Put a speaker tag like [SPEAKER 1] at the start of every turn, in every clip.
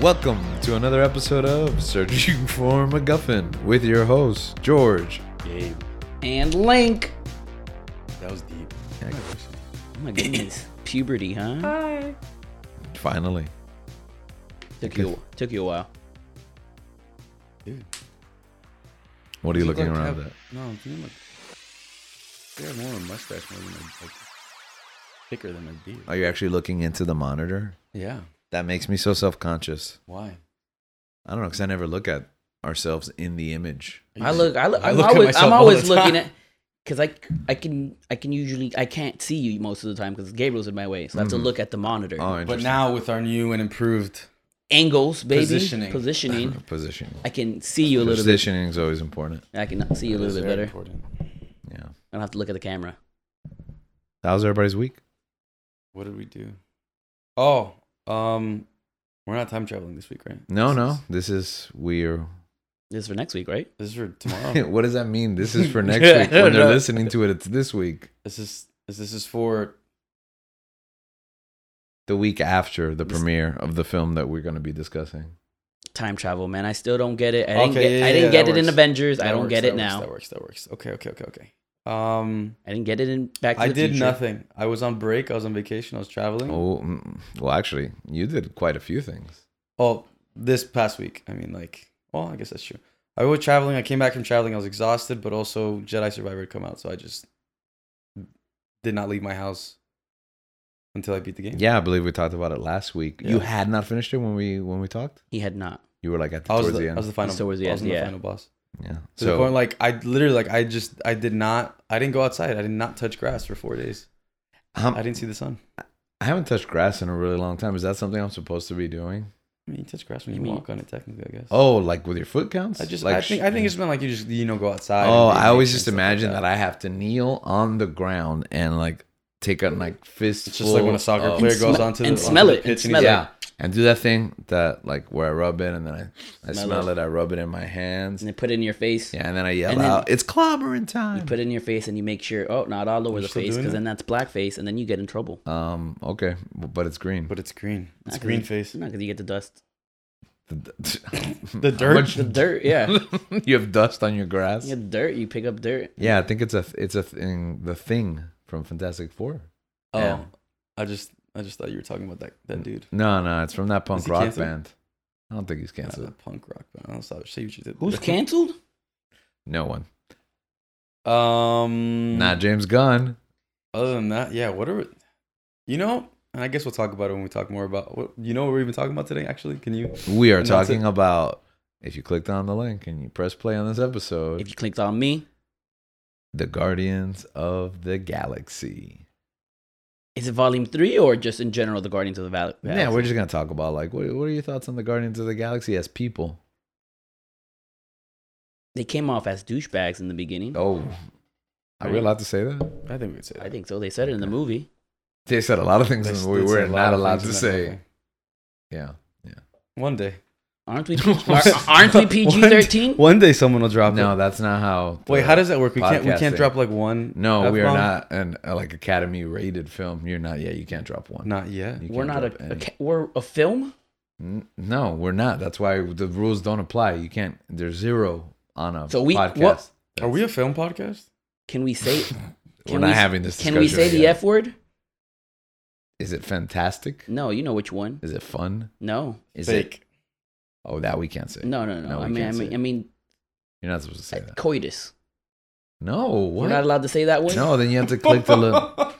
[SPEAKER 1] Welcome to another episode of Searching for MacGuffin with your host, George.
[SPEAKER 2] Gabe,
[SPEAKER 3] And Link.
[SPEAKER 2] that was deep.
[SPEAKER 3] Oh my goodness. Puberty,
[SPEAKER 2] Uh,
[SPEAKER 3] huh?
[SPEAKER 1] Finally.
[SPEAKER 3] Took you took you a while.
[SPEAKER 2] Dude,
[SPEAKER 1] What are you
[SPEAKER 2] you
[SPEAKER 1] looking
[SPEAKER 2] look
[SPEAKER 1] around
[SPEAKER 2] up-
[SPEAKER 1] at?
[SPEAKER 2] No, you look. You have more of a mustache more than a, like, thicker than a beard.
[SPEAKER 1] Are you actually looking into the monitor?
[SPEAKER 2] yeah.
[SPEAKER 1] That makes me so self conscious.
[SPEAKER 2] Why?
[SPEAKER 1] I don't know, because I never look at ourselves in the image.
[SPEAKER 3] I look I look, I'm
[SPEAKER 2] at
[SPEAKER 3] always
[SPEAKER 2] myself
[SPEAKER 3] I'm
[SPEAKER 2] all
[SPEAKER 3] always
[SPEAKER 2] the
[SPEAKER 3] looking
[SPEAKER 2] time.
[SPEAKER 3] at cuz I I can I can usually I can't see you most of the time cuz Gabriel's in my way. So I have
[SPEAKER 2] Mm-hmm.
[SPEAKER 3] to look at the monitor.
[SPEAKER 1] Oh, interesting.
[SPEAKER 2] But now with our new and improved,
[SPEAKER 3] Angles, baby.
[SPEAKER 2] Positioning.
[SPEAKER 3] Positioning.
[SPEAKER 1] positioning.
[SPEAKER 3] I can see you a little bit.
[SPEAKER 1] Positioning is always important.
[SPEAKER 3] I can see you a
[SPEAKER 2] That's
[SPEAKER 3] little bit
[SPEAKER 2] very
[SPEAKER 3] better.
[SPEAKER 2] Important.
[SPEAKER 1] Yeah.
[SPEAKER 3] I don't have to look at the camera.
[SPEAKER 1] How's everybody's week?
[SPEAKER 2] What did we do? Oh, um, we're not time traveling this week, right?
[SPEAKER 1] No,
[SPEAKER 2] This
[SPEAKER 1] no.
[SPEAKER 2] is-
[SPEAKER 1] This is we're.
[SPEAKER 3] This is for next week, right?
[SPEAKER 2] This is for tomorrow.
[SPEAKER 1] what does that mean? This is for next
[SPEAKER 3] Yeah, I
[SPEAKER 1] week. When
[SPEAKER 3] don't
[SPEAKER 1] they're
[SPEAKER 3] know.
[SPEAKER 1] listening to it, it's this week.
[SPEAKER 2] this is this, this is for
[SPEAKER 1] The week after the
[SPEAKER 2] This-
[SPEAKER 1] premiere of the film that we're going to be discussing.
[SPEAKER 3] Time travel, man. I still don't get it. I didn't
[SPEAKER 2] Okay,
[SPEAKER 3] get,
[SPEAKER 2] yeah,
[SPEAKER 3] I
[SPEAKER 2] yeah,
[SPEAKER 3] didn't
[SPEAKER 2] that
[SPEAKER 3] get it in
[SPEAKER 2] works.
[SPEAKER 3] Avengers. I
[SPEAKER 2] that
[SPEAKER 3] don't
[SPEAKER 2] works,
[SPEAKER 3] get
[SPEAKER 2] that
[SPEAKER 3] it
[SPEAKER 2] works,
[SPEAKER 3] now.
[SPEAKER 2] That works. That works. Okay. Okay. Okay. Okay. Um,
[SPEAKER 3] I didn't get it in Back to
[SPEAKER 2] I
[SPEAKER 3] the
[SPEAKER 2] did
[SPEAKER 3] Future.
[SPEAKER 2] nothing. I was on break. I was on vacation. I was traveling. Oh.
[SPEAKER 1] Oh, mm, well, actually, you did quite a few things.
[SPEAKER 2] Oh, this past week. I mean, like, well, I guess that's true. I was traveling. I came back from traveling. I was exhausted, but also Jedi Survivor had come out, so I just did not leave my house until I beat the game.
[SPEAKER 1] Yeah, I believe we talked about it last week. You
[SPEAKER 2] Yeah.
[SPEAKER 1] had not finished it when we when we talked.
[SPEAKER 3] He had not.
[SPEAKER 1] You were like at the,
[SPEAKER 2] I was
[SPEAKER 1] towards
[SPEAKER 2] the,
[SPEAKER 1] the
[SPEAKER 2] I
[SPEAKER 1] end.
[SPEAKER 2] was the final.
[SPEAKER 3] Towards the
[SPEAKER 2] I was
[SPEAKER 3] end,
[SPEAKER 2] in the
[SPEAKER 3] yeah.
[SPEAKER 2] final boss.
[SPEAKER 1] yeah.
[SPEAKER 2] To the point,
[SPEAKER 1] So
[SPEAKER 2] like, I literally, like, I just, I did not, I didn't go outside. I did not touch grass for four days.
[SPEAKER 1] I'm,
[SPEAKER 2] I didn't see the sun.
[SPEAKER 1] I haven't touched grass in a really long time. Is that something I'm supposed to be doing?
[SPEAKER 2] I mean, you touch grass when
[SPEAKER 3] You
[SPEAKER 2] you,
[SPEAKER 3] mean-
[SPEAKER 2] walk on it, technically, I guess.
[SPEAKER 1] Oh, like with your foot counts?
[SPEAKER 2] I just,
[SPEAKER 1] like
[SPEAKER 2] I think,
[SPEAKER 1] sh-
[SPEAKER 2] I think it's been like you just, you know, go outside. and
[SPEAKER 1] Oh,
[SPEAKER 2] be in
[SPEAKER 1] I always
[SPEAKER 2] nature
[SPEAKER 1] just
[SPEAKER 2] and stuff like
[SPEAKER 1] imagine that. I have to kneel on the ground and like take a like fist.
[SPEAKER 2] It's just like when a soccer
[SPEAKER 1] of,
[SPEAKER 2] player
[SPEAKER 3] And
[SPEAKER 2] goes
[SPEAKER 3] sm-
[SPEAKER 2] onto the
[SPEAKER 3] and
[SPEAKER 2] onto
[SPEAKER 3] smell
[SPEAKER 2] the
[SPEAKER 3] it, and
[SPEAKER 2] pitch
[SPEAKER 3] smell
[SPEAKER 2] he's
[SPEAKER 3] it.
[SPEAKER 1] Yeah, and do that thing that like where I rub it and then I, I smell,
[SPEAKER 3] Smell
[SPEAKER 1] it. I rub it in my hands.
[SPEAKER 3] And they put it in your face.
[SPEAKER 1] Yeah, and then I yell
[SPEAKER 3] And then-
[SPEAKER 1] out, "It's clobbering time!"
[SPEAKER 3] You put it in your face and you make sure, oh, not all over
[SPEAKER 2] You're
[SPEAKER 3] the
[SPEAKER 2] still
[SPEAKER 3] face,
[SPEAKER 2] doing
[SPEAKER 3] because
[SPEAKER 2] it?
[SPEAKER 3] then that's blackface, and then you get in trouble.
[SPEAKER 1] Um. Okay, but it's green.
[SPEAKER 2] But it's green. It's
[SPEAKER 3] Not 'cause
[SPEAKER 2] green
[SPEAKER 3] you-
[SPEAKER 2] face.
[SPEAKER 3] Not because you get the dust,
[SPEAKER 1] the
[SPEAKER 2] dirt?
[SPEAKER 3] the dirt. Yeah, you
[SPEAKER 1] you have dust on your grass.
[SPEAKER 3] get dirt. You pick up dirt.
[SPEAKER 1] Yeah, I think it's a it's a thing. The thing from Fantastic Four.
[SPEAKER 2] Oh,
[SPEAKER 1] Yeah.
[SPEAKER 2] I just, I just thought you were talking about that that dude.
[SPEAKER 1] No, no, it's from that punk
[SPEAKER 2] he
[SPEAKER 1] rock
[SPEAKER 2] canceled?
[SPEAKER 1] band. I don't think he's
[SPEAKER 2] That's
[SPEAKER 3] Uh,
[SPEAKER 1] canceled.
[SPEAKER 2] a punk rock band. I don't saw- see what you did.
[SPEAKER 3] Who's
[SPEAKER 2] there.
[SPEAKER 3] canceled?
[SPEAKER 1] No one.
[SPEAKER 3] mm.
[SPEAKER 2] Um,
[SPEAKER 1] Not James Gunn.
[SPEAKER 2] other than that, yeah. What are we- you know? And I guess we'll talk about it when we talk more about what you know. What we're even talking about today. Actually, can you?
[SPEAKER 1] We are
[SPEAKER 2] Not
[SPEAKER 1] talking about. If you clicked on the link and you press play on this episode,
[SPEAKER 3] If you clicked on me,
[SPEAKER 1] The Guardians of the Galaxy.
[SPEAKER 3] is it volume three or just in general the Guardians of the Val- Galaxy?
[SPEAKER 1] Yeah, we're just gonna talk about like what, what are your thoughts on the Guardians of the Galaxy as people?
[SPEAKER 3] they came off as douchebags in the beginning.
[SPEAKER 1] Oh, are we allowed to say that?
[SPEAKER 2] I think we could say. That.
[SPEAKER 3] I think so. They said it in the movie.
[SPEAKER 1] They said a lot of things
[SPEAKER 2] They-
[SPEAKER 1] in the movie
[SPEAKER 2] they
[SPEAKER 1] we're
[SPEAKER 2] said a lot
[SPEAKER 1] not
[SPEAKER 2] of
[SPEAKER 1] allowed to
[SPEAKER 2] things in that
[SPEAKER 1] say. Yeah.
[SPEAKER 2] movie. One day.
[SPEAKER 3] Aren't we? are- aren't we PG thirteen?
[SPEAKER 2] One day someone will drop
[SPEAKER 1] No,
[SPEAKER 2] it.
[SPEAKER 1] that's not how. the-
[SPEAKER 2] Wait, how does that work? We can't. We can't
[SPEAKER 1] podcasting.
[SPEAKER 2] drop like one.
[SPEAKER 1] No, we are
[SPEAKER 2] F-bomb?
[SPEAKER 1] not an uh, like Academy rated film. You're not. Yeah, you can't drop one.
[SPEAKER 2] Not yet.
[SPEAKER 1] You
[SPEAKER 3] We're
[SPEAKER 1] can't
[SPEAKER 3] not
[SPEAKER 1] drop
[SPEAKER 3] a, a
[SPEAKER 1] any.
[SPEAKER 3] ca- we're a film.
[SPEAKER 1] N- No, we're not. That's why the rules don't apply. You can't. There's zero on a
[SPEAKER 3] So we-
[SPEAKER 1] podcast.
[SPEAKER 3] what-
[SPEAKER 2] Are we a film podcast?
[SPEAKER 3] Can we say?
[SPEAKER 1] We're
[SPEAKER 3] can
[SPEAKER 1] not
[SPEAKER 3] we-
[SPEAKER 1] having this.
[SPEAKER 3] Can we say the
[SPEAKER 1] yet.
[SPEAKER 3] F word?
[SPEAKER 1] Is it fantastic?
[SPEAKER 3] No, you know which one.
[SPEAKER 1] Is it fun?
[SPEAKER 3] No,
[SPEAKER 1] Is it?
[SPEAKER 2] Fake.
[SPEAKER 1] Oh, that we can't say.
[SPEAKER 3] no, no, no.
[SPEAKER 1] No, we
[SPEAKER 3] I mean, I
[SPEAKER 1] can't say
[SPEAKER 3] mean,
[SPEAKER 1] it.
[SPEAKER 3] I mean,
[SPEAKER 1] You're not supposed to say that.
[SPEAKER 3] coitus.
[SPEAKER 1] No. What?
[SPEAKER 3] We're not allowed to say that word.
[SPEAKER 1] No. Then you have to click the little.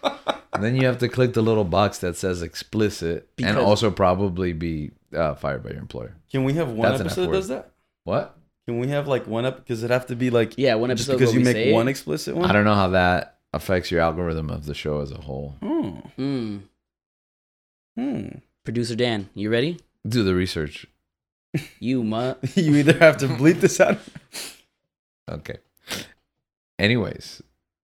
[SPEAKER 1] then you have to click the little box that says explicit and
[SPEAKER 3] Because-
[SPEAKER 1] also probably be uh, fired by your employer.
[SPEAKER 2] Can we have one
[SPEAKER 1] That's an
[SPEAKER 2] episode that
[SPEAKER 1] F-word.
[SPEAKER 2] does that?
[SPEAKER 1] What?
[SPEAKER 2] Can we have like one up? Because it have to be like
[SPEAKER 3] Yeah, one
[SPEAKER 2] just
[SPEAKER 3] episode
[SPEAKER 2] because
[SPEAKER 3] where
[SPEAKER 2] you
[SPEAKER 3] we
[SPEAKER 2] make
[SPEAKER 3] say
[SPEAKER 2] one
[SPEAKER 3] It.
[SPEAKER 2] explicit
[SPEAKER 1] I
[SPEAKER 2] one.
[SPEAKER 1] don't know how that affects your algorithm of the show as a whole.
[SPEAKER 2] Oh,
[SPEAKER 3] Mm.
[SPEAKER 2] hmm.
[SPEAKER 3] Producer Dan, you ready?
[SPEAKER 1] Do the research.
[SPEAKER 3] You mu.
[SPEAKER 2] you either have to bleep this out.
[SPEAKER 1] Okay. Anyways,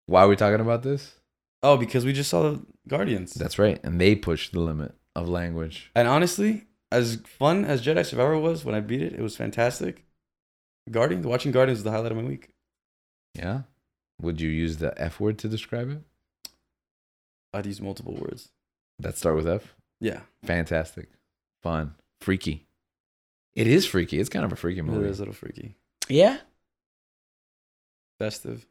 [SPEAKER 1] why are we talking about this?
[SPEAKER 2] Oh, because we just saw the Guardians.
[SPEAKER 1] That's right. And they push the limit of language.
[SPEAKER 2] And honestly, as fun as Jedi Survivor was when I beat it, it was fantastic. Guardians, watching Guardians was the highlight of my week.
[SPEAKER 1] Yeah. Would you use the F word to describe it?
[SPEAKER 2] I'd use multiple words.
[SPEAKER 1] That start with F?
[SPEAKER 2] Yeah,
[SPEAKER 1] Fantastic. Fun. Freaky. It is freaky. It's kind of a freaky
[SPEAKER 2] It
[SPEAKER 1] movie.
[SPEAKER 2] is a little freaky.
[SPEAKER 3] Yeah.
[SPEAKER 2] Festive.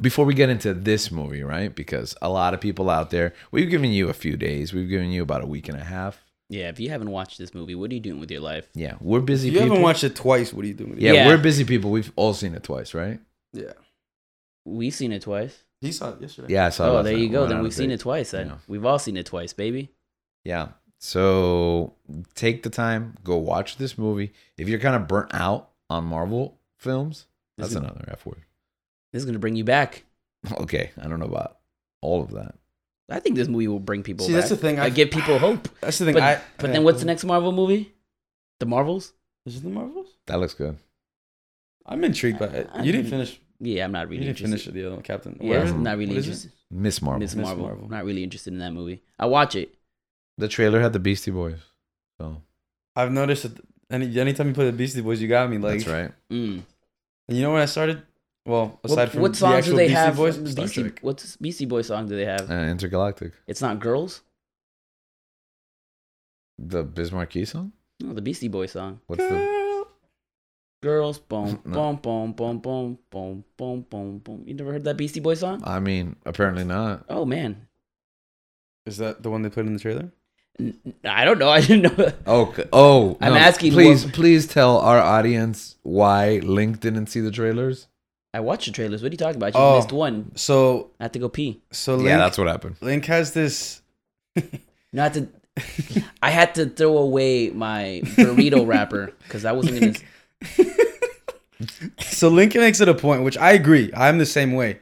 [SPEAKER 1] Before we get into this movie, right? Because a lot of people out there, we've given you a few days. We've given you about a week and a half.
[SPEAKER 3] Yeah. If you haven't watched this movie, what are you doing with your life?
[SPEAKER 1] Yeah, we're busy.
[SPEAKER 2] If you haven't
[SPEAKER 1] people.
[SPEAKER 2] watched it twice, what are you doing?
[SPEAKER 1] Yeah,
[SPEAKER 3] Yeah.
[SPEAKER 1] we're busy people. We've all seen it twice, right?
[SPEAKER 2] Yeah.
[SPEAKER 3] We've seen it twice.
[SPEAKER 2] He saw it yesterday.
[SPEAKER 1] Yeah, I saw. it
[SPEAKER 3] Oh,
[SPEAKER 1] last
[SPEAKER 3] there
[SPEAKER 1] night.
[SPEAKER 3] you
[SPEAKER 1] We
[SPEAKER 3] go.
[SPEAKER 1] went
[SPEAKER 3] Then
[SPEAKER 1] on a
[SPEAKER 3] we've seen
[SPEAKER 1] date.
[SPEAKER 3] it twice. Then
[SPEAKER 1] Yeah.
[SPEAKER 3] we've all seen it twice, baby.
[SPEAKER 1] Yeah. So take the time, go watch this movie. If you're kind of burnt out on Marvel films, that's
[SPEAKER 3] This is-
[SPEAKER 1] another F word.
[SPEAKER 3] This is gonna bring you back.
[SPEAKER 1] Okay, I don't know about all of that.
[SPEAKER 3] I think this movie will bring people.
[SPEAKER 2] See,
[SPEAKER 3] back.
[SPEAKER 2] that's the thing,
[SPEAKER 3] I
[SPEAKER 2] I've-
[SPEAKER 3] give people hope.
[SPEAKER 2] That's the thing.
[SPEAKER 3] But,
[SPEAKER 2] I,
[SPEAKER 3] but
[SPEAKER 2] yeah.
[SPEAKER 3] then what's the next Marvel movie? The Marvels?
[SPEAKER 2] Is it the Marvels?
[SPEAKER 1] That looks good.
[SPEAKER 2] I'm intrigued by it. You didn't finish.
[SPEAKER 3] Yeah, I'm not
[SPEAKER 2] You
[SPEAKER 3] really
[SPEAKER 2] didn't
[SPEAKER 3] interested.
[SPEAKER 2] finish it, the other one, Captain.
[SPEAKER 3] Yeah,
[SPEAKER 2] whatever.
[SPEAKER 3] I'm not really
[SPEAKER 2] What is it?
[SPEAKER 3] interested.
[SPEAKER 1] Miss Marvel.
[SPEAKER 3] Miss
[SPEAKER 2] Miss
[SPEAKER 3] Marvel.
[SPEAKER 2] Marvel.
[SPEAKER 3] Not really interested in that movie. I watch it.
[SPEAKER 1] The trailer had the Beastie Boys. So
[SPEAKER 2] I've noticed that any anytime you play the Beastie Boys, you got me. Like,
[SPEAKER 1] that's right.
[SPEAKER 3] Mm.
[SPEAKER 2] And you know when I started? Well, aside
[SPEAKER 3] What,
[SPEAKER 2] from
[SPEAKER 3] what
[SPEAKER 2] the
[SPEAKER 3] songs do
[SPEAKER 2] actual
[SPEAKER 3] they
[SPEAKER 2] Beastie
[SPEAKER 3] have? uh,
[SPEAKER 2] Boys, Star
[SPEAKER 3] Beastie,
[SPEAKER 2] Trek.
[SPEAKER 3] what's Beastie Boy song do they have?
[SPEAKER 1] Uh, Intergalactic.
[SPEAKER 3] It's not Girls?
[SPEAKER 1] The Bismarcky song?
[SPEAKER 3] No, the Beastie Boy song.
[SPEAKER 1] What's the
[SPEAKER 3] Girls, boom,
[SPEAKER 1] No.
[SPEAKER 3] boom, boom, boom, boom, boom, boom, boom, boom. You never heard that Beastie Boy song?
[SPEAKER 1] I mean, apparently not.
[SPEAKER 3] Oh, man.
[SPEAKER 2] Is that the one they put in the trailer?
[SPEAKER 3] N- n- I don't know. I didn't know.
[SPEAKER 1] Oh, c- oh!
[SPEAKER 3] I'm
[SPEAKER 1] no.
[SPEAKER 3] asking
[SPEAKER 1] Please,
[SPEAKER 3] what-
[SPEAKER 1] please tell our audience why Link didn't see the trailers.
[SPEAKER 3] I watched the trailers. What are you talking about? You
[SPEAKER 2] Oh.
[SPEAKER 3] missed one.
[SPEAKER 2] So,
[SPEAKER 3] I have to go pee.
[SPEAKER 2] so Link,
[SPEAKER 1] Yeah, that's what happened.
[SPEAKER 2] Link has this.
[SPEAKER 3] No, I had to. I had to throw away my burrito wrapper because I wasn't gonna.
[SPEAKER 2] So Link makes it a point, which I agree. I'm the same way.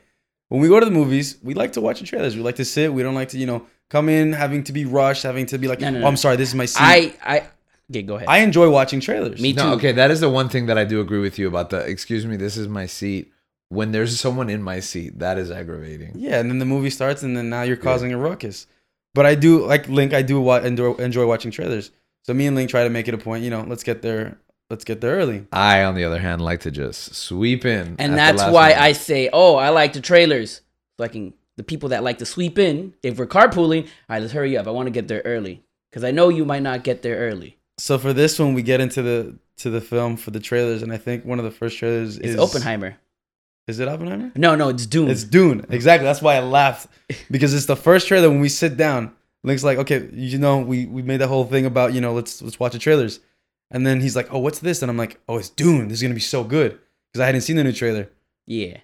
[SPEAKER 2] When we go to the movies, we like to watch the trailers. We like to sit. We don't like to, you know, come in having to be rushed, having to be like,
[SPEAKER 3] No, no,
[SPEAKER 2] oh,
[SPEAKER 3] no.
[SPEAKER 2] I'm sorry, this is my scene.
[SPEAKER 3] I I okay. Go ahead.
[SPEAKER 2] I enjoy watching trailers.
[SPEAKER 3] Me
[SPEAKER 1] No,
[SPEAKER 3] too.
[SPEAKER 1] okay, that is the one thing that I do agree with you about the excuse me, this is my seat. When there's someone in my seat, that is aggravating.
[SPEAKER 2] Yeah, and then the movie starts, and then now you're causing a ruckus. But I do like Link. I do wa- enjoy, enjoy watching trailers. So me and Link try to make it a point. You know, let's get there. Let's get there early.
[SPEAKER 1] I, on the other hand, like to just sweep in. at the
[SPEAKER 3] and that's
[SPEAKER 1] last
[SPEAKER 3] why
[SPEAKER 1] minute.
[SPEAKER 3] I say, oh, I like the trailers. So I can the people that like to sweep in. If we're carpooling, all right, let's hurry up. I want to get there early because I know you might not get there early.
[SPEAKER 2] So for this one, we get into the to the film for the trailers, and I think one of the first trailers
[SPEAKER 3] It's
[SPEAKER 2] is
[SPEAKER 3] Oppenheimer.
[SPEAKER 2] Is it Oppenheimer?
[SPEAKER 3] No, no, it's Doom.
[SPEAKER 2] It's Dune. Exactly. That's why I laughed because it's the first trailer. When we sit down, Link's like, "Okay, you know, we we made that whole thing about you know, let's let's watch the trailers," and then he's like, "Oh, what's this?" And I'm like, "Oh, it's Dune. This is gonna be so good because I hadn't seen the new trailer."
[SPEAKER 3] yeah.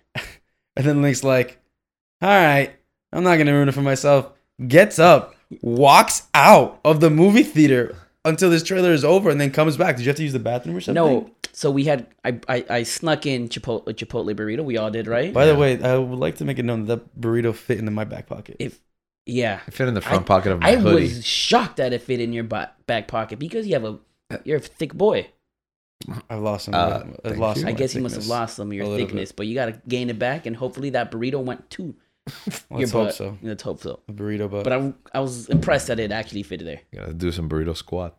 [SPEAKER 2] And then Link's like, all right, I'm not going to ruin it for myself. Gets up, walks out of the movie theater until this trailer is over and then comes back. Did you have to use the bathroom or something?
[SPEAKER 3] No. So we had I I, I snuck in Chipotle, Chipotle burrito. We all did, right?
[SPEAKER 2] By the way, I would like to make it known that that burrito fit into my back pocket.
[SPEAKER 3] if yeah,
[SPEAKER 1] It fit in the front pocket of my
[SPEAKER 3] I
[SPEAKER 1] hoodie.
[SPEAKER 3] was shocked that it fit in your bo- back pocket because you have a
[SPEAKER 2] Uh,
[SPEAKER 3] you're a thick boy.
[SPEAKER 2] I've lost some.
[SPEAKER 1] Uh,
[SPEAKER 2] I've
[SPEAKER 1] thank
[SPEAKER 2] lost
[SPEAKER 1] you.
[SPEAKER 2] some
[SPEAKER 3] I
[SPEAKER 2] of my
[SPEAKER 3] guess you must have
[SPEAKER 2] thickness.
[SPEAKER 3] lost some of
[SPEAKER 2] A
[SPEAKER 3] your
[SPEAKER 2] little bit.
[SPEAKER 3] thickness, but you got to gain it back, and hopefully that burrito went to
[SPEAKER 2] Let's
[SPEAKER 3] your
[SPEAKER 2] hope
[SPEAKER 3] butt.
[SPEAKER 2] so.
[SPEAKER 3] Let's hope so.
[SPEAKER 2] A burrito, but,
[SPEAKER 3] But I, I was impressed that it actually fit there.
[SPEAKER 1] Gotta do some burrito squat.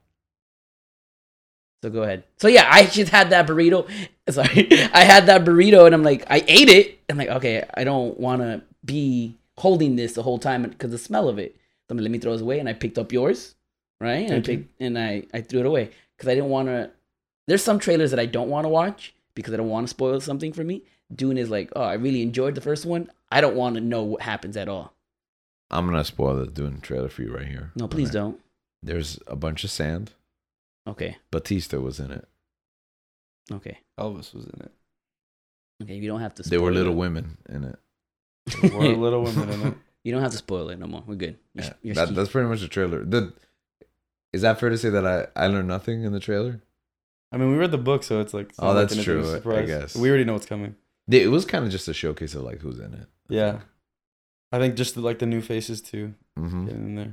[SPEAKER 3] So go ahead. So yeah, I just had that burrito. Sorry, I had that burrito, and I'm like, I ate it. I'm like, okay, I don't want to be holding this the whole time because the smell of it. So I'm like, let me throw this away, and I picked up yours, right? And
[SPEAKER 2] Thank
[SPEAKER 3] I
[SPEAKER 2] you.
[SPEAKER 3] picked, and I I threw it away because I didn't want to. There's some trailers that I don't want to watch because I don't want to spoil something for me. Dune is like, oh, I really enjoyed the first one. I don't want to know what happens at all.
[SPEAKER 1] I'm gonna spoil the doing trailer for you right here.
[SPEAKER 3] No, please don't.
[SPEAKER 1] There's a bunch of sand.
[SPEAKER 3] Okay,
[SPEAKER 1] Batista was in it.
[SPEAKER 3] okay,
[SPEAKER 2] Elvis was in it.
[SPEAKER 3] okay. You don't have to.
[SPEAKER 1] There were
[SPEAKER 3] spoil it.
[SPEAKER 1] little women in it.
[SPEAKER 2] There were little women in it.
[SPEAKER 3] You don't have to spoil it no more. We're good. You're-
[SPEAKER 1] Yeah,
[SPEAKER 3] you're
[SPEAKER 1] that,
[SPEAKER 3] skeet.
[SPEAKER 1] that's pretty much the trailer. The, is that fair to say that I, I learned nothing in the trailer?
[SPEAKER 2] I mean, we read the book, so it's like. it's
[SPEAKER 1] Oh,
[SPEAKER 2] not like
[SPEAKER 1] that's
[SPEAKER 2] anything of
[SPEAKER 1] true, I
[SPEAKER 2] surprise.
[SPEAKER 1] guess.
[SPEAKER 2] We already know what's coming.
[SPEAKER 1] It was kind of just a showcase of like who's in it.
[SPEAKER 2] Yeah. I think just the, like the new faces too
[SPEAKER 3] Mm.
[SPEAKER 1] hmm
[SPEAKER 2] getting in there.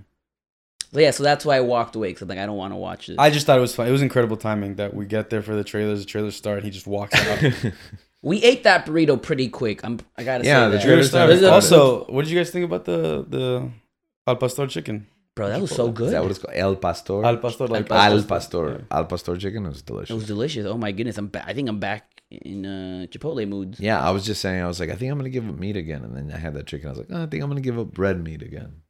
[SPEAKER 3] So yeah, so that's why I walked away because I'm like, I don't want to watch it.
[SPEAKER 2] I just thought it was fun. It was incredible timing that we get there for the trailers. The trailers start. and He just walks out.
[SPEAKER 3] we ate that burrito pretty quick. I'm, I gotta
[SPEAKER 1] Yeah,
[SPEAKER 3] say
[SPEAKER 1] the
[SPEAKER 3] that.
[SPEAKER 1] trailer
[SPEAKER 2] Trailers start.
[SPEAKER 1] started.
[SPEAKER 2] Also, what did you guys think about the the al pastor chicken?
[SPEAKER 3] bro, that was so
[SPEAKER 1] Is
[SPEAKER 3] good.
[SPEAKER 1] that what it's called? El Pastor.
[SPEAKER 2] Al pastor like
[SPEAKER 1] Al pastor. Al pastor chicken was
[SPEAKER 3] it was
[SPEAKER 1] delicious.
[SPEAKER 3] delicious. Oh my goodness, I'm ba- I think I'm back in uh, Chipotle moods.
[SPEAKER 1] Yeah, I was just saying, I was like, I think I'm gonna give up meat again, and then I had that chicken. I was like, oh, I think I'm gonna give up red meat again.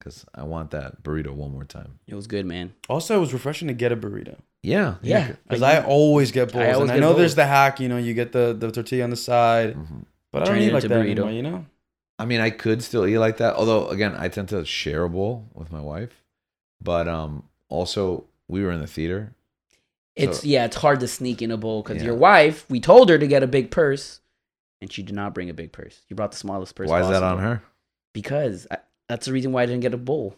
[SPEAKER 1] because I want that burrito one more time.
[SPEAKER 3] It was good, man.
[SPEAKER 2] Also, it was refreshing to get a burrito
[SPEAKER 1] Yeah.
[SPEAKER 3] Yeah.
[SPEAKER 2] because
[SPEAKER 3] Like,
[SPEAKER 2] I always get bowls,
[SPEAKER 3] I always
[SPEAKER 2] and I
[SPEAKER 3] get
[SPEAKER 2] know there's
[SPEAKER 3] bowls.
[SPEAKER 2] the hack. You know, you get the the tortilla on the side,
[SPEAKER 1] Mhm.
[SPEAKER 2] but I
[SPEAKER 3] Turn
[SPEAKER 2] don't
[SPEAKER 3] it
[SPEAKER 2] eat like
[SPEAKER 3] into
[SPEAKER 2] that
[SPEAKER 3] burrito.
[SPEAKER 2] anymore. You know,
[SPEAKER 1] I mean, I could still eat like that. Although, again, I tend to share a bowl with my wife. But um, also, we were in the theater.
[SPEAKER 3] It's
[SPEAKER 1] So-
[SPEAKER 3] yeah, it's hard to sneak in a bowl because
[SPEAKER 1] Yeah.
[SPEAKER 3] your wife. We told her to get a big purse, and she did not bring a big purse. You brought the smallest purse.
[SPEAKER 1] Why is that on
[SPEAKER 3] possible.
[SPEAKER 1] her?
[SPEAKER 3] Because I, that's the reason why I didn't get a bowl.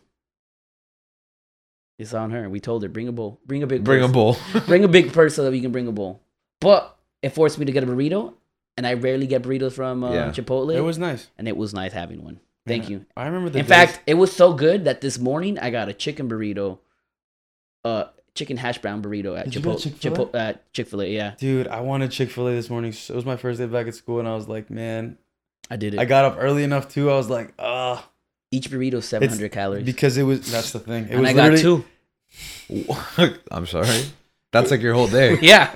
[SPEAKER 3] It's on her. We told her bring a bowl, bring a big,
[SPEAKER 1] Bring a
[SPEAKER 3] purse.
[SPEAKER 1] bowl.
[SPEAKER 3] bring a big purse so that we can bring a bowl. But it forced me to get a burrito, and I rarely get burritos from uh,
[SPEAKER 1] Yeah.
[SPEAKER 3] Chipotle.
[SPEAKER 2] it was nice.
[SPEAKER 3] and it was nice having one. Thank
[SPEAKER 2] Yeah.
[SPEAKER 3] you.
[SPEAKER 2] I remember the
[SPEAKER 3] In
[SPEAKER 2] days-
[SPEAKER 3] fact, it was so good that this morning I got a chicken burrito, uh, chicken hash brown burrito at
[SPEAKER 2] Did you go
[SPEAKER 3] Chipotle.
[SPEAKER 2] to
[SPEAKER 3] Chipotle,
[SPEAKER 2] Chick-fil-A?
[SPEAKER 3] at Chick Fil A. Yeah,
[SPEAKER 2] dude, I wanted Chick Fil A this morning. So It was my first day back at school, and I was like, man,
[SPEAKER 3] I did it.
[SPEAKER 2] I got up early enough too. I was like, ah,
[SPEAKER 3] Each burrito seven hundred calories,
[SPEAKER 2] because it was. That's the thing. It
[SPEAKER 3] and
[SPEAKER 2] was
[SPEAKER 3] I got
[SPEAKER 2] literally-
[SPEAKER 3] two.
[SPEAKER 1] I'm sorry. That's like your whole day.
[SPEAKER 3] Yeah,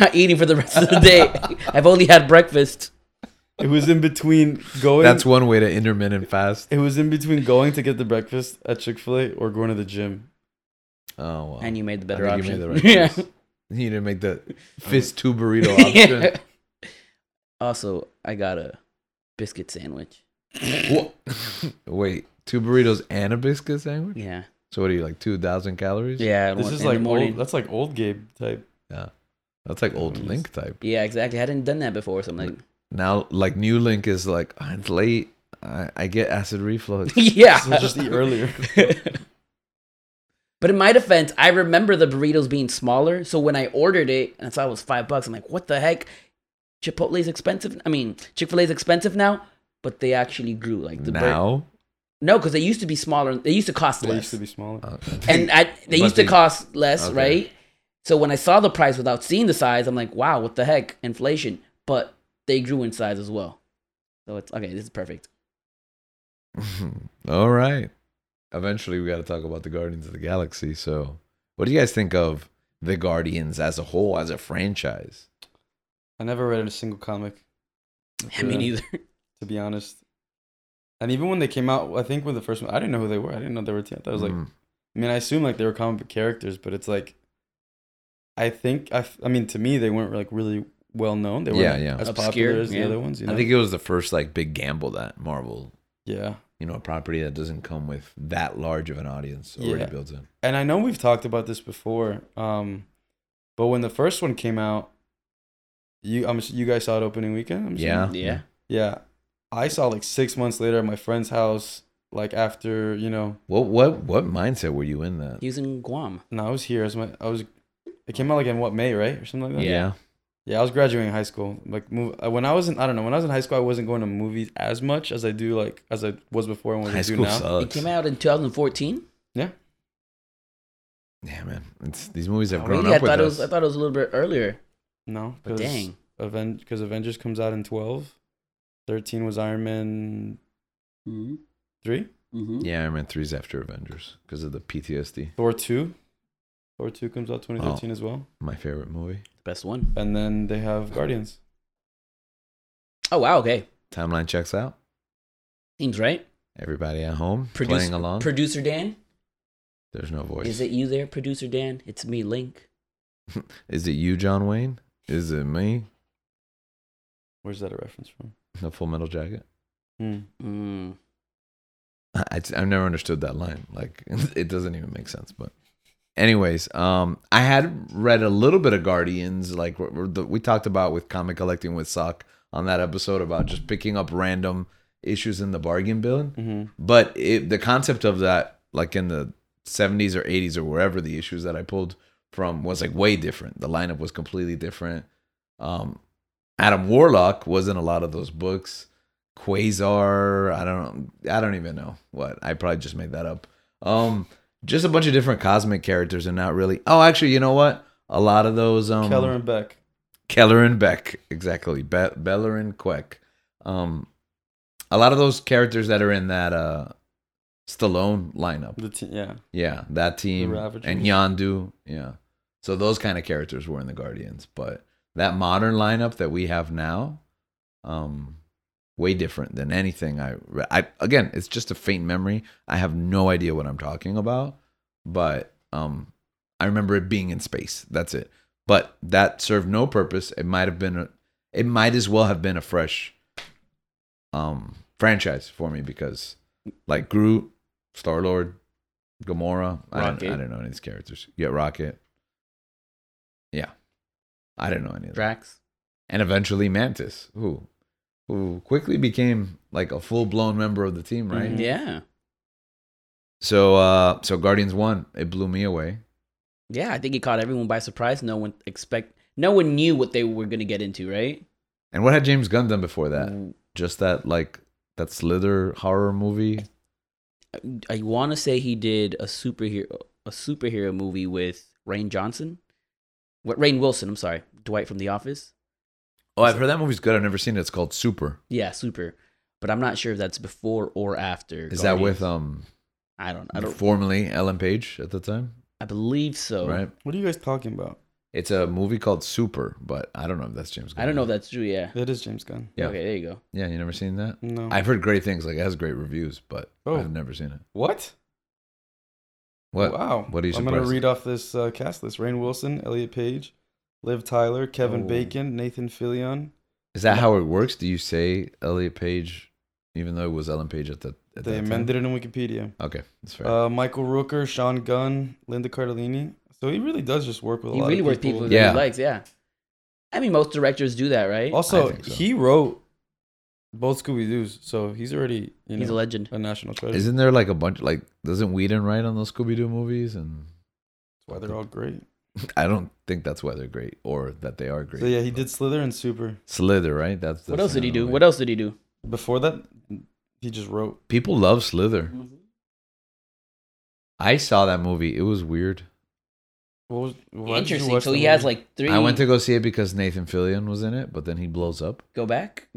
[SPEAKER 3] not eating for the rest of the day. I've only had breakfast.
[SPEAKER 2] It was in between going.
[SPEAKER 1] That's one way to intermittent fast.
[SPEAKER 2] It was in between going to get the breakfast at Chick Fil A or going to the gym.
[SPEAKER 1] Oh, wow.
[SPEAKER 3] And you made the
[SPEAKER 1] I
[SPEAKER 3] better
[SPEAKER 1] think You made
[SPEAKER 3] option.
[SPEAKER 1] the right
[SPEAKER 3] yeah.
[SPEAKER 1] choice. You didn't make the fist two burrito
[SPEAKER 2] Oh,
[SPEAKER 1] option.
[SPEAKER 3] Yeah. Also, I got a biscuit sandwich.
[SPEAKER 1] Wha- Wait, two burritos and a biscuit sandwich?
[SPEAKER 3] Yeah.
[SPEAKER 1] So what are you like two thousand calories?
[SPEAKER 3] Yeah.
[SPEAKER 2] This
[SPEAKER 3] one-
[SPEAKER 2] is
[SPEAKER 3] in the
[SPEAKER 2] like
[SPEAKER 3] morning.
[SPEAKER 2] old. That's like old Gabe type.
[SPEAKER 1] That's like old
[SPEAKER 2] Mm.
[SPEAKER 1] Link type.
[SPEAKER 3] Yeah, exactly. I hadn't done that before, so I'm like,
[SPEAKER 1] Now like new Link is like "Ah, it's late. I, I get acid reflux.
[SPEAKER 3] yeah.
[SPEAKER 2] So just eat earlier.
[SPEAKER 3] but in my defense, I remember the burritos being smaller. So when I ordered it and I saw it was five bucks, I'm like, what the heck? Chipotle's expensive. I mean, Chick fil A's expensive now, but they actually grew. Like the bur-
[SPEAKER 1] now
[SPEAKER 3] no, because they used to be smaller. They used to cost
[SPEAKER 2] They
[SPEAKER 3] less.
[SPEAKER 2] used to be smaller.
[SPEAKER 1] Okay.
[SPEAKER 3] and I,
[SPEAKER 1] But
[SPEAKER 3] they used to
[SPEAKER 1] they-
[SPEAKER 3] cost less,
[SPEAKER 1] okay.
[SPEAKER 3] right? So when I saw the price without seeing the size, I'm like, wow, what the heck, inflation. But they grew in size as well. So it's okay. This is perfect.
[SPEAKER 1] All right. Eventually we gotta talk about the Guardians of the Galaxy. So what do you guys think of the Guardians as a whole, as a franchise?
[SPEAKER 2] I never read a single comic.
[SPEAKER 3] I mean,
[SPEAKER 2] Yeah.
[SPEAKER 3] either
[SPEAKER 2] to be honest. And even when they came out, I think when the first one, I didn't know who they were. I didn't know they were. Teen- I thought it was like,
[SPEAKER 1] Mm.
[SPEAKER 2] I mean, I assume like they were comic book characters, but it's like, I think I, f- I mean, to me, they weren't like really well known. They were
[SPEAKER 1] Yeah,
[SPEAKER 2] not
[SPEAKER 1] yeah.
[SPEAKER 2] as
[SPEAKER 3] Obscure,
[SPEAKER 2] popular as the
[SPEAKER 3] yeah.
[SPEAKER 2] other ones. You know?
[SPEAKER 1] I think it was the first like big gamble that Marvel,
[SPEAKER 2] yeah.
[SPEAKER 1] you know, a property that doesn't come with that large of an audience already
[SPEAKER 2] Yeah.
[SPEAKER 1] built in.
[SPEAKER 2] And I know we've talked about this before, um, but when the first one came out, you, I'm, ass- you guys saw it opening weekend. I'm assuming?
[SPEAKER 1] Yeah.
[SPEAKER 3] Yeah.
[SPEAKER 2] Yeah. I saw like six months later at my friend's house, like after you know
[SPEAKER 1] What what what mindset were you in that?
[SPEAKER 3] using Guam.
[SPEAKER 2] No, I was here. I was, my, I was. It came out like in what May, right, or something like that.
[SPEAKER 3] Yeah. Yeah,
[SPEAKER 2] Yeah, I was graduating high school. Like, move uh, when I was in, I don't know, when I was in high school, I wasn't going to movies as much as I do, like as I was before and what
[SPEAKER 1] High
[SPEAKER 2] I do
[SPEAKER 1] school
[SPEAKER 2] now.
[SPEAKER 1] sucks.
[SPEAKER 3] It came out in 2014.
[SPEAKER 1] Yeah, man. It's these movies have
[SPEAKER 2] Oh,
[SPEAKER 1] grown
[SPEAKER 3] Really, I
[SPEAKER 1] up with
[SPEAKER 3] thought it
[SPEAKER 1] us.
[SPEAKER 3] was. I thought it was a little bit earlier.
[SPEAKER 2] No,
[SPEAKER 3] But dang,
[SPEAKER 2] Aven- because Avengers comes out in 12. 13 was Iron Man
[SPEAKER 3] mm-hmm.
[SPEAKER 2] three,
[SPEAKER 3] Mm-hmm.
[SPEAKER 1] yeah, Iron Man 3's after Avengers because of the PTSD.
[SPEAKER 2] Thor two, Thor two comes out
[SPEAKER 1] Oh.
[SPEAKER 2] 2013 as well,
[SPEAKER 1] My favorite movie.
[SPEAKER 3] best one.
[SPEAKER 2] and then they have Guardians.
[SPEAKER 3] Oh wow, okay,
[SPEAKER 1] Timeline checks out.
[SPEAKER 3] seems right.
[SPEAKER 1] Everybody at home
[SPEAKER 3] Produce-
[SPEAKER 1] playing along.
[SPEAKER 3] Producer Dan,
[SPEAKER 1] There's no voice.
[SPEAKER 3] is it you there, producer Dan? It's me, Link.
[SPEAKER 1] Is it you, John Wayne? Is it me?
[SPEAKER 2] Where's that a reference from?
[SPEAKER 1] The Full Metal Jacket.
[SPEAKER 2] Hmm.
[SPEAKER 3] Mm.
[SPEAKER 1] I, I- I've never understood that line. Like it doesn't even make sense. But anyways, um, I had read a little bit of Guardians. Like we're- we're- the- we talked about with comic collecting with Sock on that episode about just picking up random issues in the bargain bin.
[SPEAKER 2] hmm
[SPEAKER 1] But it, the concept of that, like in the 70s or 80s or wherever the issues that I pulled from, was like way different. The lineup was completely different. Um, Adam Warlock was in a lot of those books. Quasar, I don't, I don't even know what. I probably just made that up. Um, just a bunch of different cosmic characters, and not really. Oh, actually, you know what? A lot of those. Um,
[SPEAKER 2] Keller and Beck.
[SPEAKER 1] Keller and Beck, exactly. Be- Beller and Queck. Um, a lot of those characters that are in that uh, Stallone lineup.
[SPEAKER 2] The te- yeah.
[SPEAKER 1] Yeah, that team
[SPEAKER 2] Ravagers.
[SPEAKER 1] and Yandu. Yeah, so those kind of characters were in the Guardians, but that modern lineup that we have now, um, way different than anything I re- I again, it's just a faint memory. I have no idea what I'm talking about, but um I remember it being in space. That's it. But that served no purpose. It might have been a, it might as well have been a fresh um franchise for me because like Groot, Star-Lord, Gamora, I don't, I
[SPEAKER 3] Rocket.
[SPEAKER 1] don't know any of these characters. Yeah, Rocket. Yeah. I don't know any of them
[SPEAKER 3] Drax.
[SPEAKER 1] and eventually Mantis, who who quickly became like a full blown member of the team, right?
[SPEAKER 2] Mhm.
[SPEAKER 3] Mm-hmm. Yeah.
[SPEAKER 1] So uh so Guardians one, it blew me away.
[SPEAKER 3] Yeah, I think it caught everyone by surprise. No one expect no one knew what they were gonna get into, right?
[SPEAKER 1] And what had James Gunn done before that?
[SPEAKER 3] Mm,
[SPEAKER 1] Just that like that Slither horror movie.
[SPEAKER 3] I wanna say he did a superhero a superhero movie with Rain Johnson. What Rain Wilson, I'm sorry. Dwight from The Office.
[SPEAKER 1] Oh, I've heard that movie's good. I've never seen it. It's called Super.
[SPEAKER 3] Yeah, super. But I'm not sure if that's before or after.
[SPEAKER 1] Is that with
[SPEAKER 3] Guardians.
[SPEAKER 1] um
[SPEAKER 3] I don't I don't Oh.
[SPEAKER 1] formerly Ellen Page at the time?
[SPEAKER 3] I believe so.
[SPEAKER 1] Right.
[SPEAKER 2] What are you guys talking about?
[SPEAKER 1] It's a movie called Super, but I don't know if that's James Gunn.
[SPEAKER 3] I don't know if that's true, yeah.
[SPEAKER 2] That is James Gunn.
[SPEAKER 1] Yeah.
[SPEAKER 3] Okay, there you go.
[SPEAKER 1] Yeah, you never seen that?
[SPEAKER 2] No.
[SPEAKER 1] I've heard great things. Like it has great reviews, but
[SPEAKER 2] Oh.
[SPEAKER 1] I've never seen it.
[SPEAKER 2] what?
[SPEAKER 1] What?
[SPEAKER 2] Wow.
[SPEAKER 1] What are you
[SPEAKER 2] I'm gonna
[SPEAKER 1] surprised?
[SPEAKER 2] read off this uh, cast list: Rain Wilson, Elliot Page, Liv Tyler, Kevin
[SPEAKER 3] Oh.
[SPEAKER 2] Bacon, Nathan Fillion.
[SPEAKER 1] Is that how it works? Do you say Elliot Page, even though it was Ellen Page at the at
[SPEAKER 2] They
[SPEAKER 1] that
[SPEAKER 2] amended it in Wikipedia.
[SPEAKER 1] Time? Okay, that's fair.
[SPEAKER 2] Uh, Michael Rooker, Sean Gunn, Linda Cardellini. So he really does just work with a
[SPEAKER 3] He
[SPEAKER 2] lot
[SPEAKER 3] really
[SPEAKER 2] of
[SPEAKER 3] works
[SPEAKER 2] people.
[SPEAKER 3] people
[SPEAKER 1] Yeah.
[SPEAKER 3] that he likes, yeah. I mean most directors do that, right?
[SPEAKER 1] I
[SPEAKER 2] Also,
[SPEAKER 1] think so.
[SPEAKER 2] he wrote both Scooby Doo's, so he's already you know
[SPEAKER 3] He's a legend.
[SPEAKER 2] a national treasure.
[SPEAKER 1] Isn't there like a bunch like doesn't Whedon write on those Scooby Doo movies? And
[SPEAKER 2] That's why they're all great.
[SPEAKER 1] I don't think that's why they're great or that they are great.
[SPEAKER 2] So yeah, he did Slither and Super.
[SPEAKER 1] Slither, right? That's, that's
[SPEAKER 3] What else did he
[SPEAKER 1] another
[SPEAKER 3] do?
[SPEAKER 1] one.
[SPEAKER 3] What else did he do?
[SPEAKER 2] Before that, he just wrote.
[SPEAKER 1] People love Slither.
[SPEAKER 2] Mm-hmm.
[SPEAKER 1] I saw that movie. It was weird.
[SPEAKER 2] What was, why did you
[SPEAKER 3] Interesting.
[SPEAKER 2] watch
[SPEAKER 3] So
[SPEAKER 2] the
[SPEAKER 3] he has
[SPEAKER 2] movie?
[SPEAKER 3] like three.
[SPEAKER 1] I went to go see it because Nathan Fillion was in it, but then he blows up.
[SPEAKER 3] go back.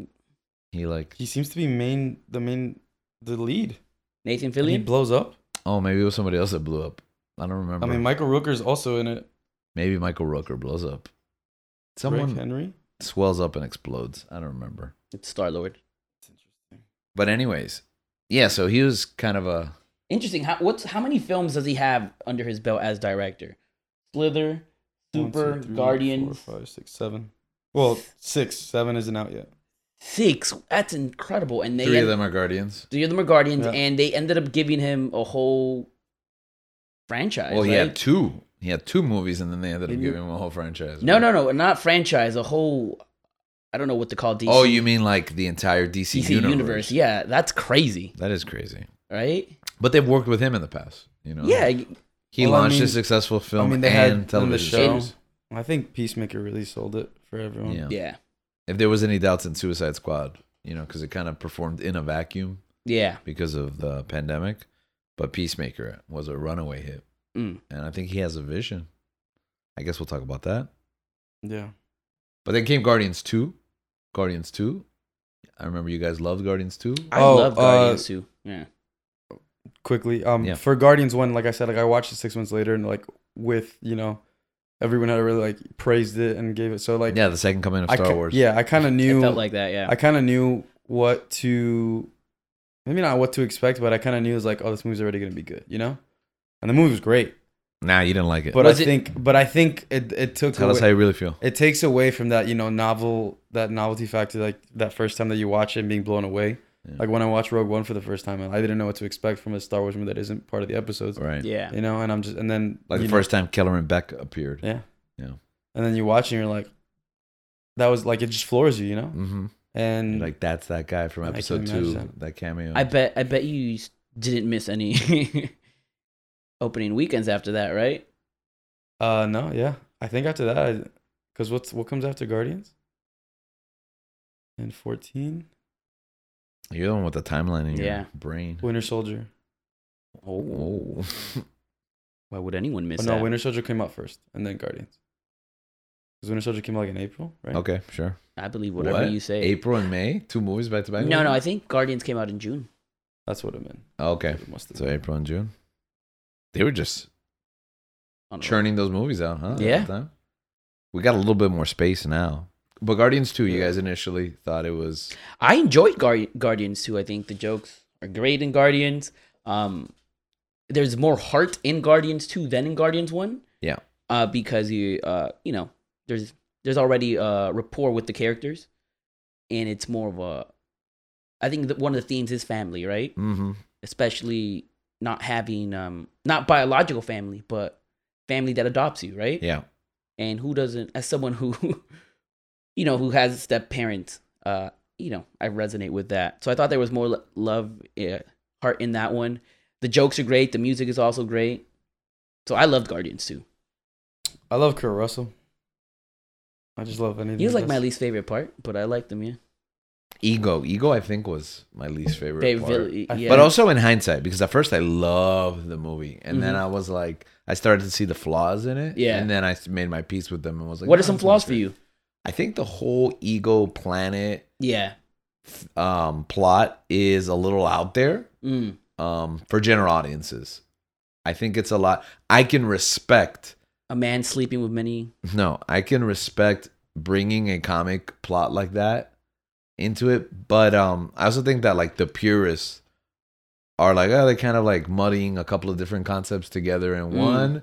[SPEAKER 1] He like
[SPEAKER 2] he seems to be main the main the lead.
[SPEAKER 3] Nathan
[SPEAKER 2] And he
[SPEAKER 3] Fillion.
[SPEAKER 2] blows up.
[SPEAKER 1] oh maybe it was somebody else that blew up. I don't remember.
[SPEAKER 2] I mean, Michael Rooker's also in it.
[SPEAKER 1] maybe Michael Rooker blows up.
[SPEAKER 2] Someone
[SPEAKER 1] Someone
[SPEAKER 2] Henry.
[SPEAKER 1] swells up and explodes. I don't remember.
[SPEAKER 3] it's Star Lord.
[SPEAKER 2] It's interesting.
[SPEAKER 1] But anyways, yeah. So he was kind of a
[SPEAKER 3] Interesting. How what's how many films does he have under his belt as director? Slither,
[SPEAKER 2] One, two,
[SPEAKER 3] Super,
[SPEAKER 2] three,
[SPEAKER 3] Guardians,
[SPEAKER 2] Four, five, six, seven. Well, six, seven isn't out yet.
[SPEAKER 3] six. That's incredible. And they
[SPEAKER 1] three of
[SPEAKER 3] end-
[SPEAKER 1] them are guardians.
[SPEAKER 3] three of them are Guardians,
[SPEAKER 2] Yeah.
[SPEAKER 3] and they ended up giving him a whole franchise.
[SPEAKER 1] Well, he
[SPEAKER 3] right?
[SPEAKER 1] had two. He had two movies, and then they ended up
[SPEAKER 3] Didn't-
[SPEAKER 1] giving him a whole franchise.
[SPEAKER 3] No,
[SPEAKER 1] right?
[SPEAKER 3] no, no, not franchise. A whole. I don't know what to call DC.
[SPEAKER 1] Oh, you mean like the entire DC,
[SPEAKER 3] DC
[SPEAKER 1] universe?
[SPEAKER 3] universe? Yeah, that's crazy,
[SPEAKER 1] That is crazy.
[SPEAKER 3] right?
[SPEAKER 1] But they've worked with him in the past. You know.
[SPEAKER 3] Yeah,
[SPEAKER 1] He
[SPEAKER 2] Well, I
[SPEAKER 1] launched
[SPEAKER 2] mean-
[SPEAKER 1] a successful film
[SPEAKER 2] I mean, they had
[SPEAKER 1] and
[SPEAKER 2] in the
[SPEAKER 1] television
[SPEAKER 2] show.
[SPEAKER 1] series.
[SPEAKER 2] I think Peacemaker really sold it for everyone.
[SPEAKER 1] Yeah.
[SPEAKER 3] yeah,
[SPEAKER 1] If there was any doubts in Suicide Squad, you know, because it kind of performed in a vacuum
[SPEAKER 3] yeah.
[SPEAKER 1] because of the pandemic, but Peacemaker was a runaway hit,
[SPEAKER 3] Mm.
[SPEAKER 1] and I think he has a vision. I guess we'll talk about that.
[SPEAKER 2] Yeah.
[SPEAKER 1] But then came Guardians 2. Guardians 2. I remember you guys loved Guardians 2.
[SPEAKER 3] I
[SPEAKER 2] Oh,
[SPEAKER 3] love
[SPEAKER 2] uh,
[SPEAKER 3] Guardians too. Yeah.
[SPEAKER 2] Quickly, um,
[SPEAKER 1] Yeah.
[SPEAKER 2] for Guardians one, like I said, like I watched it six months later, and like with you know, everyone had really like praised it and gave it. So like,
[SPEAKER 1] yeah, the second coming of
[SPEAKER 2] I
[SPEAKER 1] Star
[SPEAKER 2] ki-
[SPEAKER 1] Wars.
[SPEAKER 2] Yeah, I kind of knew.
[SPEAKER 3] it felt like that. Yeah.
[SPEAKER 2] I kind of knew what to, maybe not what to expect, but I kind of knew it was like, oh, this movie's already gonna be good, you know. And the movie was great,
[SPEAKER 1] Nah, you didn't like it.
[SPEAKER 2] but
[SPEAKER 3] Was
[SPEAKER 2] I
[SPEAKER 3] it-
[SPEAKER 2] think, but I think it it took
[SPEAKER 1] Tell
[SPEAKER 2] away,
[SPEAKER 1] us how you really feel.
[SPEAKER 2] it takes away from that you know novel that novelty factor like that first time that you watch it and being blown away.
[SPEAKER 1] Yeah.
[SPEAKER 2] Like when I watched Rogue One for the first time, I didn't know what to expect from a Star Wars movie that isn't part of the episodes,
[SPEAKER 1] Right.
[SPEAKER 3] yeah.
[SPEAKER 2] you know. And I'm just and then
[SPEAKER 1] Like the
[SPEAKER 2] you know,
[SPEAKER 1] first time Keller and Beck appeared.
[SPEAKER 2] yeah,
[SPEAKER 1] Yeah.
[SPEAKER 2] And then you watch and you're like, that was like it just floors you, you know.
[SPEAKER 1] Mm-hmm.
[SPEAKER 2] And
[SPEAKER 3] Mm.
[SPEAKER 1] Like, that's that guy from
[SPEAKER 2] I can
[SPEAKER 1] episode
[SPEAKER 2] imagine
[SPEAKER 1] two,
[SPEAKER 2] that.
[SPEAKER 1] that cameo.
[SPEAKER 3] I bet. I bet you s- didn't miss any opening weekends after that, right?
[SPEAKER 2] Uh, no, yeah. I think after that, I, cause what's what comes after Guardians? And fourteen,
[SPEAKER 1] You're the one with the timeline in your
[SPEAKER 3] Yeah.
[SPEAKER 1] brain.
[SPEAKER 2] Winter Soldier.
[SPEAKER 3] Oh,
[SPEAKER 1] Oh.
[SPEAKER 3] why would anyone miss
[SPEAKER 2] Oh,
[SPEAKER 3] that?
[SPEAKER 2] no, Winter Soldier came out first, and then Guardians. Cause Winter Soldier came out like in April, right?
[SPEAKER 1] okay, sure.
[SPEAKER 3] I believe whatever
[SPEAKER 1] What?
[SPEAKER 3] you say.
[SPEAKER 1] April and May? Two movies back to back?
[SPEAKER 3] No, no. I think Guardians came out in June.
[SPEAKER 2] That's what it meant.
[SPEAKER 1] Okay.
[SPEAKER 2] It must have
[SPEAKER 1] So
[SPEAKER 2] been.
[SPEAKER 1] April and June. They were just
[SPEAKER 3] I don't know.
[SPEAKER 1] churning those movies out, huh? at the
[SPEAKER 3] Yeah.
[SPEAKER 1] time? We got a little bit more space now but Guardians Two, you guys initially thought it was
[SPEAKER 3] I enjoyed Guar- Guardians too. I think the jokes are great in Guardians. Um, there's more heart in Guardians two than in Guardians one.
[SPEAKER 1] Yeah.
[SPEAKER 3] Uh, because you uh you know there's there's already uh rapport with the characters, and it's more of a. I think that one of the themes is family, right?
[SPEAKER 1] mm-hmm.
[SPEAKER 3] Especially not having um not biological family, but family that adopts you, right?
[SPEAKER 1] yeah,
[SPEAKER 3] and who doesn't as someone who you know who has step parents uh you know i resonate with that so i thought there was more lo- love uh, heart in that one the jokes are great the music is also great so i loved guardians too
[SPEAKER 2] I love Kurt Russell. I just love anything.
[SPEAKER 3] he was like my
[SPEAKER 2] does.
[SPEAKER 3] least favorite part but i liked him yeah,
[SPEAKER 1] Ego. Ego, I think was my least favorite.
[SPEAKER 3] Favorite
[SPEAKER 1] part.
[SPEAKER 3] villain,
[SPEAKER 2] I-
[SPEAKER 3] yeah.
[SPEAKER 1] But also in hindsight, because at first I loved the movie, and then I was like, I started to see the flaws in it.
[SPEAKER 3] Mm-hmm. Yeah.
[SPEAKER 1] And then I made my peace with them and was like,
[SPEAKER 3] what are
[SPEAKER 1] "Nah,
[SPEAKER 3] some
[SPEAKER 1] it's not
[SPEAKER 3] flaws for
[SPEAKER 1] great."
[SPEAKER 3] you
[SPEAKER 1] I think the whole ego planet
[SPEAKER 3] yeah
[SPEAKER 1] um, plot is a little out there
[SPEAKER 3] mm.
[SPEAKER 1] um, for general audiences. I think it's a lot. I can respect.
[SPEAKER 3] a man sleeping with many
[SPEAKER 1] No, I can respect bringing a comic plot like that into it, but um, I also think that like the purists are like, oh, they're kind of like muddying a couple of different concepts together in
[SPEAKER 3] Mm.
[SPEAKER 1] one.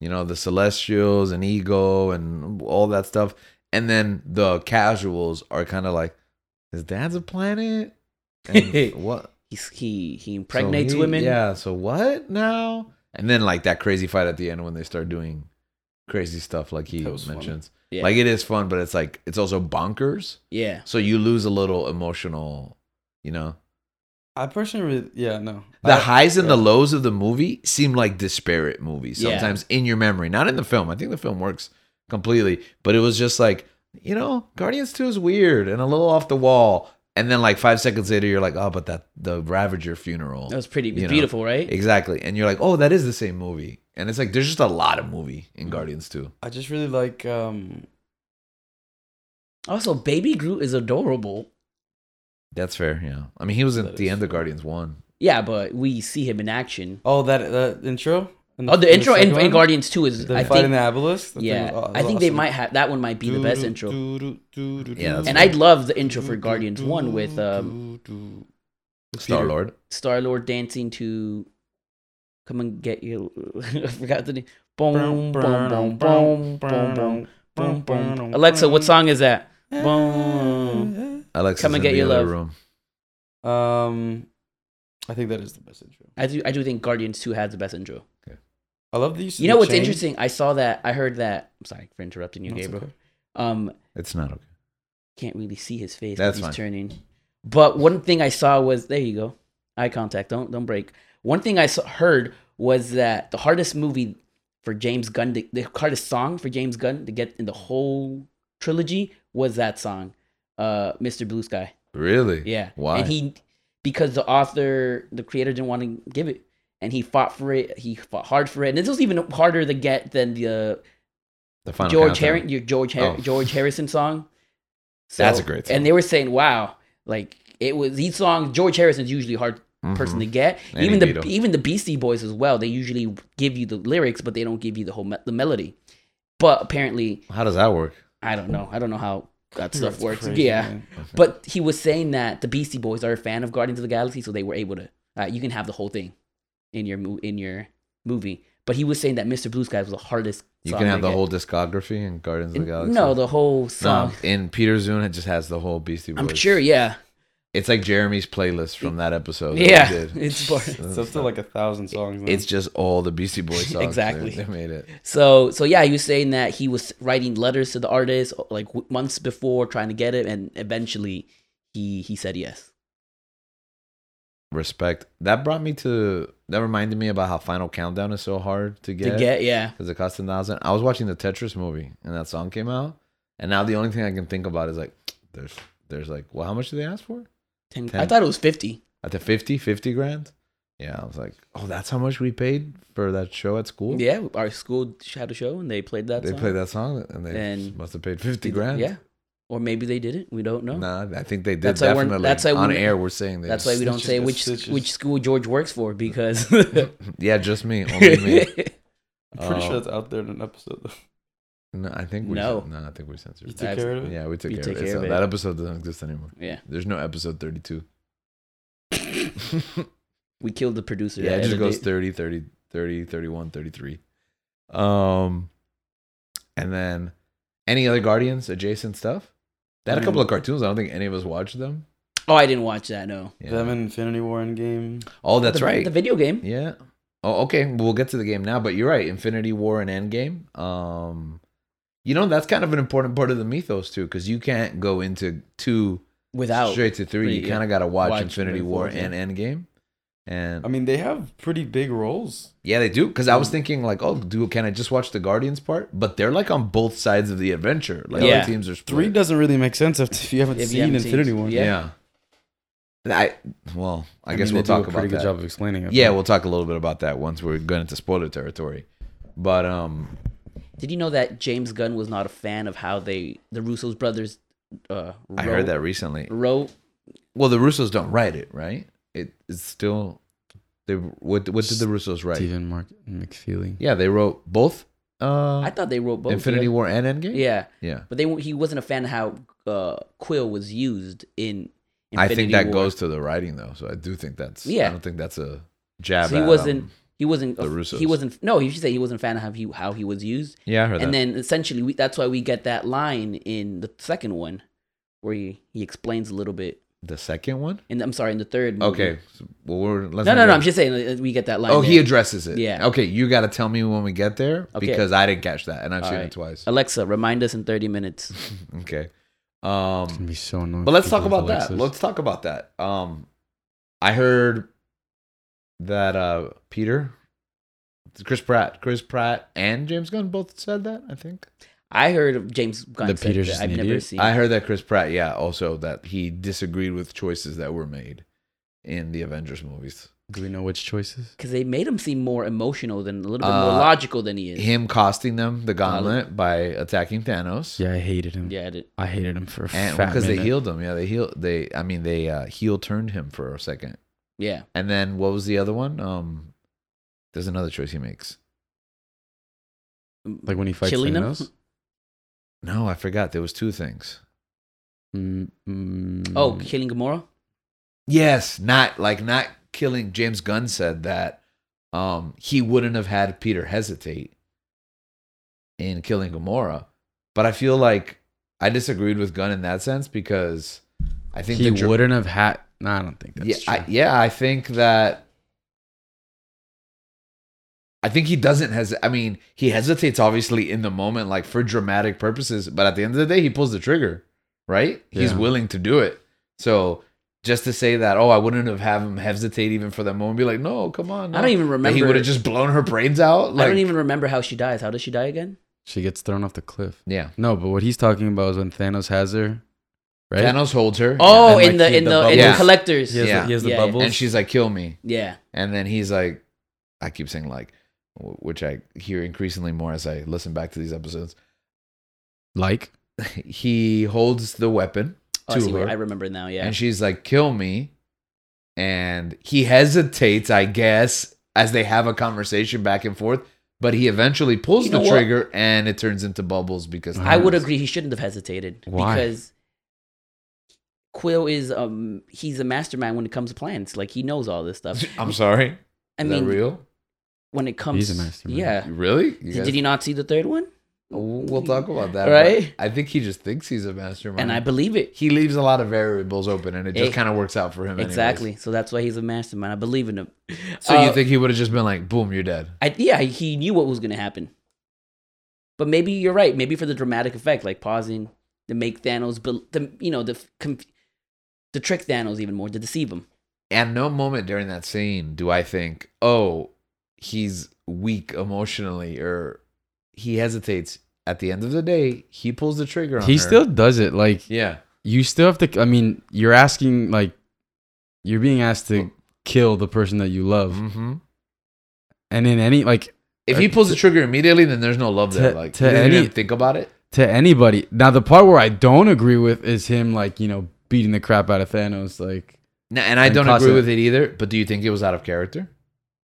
[SPEAKER 1] You know, the Celestials and ego and all that stuff, and then the casuals are kind of like, his dad's a planet. And what?
[SPEAKER 3] he's, he he
[SPEAKER 1] So
[SPEAKER 3] impregnates
[SPEAKER 1] he-
[SPEAKER 3] women
[SPEAKER 1] Yeah. So what now? And then like that crazy fight at the end when they start doing crazy stuff, like he
[SPEAKER 2] That was fun.
[SPEAKER 1] mentions.
[SPEAKER 3] Yeah.
[SPEAKER 1] Like it is fun, but it's like it's also bonkers.
[SPEAKER 3] yeah
[SPEAKER 1] So you lose a little emotional. You know,
[SPEAKER 2] I personally, really, yeah, no.
[SPEAKER 1] the
[SPEAKER 2] I-
[SPEAKER 1] highs and the
[SPEAKER 2] yeah.
[SPEAKER 1] lows of the movie seem like disparate movies
[SPEAKER 3] Yeah.
[SPEAKER 1] sometimes in your memory, not in the film. I think the film works completely, but it was just like you know, Guardians Two is weird and a little off the wall. And then like five seconds later, you're like, oh, but that the Ravager funeral.
[SPEAKER 3] that was pretty
[SPEAKER 1] You know,
[SPEAKER 3] beautiful right
[SPEAKER 1] Exactly. And you're like, oh, that is the same movie. And it's like, there's just a lot of movie
[SPEAKER 3] Mm.
[SPEAKER 1] in Guardians 2.
[SPEAKER 2] I just really like. um
[SPEAKER 3] also baby groot is adorable
[SPEAKER 1] That's fair. Yeah. I mean, he was in
[SPEAKER 2] That
[SPEAKER 1] the
[SPEAKER 2] is
[SPEAKER 1] end of Guardians 1.
[SPEAKER 3] yeah but we see him in action
[SPEAKER 2] Oh, that that intro. In
[SPEAKER 3] oh the intro in,
[SPEAKER 2] second
[SPEAKER 3] in
[SPEAKER 2] one?
[SPEAKER 3] guardians 2 is
[SPEAKER 2] The
[SPEAKER 3] i
[SPEAKER 2] fight
[SPEAKER 3] think
[SPEAKER 2] in the obelisk. that thing
[SPEAKER 3] Yeah,
[SPEAKER 2] was- oh, it
[SPEAKER 3] I
[SPEAKER 2] was
[SPEAKER 3] think they
[SPEAKER 2] awesome.
[SPEAKER 3] might have that one might be the best
[SPEAKER 2] Doo-doo,
[SPEAKER 3] intro.
[SPEAKER 2] doo-doo, doo-doo,
[SPEAKER 1] Yeah, that's
[SPEAKER 2] doo-doo,
[SPEAKER 3] And I
[SPEAKER 1] Doo-doo,
[SPEAKER 3] love the intro for
[SPEAKER 2] doo-doo,
[SPEAKER 3] Guardians
[SPEAKER 2] doo-doo,
[SPEAKER 3] One with um,
[SPEAKER 2] doo-doo.
[SPEAKER 1] Star Lord.
[SPEAKER 3] Star Lord dancing to "Come and Get You." I forgot the name.
[SPEAKER 2] Boom,
[SPEAKER 3] Boom, boom, boom, boom, boom, boom, boom, boom. Alexa, what song is that? Boom.
[SPEAKER 1] Alexis
[SPEAKER 3] Come and
[SPEAKER 1] in
[SPEAKER 3] Get
[SPEAKER 1] the
[SPEAKER 3] Your
[SPEAKER 1] other
[SPEAKER 3] Love.
[SPEAKER 1] room.
[SPEAKER 2] Um, I think that is the best intro.
[SPEAKER 3] I do. I do think Guardians Two has the best intro.
[SPEAKER 2] I love these.
[SPEAKER 3] You know what's interesting? I saw that. I heard that. I'm sorry for interrupting you,
[SPEAKER 2] No, it's
[SPEAKER 3] Gabriel.
[SPEAKER 2] okay.
[SPEAKER 3] Um,
[SPEAKER 1] It's not okay.
[SPEAKER 3] can't really see his face. 'cause
[SPEAKER 1] That's
[SPEAKER 3] he's
[SPEAKER 1] fine.
[SPEAKER 3] turning. But one thing I saw was there you go, eye contact. Don't don't break. One thing I saw, heard was that the hardest movie for James Gunn, to, the hardest song for James Gunn to get in the whole trilogy was that song, uh, "Mr. Blue Sky."
[SPEAKER 1] Really?
[SPEAKER 3] Yeah.
[SPEAKER 1] Why?
[SPEAKER 3] And he because the author, the creator didn't want to give it. And he fought for it. He fought hard for it. And this was even harder to get than the uh,
[SPEAKER 1] the final
[SPEAKER 3] George
[SPEAKER 1] countdown.
[SPEAKER 3] Harrison, your George
[SPEAKER 1] Oh.
[SPEAKER 3] Har- George Harrison song. So-
[SPEAKER 1] That's a great song.
[SPEAKER 3] And they were saying, "Wow, like it was these songs. George Harrison's usually a hard
[SPEAKER 1] Mhm.
[SPEAKER 3] person to get.
[SPEAKER 1] And he
[SPEAKER 3] even
[SPEAKER 1] beat
[SPEAKER 3] the
[SPEAKER 1] 'em.
[SPEAKER 3] even the Beastie Boys as well. They usually give you the lyrics, but they don't give you the whole me- the melody. But apparently,
[SPEAKER 1] How does that work?
[SPEAKER 3] I don't know. I don't know how that stuff
[SPEAKER 2] That's
[SPEAKER 3] works.
[SPEAKER 2] crazy,
[SPEAKER 3] yeah,
[SPEAKER 2] man.
[SPEAKER 3] but he was saying that the Beastie Boys are a fan of Guardians of the Galaxy, so they were able to. Uh, you can have the whole thing in your mo- in your movie. But he was saying that Mr. Blue Skies was the hardest.
[SPEAKER 1] You
[SPEAKER 3] song
[SPEAKER 1] can have
[SPEAKER 3] to
[SPEAKER 1] the
[SPEAKER 3] get.
[SPEAKER 1] whole discography in Guardians of the Galaxy.
[SPEAKER 3] No, the whole song.
[SPEAKER 1] no. In Peter Zune, it just has the whole Beastie Boys.
[SPEAKER 3] I'm sure, yeah,
[SPEAKER 1] It's like Jeremy's playlist from that episode. that we
[SPEAKER 3] yeah.
[SPEAKER 1] did.
[SPEAKER 3] It's boring.
[SPEAKER 2] It's up to like a thousand songs. now.
[SPEAKER 1] It's just all the Beastie Boys songs.
[SPEAKER 3] Exactly.
[SPEAKER 1] They, they made it.
[SPEAKER 3] So, so yeah, he was saying that he was writing letters to the artist like w- months before, trying to get it, and eventually he he said yes.
[SPEAKER 1] Respect. That brought me to. That reminded me about how Final Countdown is so hard to get.
[SPEAKER 3] To get, yeah,
[SPEAKER 1] because it cost a thousand. I was watching the Tetris movie and that song came out, and now the only thing I can think about is like, there's, there's like, well, how much did they ask for?
[SPEAKER 3] Ten, I
[SPEAKER 1] Ten.
[SPEAKER 3] thought it was fifty.
[SPEAKER 1] At the 50, 50 grand. Yeah, I was like, oh, that's how much we paid for that show at school.
[SPEAKER 3] Yeah, our school had a show and they played that.
[SPEAKER 1] they
[SPEAKER 3] song.
[SPEAKER 1] played that song and they
[SPEAKER 3] And-
[SPEAKER 1] must have paid fifty grand.
[SPEAKER 3] Yeah, or maybe they didn't. We don't know.
[SPEAKER 1] Nah, I think they did
[SPEAKER 3] That's why we're-
[SPEAKER 1] definitely.
[SPEAKER 3] that's why we-
[SPEAKER 1] on air we're saying they
[SPEAKER 3] That's why we don't
[SPEAKER 2] Snitches
[SPEAKER 3] say
[SPEAKER 2] get
[SPEAKER 3] which
[SPEAKER 2] stitches.
[SPEAKER 3] which school George works for because
[SPEAKER 1] Yeah, just me, only me.
[SPEAKER 2] I'm pretty
[SPEAKER 1] Oh.
[SPEAKER 2] sure that's out there in an episode. Though.
[SPEAKER 1] No, I think we.
[SPEAKER 3] No.
[SPEAKER 1] no, I think we censored.
[SPEAKER 2] You
[SPEAKER 1] it.
[SPEAKER 2] took care of it.
[SPEAKER 1] Yeah, we took
[SPEAKER 3] You
[SPEAKER 1] care
[SPEAKER 3] took
[SPEAKER 1] of it.
[SPEAKER 3] care
[SPEAKER 1] So
[SPEAKER 3] of it.
[SPEAKER 1] That episode doesn't exist anymore.
[SPEAKER 3] Yeah.
[SPEAKER 1] There's no episode 32.
[SPEAKER 3] We killed the producer.
[SPEAKER 1] yeah,
[SPEAKER 3] that
[SPEAKER 1] it just
[SPEAKER 3] edited
[SPEAKER 1] goes 30, 30, 30, 31, 33. Um, and then any other Guardians adjacent stuff? They had a couple of cartoons. I don't think any of us watched them.
[SPEAKER 3] Oh, I didn't watch that. No.
[SPEAKER 1] Yeah.
[SPEAKER 2] Them and Infinity War Endgame.
[SPEAKER 1] oh, that's
[SPEAKER 3] The-
[SPEAKER 1] right.
[SPEAKER 3] The video game.
[SPEAKER 1] Yeah. Oh, okay. We'll get to the game now, but you're right. Infinity War and Endgame. Um, you know that's kind of an important part of the mythos too, because you can't go into two
[SPEAKER 3] Without.
[SPEAKER 1] straight to three. You
[SPEAKER 3] three,
[SPEAKER 1] kind of got to watch,
[SPEAKER 3] Watch
[SPEAKER 1] Infinity
[SPEAKER 3] both,
[SPEAKER 1] War
[SPEAKER 3] yeah.
[SPEAKER 1] and Endgame. And
[SPEAKER 2] I mean, they have pretty big roles.
[SPEAKER 1] yeah, they do. Because I
[SPEAKER 2] Mm.
[SPEAKER 1] was thinking like, oh, do can I just watch the Guardians part? But they're like on both sides of the adventure. Like
[SPEAKER 3] Yeah.
[SPEAKER 1] the teams are
[SPEAKER 2] Three
[SPEAKER 1] split.
[SPEAKER 2] doesn't really make sense if, if you haven't
[SPEAKER 3] If you
[SPEAKER 2] seen
[SPEAKER 3] haven't seen-
[SPEAKER 2] Infinity War.
[SPEAKER 3] yeah.
[SPEAKER 1] yeah. I well, I, guess
[SPEAKER 2] mean,
[SPEAKER 1] we'll
[SPEAKER 2] they do
[SPEAKER 1] talk
[SPEAKER 2] a
[SPEAKER 1] about
[SPEAKER 2] pretty
[SPEAKER 1] that.
[SPEAKER 2] good job of explaining it.
[SPEAKER 1] Yeah, we'll talk a little bit about that once we're going into spoiler territory. But um,
[SPEAKER 3] Did you know that James Gunn was not a fan of how they the Russo's brothers? Uh,
[SPEAKER 1] I
[SPEAKER 3] wrote-
[SPEAKER 1] heard that recently.
[SPEAKER 3] wrote.
[SPEAKER 1] Well, the Russos don't write it, right? It it's still they what what did the Russos write?
[SPEAKER 2] Stephen Mark McFeely.
[SPEAKER 1] Yeah, they wrote both uh
[SPEAKER 3] I thought they wrote both.
[SPEAKER 1] Infinity
[SPEAKER 3] yeah.
[SPEAKER 1] War and Endgame.
[SPEAKER 3] Yeah,
[SPEAKER 1] yeah.
[SPEAKER 3] but they w- he wasn't a fan of how uh, Quill was used in. Infinity
[SPEAKER 1] I think that
[SPEAKER 3] War.
[SPEAKER 1] goes to the writing though, so I do think that's
[SPEAKER 3] Yeah.
[SPEAKER 1] I don't think that's a jab.
[SPEAKER 3] So he
[SPEAKER 1] at,
[SPEAKER 3] wasn't-
[SPEAKER 1] um,
[SPEAKER 3] He wasn't.
[SPEAKER 1] the
[SPEAKER 3] A,
[SPEAKER 1] Russos.
[SPEAKER 3] he wasn't. No, he should say he wasn't a fan of how he how he was used.
[SPEAKER 1] yeah, I heard
[SPEAKER 3] and
[SPEAKER 1] that.
[SPEAKER 3] then essentially we, that's why we get that line in the second one where he, he explains a little bit
[SPEAKER 1] the second one.
[SPEAKER 3] and i'm sorry in the third movie.
[SPEAKER 1] Okay, so- well we're let's
[SPEAKER 3] no
[SPEAKER 1] not
[SPEAKER 3] no
[SPEAKER 1] go-
[SPEAKER 3] no i'm just saying uh, we get that line
[SPEAKER 1] oh,
[SPEAKER 3] there.
[SPEAKER 1] he addresses it.
[SPEAKER 3] Yeah.
[SPEAKER 1] Okay, you got to tell me when we get there
[SPEAKER 3] Okay.
[SPEAKER 1] because I didn't catch that and I've
[SPEAKER 3] All
[SPEAKER 1] seen it
[SPEAKER 3] right.
[SPEAKER 1] twice.
[SPEAKER 3] alexa remind us in 30 minutes
[SPEAKER 1] Okay. Um,
[SPEAKER 2] It's gonna be so annoying.
[SPEAKER 1] But let's
[SPEAKER 2] for
[SPEAKER 1] talk
[SPEAKER 2] people
[SPEAKER 1] about
[SPEAKER 2] with
[SPEAKER 1] that.
[SPEAKER 2] Alexas.
[SPEAKER 1] Let's talk about that. Um, I heard that uh Peter, Chris Pratt, Chris Pratt and James Gunn both said that. I think
[SPEAKER 3] i heard of james gunn
[SPEAKER 2] The
[SPEAKER 3] said
[SPEAKER 2] Peter's
[SPEAKER 3] that.
[SPEAKER 2] just
[SPEAKER 3] i've
[SPEAKER 2] an
[SPEAKER 3] never
[SPEAKER 2] idiot?
[SPEAKER 3] seen
[SPEAKER 1] I heard that Chris Pratt, yeah, also that he disagreed with choices that were made in the Avengers movies.
[SPEAKER 2] Do we know which choices?
[SPEAKER 3] because they made him seem more emotional than a little bit
[SPEAKER 1] Uh,
[SPEAKER 3] more logical than he is
[SPEAKER 1] Him costing them the gauntlet by attacking Thanos.
[SPEAKER 2] Yeah, I hated him.
[SPEAKER 3] yeah I did.
[SPEAKER 2] I hated him for a
[SPEAKER 1] And
[SPEAKER 2] fat
[SPEAKER 1] because they
[SPEAKER 2] minute.
[SPEAKER 1] healed him, yeah, they healed. They, I mean, they uh, heel turned him for a second,
[SPEAKER 3] yeah
[SPEAKER 1] and then what was the other one? Um, there's another choice he makes.
[SPEAKER 2] like when he fights
[SPEAKER 3] Chilling him?
[SPEAKER 2] Thanos.
[SPEAKER 1] No, I forgot. There was two things.
[SPEAKER 2] Mm, mm,
[SPEAKER 3] oh killing gamora
[SPEAKER 1] Yes, not like not killing. James Gunn said that um he wouldn't have had Peter hesitate in killing Gamora, but I feel like I disagreed with Gunn in that sense because I think
[SPEAKER 2] he
[SPEAKER 1] the dr-
[SPEAKER 2] wouldn't have had. No, I don't think that's
[SPEAKER 1] Yeah,
[SPEAKER 2] true.
[SPEAKER 1] I, yeah, I think that. I think he doesn't has. I mean, he hesitates obviously in the moment, like for dramatic purposes. But at the end of the day, he pulls the trigger, right? He's
[SPEAKER 2] Yeah.
[SPEAKER 1] willing to do it. So just to say that, oh, I wouldn't have have him hesitate even for that moment. Be like, no, come on.
[SPEAKER 3] i
[SPEAKER 1] no."
[SPEAKER 3] don't even
[SPEAKER 1] That
[SPEAKER 3] remember
[SPEAKER 1] he would have just blown her brains out. Like,
[SPEAKER 3] i don't even remember how she dies how does she die again
[SPEAKER 2] she gets thrown off the cliff.
[SPEAKER 1] Yeah,
[SPEAKER 2] No, but what he's talking about is when Thanos has her, right?
[SPEAKER 1] Thanos holds her.
[SPEAKER 3] oh
[SPEAKER 2] and,
[SPEAKER 3] in
[SPEAKER 2] like,
[SPEAKER 3] the
[SPEAKER 2] he-
[SPEAKER 3] in
[SPEAKER 2] the
[SPEAKER 3] the, in the
[SPEAKER 1] bubbles.
[SPEAKER 3] collectors
[SPEAKER 2] He has,
[SPEAKER 1] Yeah.
[SPEAKER 2] the, he has the
[SPEAKER 3] Yeah, yeah.
[SPEAKER 2] bubbles.
[SPEAKER 1] and she's like, kill me.
[SPEAKER 3] yeah
[SPEAKER 1] And then he's like, I keep saying like, w- which I hear increasingly more as I listen back to these episodes.
[SPEAKER 2] like,
[SPEAKER 1] He holds the weapon
[SPEAKER 3] Oh, I,
[SPEAKER 1] to
[SPEAKER 3] see where-
[SPEAKER 1] her,
[SPEAKER 3] I remember now yeah
[SPEAKER 1] and she's like, "Kill me," and he hesitates, I guess, as they have a conversation back and forth. But he eventually pulls
[SPEAKER 3] You
[SPEAKER 1] the
[SPEAKER 3] know what?
[SPEAKER 1] trigger, and it turns into bubbles because
[SPEAKER 3] I would
[SPEAKER 1] Thanos-
[SPEAKER 3] agree. He shouldn't have hesitated
[SPEAKER 2] Why?
[SPEAKER 3] because Quill is um he's a mastermind when it comes to plans. Like he knows all this stuff.
[SPEAKER 1] I'm sorry.
[SPEAKER 3] I
[SPEAKER 1] Is
[SPEAKER 3] mean,
[SPEAKER 1] that real?
[SPEAKER 3] when it comes,
[SPEAKER 2] He's a mastermind.
[SPEAKER 3] Yeah.
[SPEAKER 1] Really? You
[SPEAKER 3] Did,
[SPEAKER 1] guys-
[SPEAKER 3] did you not see the third one?
[SPEAKER 1] we'll talk about that, but
[SPEAKER 3] Right?
[SPEAKER 1] I think he just thinks he's a mastermind,
[SPEAKER 3] And I believe it
[SPEAKER 1] he leaves a lot of variables open, and it just
[SPEAKER 3] Eh,
[SPEAKER 1] kind of works out for him. anyways.
[SPEAKER 3] exactly. So that's why he's a mastermind. I believe in him.
[SPEAKER 1] So you
[SPEAKER 3] Uh,
[SPEAKER 1] think he would have just been like, "Boom, you're dead."
[SPEAKER 3] I, yeah, he knew what was going to happen. But maybe you're right. Maybe for the dramatic effect, like pausing to make Thanos, bel the you know the conf- to trick Thanos even more to deceive him.
[SPEAKER 1] At no moment during that scene do I think, "Oh, he's weak emotionally," or he hesitates. At the end of the day, he pulls the trigger on
[SPEAKER 2] he
[SPEAKER 1] her.
[SPEAKER 2] still does it. Like,
[SPEAKER 1] yeah.
[SPEAKER 2] you still have to. I mean, you're asking like, you're being asked to kill the person that you love,
[SPEAKER 1] hmm
[SPEAKER 2] and in any like
[SPEAKER 1] If he pulls the trigger immediately, then there's no love there.
[SPEAKER 2] To-
[SPEAKER 1] Like,
[SPEAKER 2] to
[SPEAKER 1] you didn't
[SPEAKER 2] any-
[SPEAKER 1] even think about it.
[SPEAKER 2] to anybody. Now, the part where I don't agree with is him like you know beating the crap out of Thanos. Like
[SPEAKER 1] No, and I
[SPEAKER 2] And
[SPEAKER 1] don't
[SPEAKER 2] cost
[SPEAKER 1] agree
[SPEAKER 2] it.
[SPEAKER 1] with it either. But do you think it was out of character?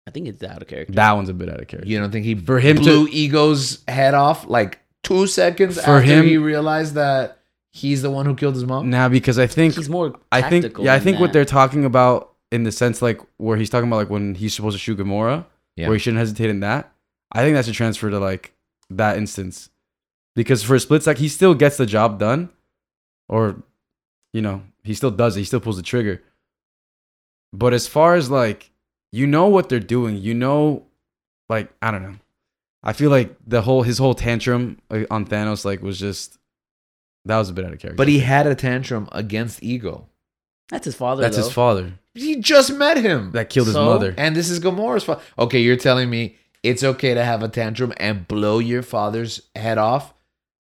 [SPEAKER 3] I think it's out of character.
[SPEAKER 2] that one's a bit out of character.
[SPEAKER 1] You don't think he
[SPEAKER 2] For him
[SPEAKER 1] blew ego's head off like two seconds
[SPEAKER 2] For
[SPEAKER 1] after
[SPEAKER 2] him-
[SPEAKER 1] he realized that he's the one who killed his mom?
[SPEAKER 2] Now because I think
[SPEAKER 3] He's more.
[SPEAKER 2] I think
[SPEAKER 3] tactical
[SPEAKER 2] yeah, I
[SPEAKER 3] than
[SPEAKER 2] think what
[SPEAKER 3] that.
[SPEAKER 2] they're talking about in the sense like where he's talking about like when he's supposed to shoot Gamora,
[SPEAKER 1] Yeah.
[SPEAKER 2] where he shouldn't hesitate in that. I think that should transfer to like that instance, because for a split sec he still gets the job done, or you know he still does it. He still pulls the trigger. But as far as like you know what they're doing, you know, like I don't know. I feel like the whole his whole tantrum like, on Thanos like was just that was a bit out of character.
[SPEAKER 1] But he had a tantrum against Ego.
[SPEAKER 3] That's his father.
[SPEAKER 2] that's his father
[SPEAKER 1] He just met him.
[SPEAKER 2] that killed his
[SPEAKER 3] So?
[SPEAKER 2] mother.
[SPEAKER 1] and this is Gamora's fault. Okay, you're telling me it's okay to have a tantrum and blow your father's head off,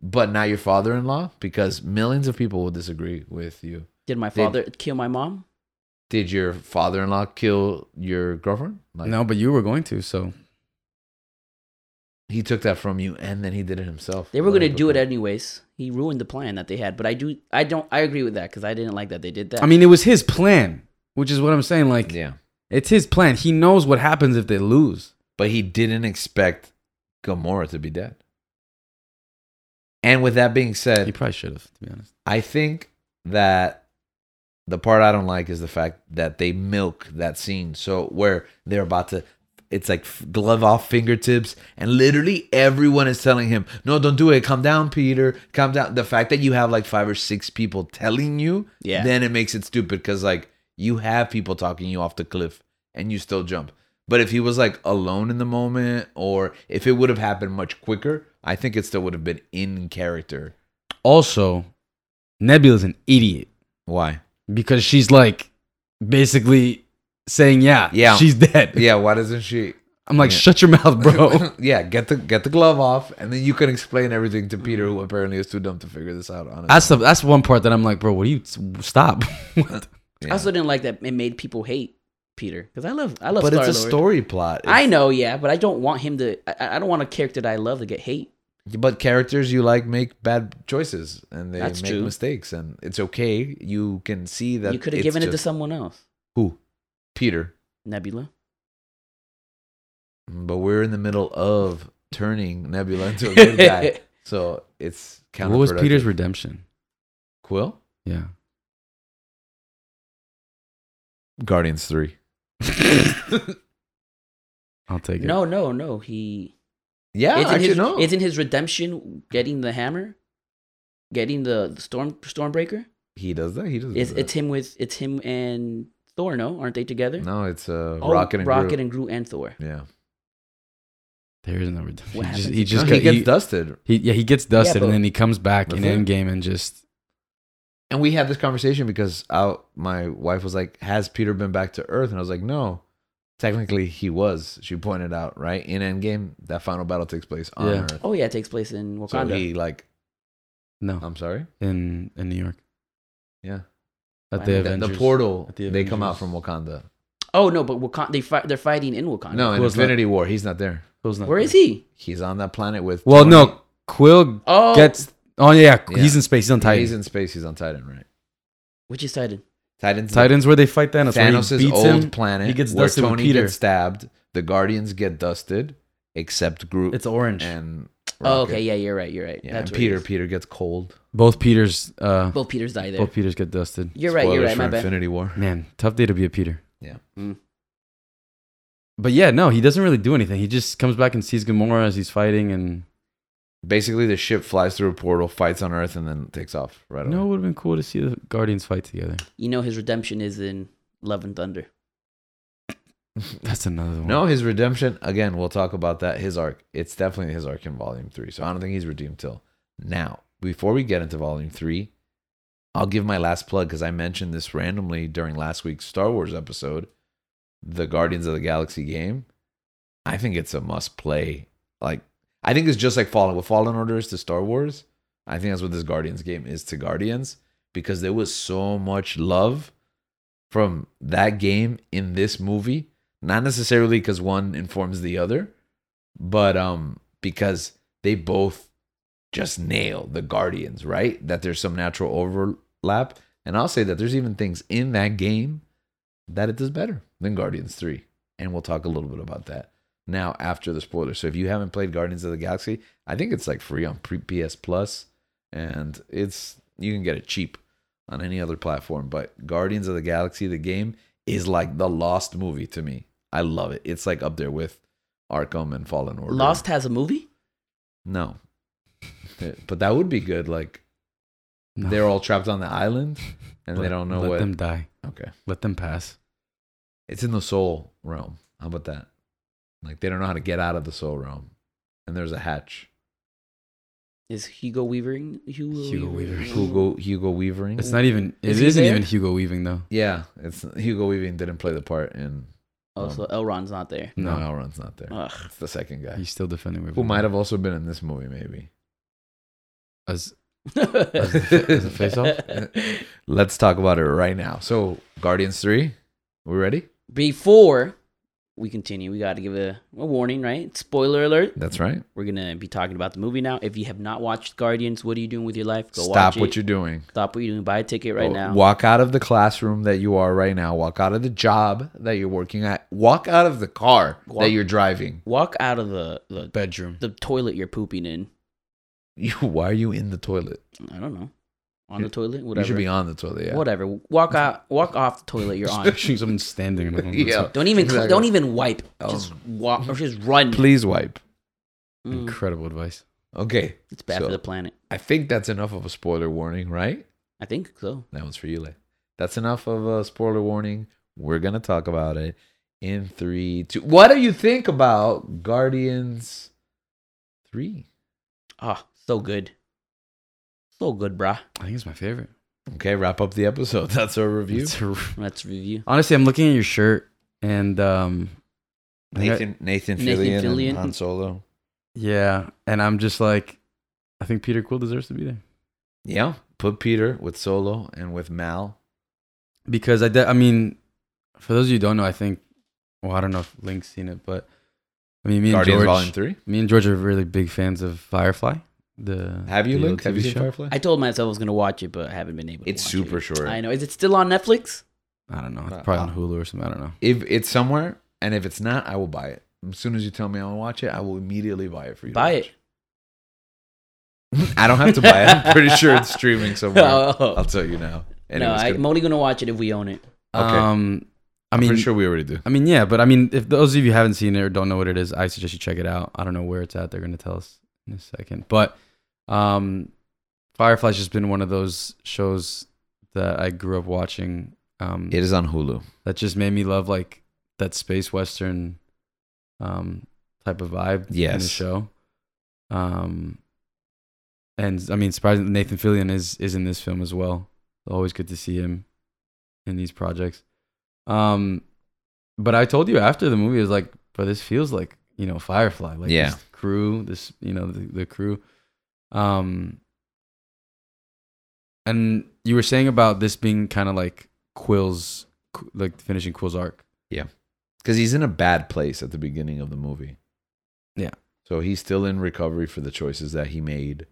[SPEAKER 1] but not your father-in-law because millions of people will disagree with you.
[SPEAKER 3] Did my
[SPEAKER 1] Did-
[SPEAKER 3] father kill my mom?
[SPEAKER 1] Did your father-in-law kill your girlfriend? Like,
[SPEAKER 2] no, but you were going to, so
[SPEAKER 1] He took that from you, and then he did it himself.
[SPEAKER 3] They were
[SPEAKER 1] What
[SPEAKER 3] gonna
[SPEAKER 1] a
[SPEAKER 3] do it
[SPEAKER 1] hypocrite.
[SPEAKER 3] anyways. He ruined the plan that they had. But I do. I don't. I agree with that because I didn't like that they did that.
[SPEAKER 2] I mean it was his plan, which is what I'm saying. Like
[SPEAKER 1] yeah,
[SPEAKER 2] it's his plan. He knows what happens if they lose.
[SPEAKER 1] but he didn't expect Gamora to be dead. And with that being said,
[SPEAKER 2] He probably should have, to be honest.
[SPEAKER 1] I think that the part I don't like is the fact that they milk that scene. So where they're about to, it's like f- glove off fingertips, and literally everyone is telling him, "No, don't do it. Calm down, Peter. Calm down." The fact that you have like five or six people telling you,
[SPEAKER 3] Yeah.
[SPEAKER 1] then it makes it stupid because like you have people talking you off the cliff and you still jump. But if he was like alone in the moment, or if it would have happened much quicker, I think it still would have been in character.
[SPEAKER 2] Also, Nebula's an idiot
[SPEAKER 1] Why?
[SPEAKER 2] because she's like basically saying, yeah,
[SPEAKER 1] Yeah.
[SPEAKER 2] she's dead.
[SPEAKER 1] Yeah, why doesn't she?
[SPEAKER 2] I'm like,
[SPEAKER 1] Yeah.
[SPEAKER 2] shut your mouth, bro.
[SPEAKER 1] yeah, get the get the glove off, and then you can explain everything to Peter, who apparently is too dumb to figure this out. Honestly,
[SPEAKER 2] that's the, that's one part that I'm like, bro, what do you stop? What?
[SPEAKER 1] Yeah.
[SPEAKER 3] I also didn't like that it made people hate Peter because I love. I love.
[SPEAKER 1] but it's a
[SPEAKER 3] Star-Lord.
[SPEAKER 1] story plot.
[SPEAKER 3] I
[SPEAKER 1] It's-
[SPEAKER 3] know, yeah, but I don't want him to. I, I don't want a character that I love to get hate.
[SPEAKER 1] but characters you like make bad choices, and they
[SPEAKER 3] That's
[SPEAKER 1] make
[SPEAKER 3] true.
[SPEAKER 1] mistakes, and it's okay. You can see that
[SPEAKER 3] You could have
[SPEAKER 1] it's
[SPEAKER 3] given it to
[SPEAKER 1] just-
[SPEAKER 3] someone else,
[SPEAKER 1] who Peter,
[SPEAKER 3] Nebula.
[SPEAKER 1] but we're in the middle of turning Nebula into a good guy, so it's
[SPEAKER 2] what was
[SPEAKER 1] counterproductive.
[SPEAKER 2] Peter's redemption?
[SPEAKER 1] Quill?
[SPEAKER 2] Yeah.
[SPEAKER 1] Guardians three.
[SPEAKER 2] I'll take it.
[SPEAKER 3] no, no, no. He
[SPEAKER 1] Yeah,
[SPEAKER 3] isn't
[SPEAKER 1] actually,
[SPEAKER 3] his
[SPEAKER 1] no.
[SPEAKER 3] isn't his redemption getting the hammer, getting the, the storm stormbreaker.
[SPEAKER 1] he does that. He does.
[SPEAKER 3] It's,
[SPEAKER 1] that.
[SPEAKER 3] it's him with it's him and Thor. No, aren't they together?
[SPEAKER 1] no. It's uh,
[SPEAKER 3] Oh,
[SPEAKER 1] Rocket and
[SPEAKER 3] Rocket
[SPEAKER 1] Groot.
[SPEAKER 3] and Groot and Thor.
[SPEAKER 1] yeah.
[SPEAKER 2] There is no redemption.
[SPEAKER 3] What
[SPEAKER 2] He just,
[SPEAKER 3] happened?
[SPEAKER 2] he just
[SPEAKER 1] No,
[SPEAKER 2] got,
[SPEAKER 1] he gets
[SPEAKER 2] he-
[SPEAKER 1] dusted.
[SPEAKER 2] He yeah, he gets dusted
[SPEAKER 3] but-
[SPEAKER 2] and then he comes back in
[SPEAKER 1] That's it.
[SPEAKER 2] Endgame and just
[SPEAKER 1] And we had this conversation because I, my wife was like, "Has Peter been back to Earth?" And I was like, "No, technically he was." She pointed out, right in Endgame, that final battle takes place on
[SPEAKER 2] Yeah.
[SPEAKER 1] Earth.
[SPEAKER 3] Oh yeah, it takes place in
[SPEAKER 1] So
[SPEAKER 3] Wakanda.
[SPEAKER 1] he like,
[SPEAKER 2] no
[SPEAKER 1] I'm sorry,
[SPEAKER 2] in in New York
[SPEAKER 1] yeah.
[SPEAKER 2] at
[SPEAKER 3] Why
[SPEAKER 2] the
[SPEAKER 3] not?
[SPEAKER 1] The-
[SPEAKER 2] Avengers.
[SPEAKER 1] the portal,
[SPEAKER 2] At the
[SPEAKER 1] they come out from
[SPEAKER 2] Avengers.
[SPEAKER 1] Wakanda.
[SPEAKER 3] oh no, but Wakanda they fight. They're fighting in Wakanda.
[SPEAKER 1] No, in
[SPEAKER 2] Quill's not-
[SPEAKER 1] Infinity War, he's not there.
[SPEAKER 2] Quill's not
[SPEAKER 3] where
[SPEAKER 2] there.
[SPEAKER 3] is he?
[SPEAKER 1] He's on that planet with.
[SPEAKER 2] Well,
[SPEAKER 1] 20
[SPEAKER 2] no, Quill
[SPEAKER 3] Oh,
[SPEAKER 2] gets. Oh yeah,
[SPEAKER 1] Yeah.
[SPEAKER 2] he's in space. He's on
[SPEAKER 1] Yeah,
[SPEAKER 2] Titan.
[SPEAKER 1] he's in space. He's on Titan, right?
[SPEAKER 3] which is Titan.
[SPEAKER 1] Titan's
[SPEAKER 2] Titans where they fight Thanos. where he
[SPEAKER 1] Thanos'
[SPEAKER 2] beats
[SPEAKER 1] old
[SPEAKER 2] him.
[SPEAKER 1] planet.
[SPEAKER 2] He gets
[SPEAKER 1] where
[SPEAKER 2] dusted with
[SPEAKER 1] Tony
[SPEAKER 2] Peter.
[SPEAKER 1] gets stabbed. The Guardians get dusted, except Groot
[SPEAKER 2] It's orange.
[SPEAKER 1] and.
[SPEAKER 3] Oh,
[SPEAKER 1] Rocket.
[SPEAKER 3] okay, yeah, you're right. You're right.
[SPEAKER 1] Yeah,
[SPEAKER 3] That's
[SPEAKER 1] and
[SPEAKER 3] where he
[SPEAKER 1] Peter.
[SPEAKER 3] is.
[SPEAKER 1] Peter gets cold.
[SPEAKER 2] both Peters. Uh, both,
[SPEAKER 3] Both Peters die there.
[SPEAKER 2] Peters get dusted.
[SPEAKER 3] You're right. You're
[SPEAKER 1] Spoilers
[SPEAKER 3] right.
[SPEAKER 1] for
[SPEAKER 3] My bad.
[SPEAKER 1] Infinity War.
[SPEAKER 2] Man, tough day to be a Peter.
[SPEAKER 1] Yeah.
[SPEAKER 3] Mm.
[SPEAKER 2] But yeah, no, he doesn't really do anything. He just comes back and sees Gamora as he's fighting, and
[SPEAKER 1] Basically, the ship flies through a portal, fights on Earth, and then takes off right
[SPEAKER 2] no, it
[SPEAKER 1] away.
[SPEAKER 2] would have been cool to see the Guardians fight together.
[SPEAKER 3] You know his redemption is in Love and Thunder.
[SPEAKER 2] That's another one.
[SPEAKER 1] No, his redemption again. We'll talk about that. His arc. It's definitely his arc in Volume Three. So I don't think he's redeemed till now. Before we get into Volume Three, I'll give my last plug because I mentioned this randomly during last week's Star Wars episode, the Guardians of the Galaxy game. I think it's a must play. Like I think it's just like Fallen. What Fallen Order is to Star Wars, I think that's what this Guardians game is to Guardians because there was so much love from that game in this movie. Not necessarily because one informs the other, but um because they both just nail the Guardians, right? That there's some natural overlap. And I'll say that there's even things in that game that it does better than Guardians 3. And we'll talk a little bit about that. now after the spoiler. So if you haven't played Guardians of the Galaxy, I think it's like free on pre- PS Plus, and it's you can get it cheap on any other platform. But Guardians of the Galaxy, the game, is like the Lost movie to me. I love it. It's like up there with Arkham and Fallen Order.
[SPEAKER 3] Lost has a movie.
[SPEAKER 1] No. But that would be good. Like they're all trapped on the island and they don't know
[SPEAKER 2] let
[SPEAKER 1] what.
[SPEAKER 2] them die.
[SPEAKER 1] Okay.
[SPEAKER 2] Let them pass.
[SPEAKER 1] It's in the soul realm. How about that? Like they don't know how to get out of the soul realm. And there's a hatch.
[SPEAKER 3] Is Hugo Weaving? Hugo,
[SPEAKER 2] Hugo Weaving.
[SPEAKER 1] Hugo Hugo Weavering.
[SPEAKER 2] It's not even.
[SPEAKER 3] Is
[SPEAKER 2] It
[SPEAKER 3] he
[SPEAKER 2] isn't
[SPEAKER 3] there?
[SPEAKER 2] even Hugo Weaving though.
[SPEAKER 1] yeah, it's Hugo Weaving didn't play the part in
[SPEAKER 3] Oh, so Elrond's not there.
[SPEAKER 1] No
[SPEAKER 2] No, Ah.
[SPEAKER 1] Elrond's not there.
[SPEAKER 3] Ugh.
[SPEAKER 1] It's the second guy.
[SPEAKER 2] he's still defending.
[SPEAKER 1] Who
[SPEAKER 2] Weaving.
[SPEAKER 1] might have also been in this movie, maybe.
[SPEAKER 2] As
[SPEAKER 1] As
[SPEAKER 2] a face-off?
[SPEAKER 1] Let's talk about it right now. So Guardians Three, we ready?
[SPEAKER 3] Before we continue, we got to give a, a warning, right? Spoiler alert.
[SPEAKER 1] That's right.
[SPEAKER 3] We're going to be talking about the movie now. If you have not watched Guardians, what are you doing with your life? Go
[SPEAKER 1] Stop
[SPEAKER 3] watch
[SPEAKER 1] what
[SPEAKER 3] it.
[SPEAKER 1] you're doing.
[SPEAKER 3] Stop what you're doing. Buy a ticket right
[SPEAKER 1] Wa-
[SPEAKER 3] now.
[SPEAKER 1] Walk out of the classroom that you are right now. Walk out of the job that you're working at. Walk out of the car
[SPEAKER 3] Walk-
[SPEAKER 1] that you're driving.
[SPEAKER 3] Walk out of the, the,
[SPEAKER 2] bedroom.
[SPEAKER 3] the toilet you're pooping in.
[SPEAKER 1] You, why are you in the toilet?
[SPEAKER 3] I don't know. On
[SPEAKER 1] You-
[SPEAKER 3] the toilet?
[SPEAKER 1] You should
[SPEAKER 3] Whatever.
[SPEAKER 1] be on the toilet. Yeah.
[SPEAKER 3] Whatever. Walk out. Walk off the toilet you're on.
[SPEAKER 2] Someone standing. in the room.
[SPEAKER 1] Yeah.
[SPEAKER 3] Don't even cl-
[SPEAKER 1] Exactly.
[SPEAKER 3] don't even wipe.
[SPEAKER 1] Oh.
[SPEAKER 3] Just walk or just run.
[SPEAKER 1] Please wipe.
[SPEAKER 3] Mm,
[SPEAKER 2] Incredible advice.
[SPEAKER 1] Okay.
[SPEAKER 3] it's bad
[SPEAKER 1] So-
[SPEAKER 3] for the planet.
[SPEAKER 1] I think that's enough of a spoiler warning, right?
[SPEAKER 3] I think so.
[SPEAKER 1] That one's for you, Lay. That's enough of a spoiler warning. We're gonna talk about it in three, two. What do you think about Guardians Three?
[SPEAKER 3] Ah, so good. So good, brah.
[SPEAKER 2] I think it's my favorite.
[SPEAKER 1] Okay, wrap up the episode. That's our review.
[SPEAKER 2] It's a-
[SPEAKER 3] Let's review.
[SPEAKER 2] honestly, I'm looking at your shirt and um, I think I-
[SPEAKER 1] Nathan Nathan
[SPEAKER 3] Nathan
[SPEAKER 1] Fillion,
[SPEAKER 3] Fillion.
[SPEAKER 1] and Han Solo.
[SPEAKER 2] yeah, and I'm just like, I think Peter Quill deserves to be there
[SPEAKER 1] Yeah, put Peter with Solo and with Mal.
[SPEAKER 2] because I, de- I mean, for those of you who don't know, I think, well, I don't know if Link's seen it, but I mean, me and
[SPEAKER 1] Guardians
[SPEAKER 2] George,
[SPEAKER 1] Volume Three.
[SPEAKER 2] me and George are really big fans of Firefly. The
[SPEAKER 1] Have you
[SPEAKER 2] the
[SPEAKER 1] Link?
[SPEAKER 2] TV
[SPEAKER 1] Have you seen
[SPEAKER 2] show.
[SPEAKER 1] Firefly?
[SPEAKER 3] I told myself I was gonna watch it, but I haven't been able. to
[SPEAKER 1] It's
[SPEAKER 3] watch
[SPEAKER 1] super
[SPEAKER 3] it.
[SPEAKER 1] short.
[SPEAKER 3] I know. Is it still on Netflix?
[SPEAKER 2] I don't know.
[SPEAKER 1] Uh,
[SPEAKER 2] It's probably
[SPEAKER 1] uh,
[SPEAKER 2] on Hulu or something. I don't know.
[SPEAKER 1] if it's somewhere, and if it's not, I will buy it. As soon as you tell me I want to watch it, I will immediately buy it for you. to
[SPEAKER 3] Buy
[SPEAKER 1] watch.
[SPEAKER 3] it.
[SPEAKER 1] I don't have to buy it. I'm pretty sure it's streaming somewhere.
[SPEAKER 3] Oh.
[SPEAKER 1] I'll tell you now.
[SPEAKER 3] no,
[SPEAKER 1] Anyways,
[SPEAKER 3] I,
[SPEAKER 1] good.
[SPEAKER 3] I'm only gonna watch it if we own it.
[SPEAKER 1] Okay.
[SPEAKER 2] Um, I
[SPEAKER 1] I'm
[SPEAKER 2] mean,
[SPEAKER 1] pretty sure we already do.
[SPEAKER 2] I mean, yeah, but I mean, if those of you who haven't seen it or don't know what it is, I suggest you check it out. I don't know where it's at. They're going to tell us in a second. But um, Firefly's just been one of those shows that I grew up watching um,
[SPEAKER 1] It is on Hulu.
[SPEAKER 2] that just made me love like that space western um, type of vibe in the
[SPEAKER 1] Yes.
[SPEAKER 2] show. Um, and I mean, surprisingly, Nathan Fillion is is in this film as well. Always good to see him in these projects. Um, but I told you after the movie, I was like, "But this feels like you know Firefly, like
[SPEAKER 1] Yeah.
[SPEAKER 2] this crew, this you know the, the crew." Um, and you were saying about this being kind of like Quill's, Qu- like finishing Quill's arc.
[SPEAKER 1] Because he's in a bad place at the beginning of the movie.
[SPEAKER 2] Yeah.
[SPEAKER 1] So he's still in recovery for the choices that he made.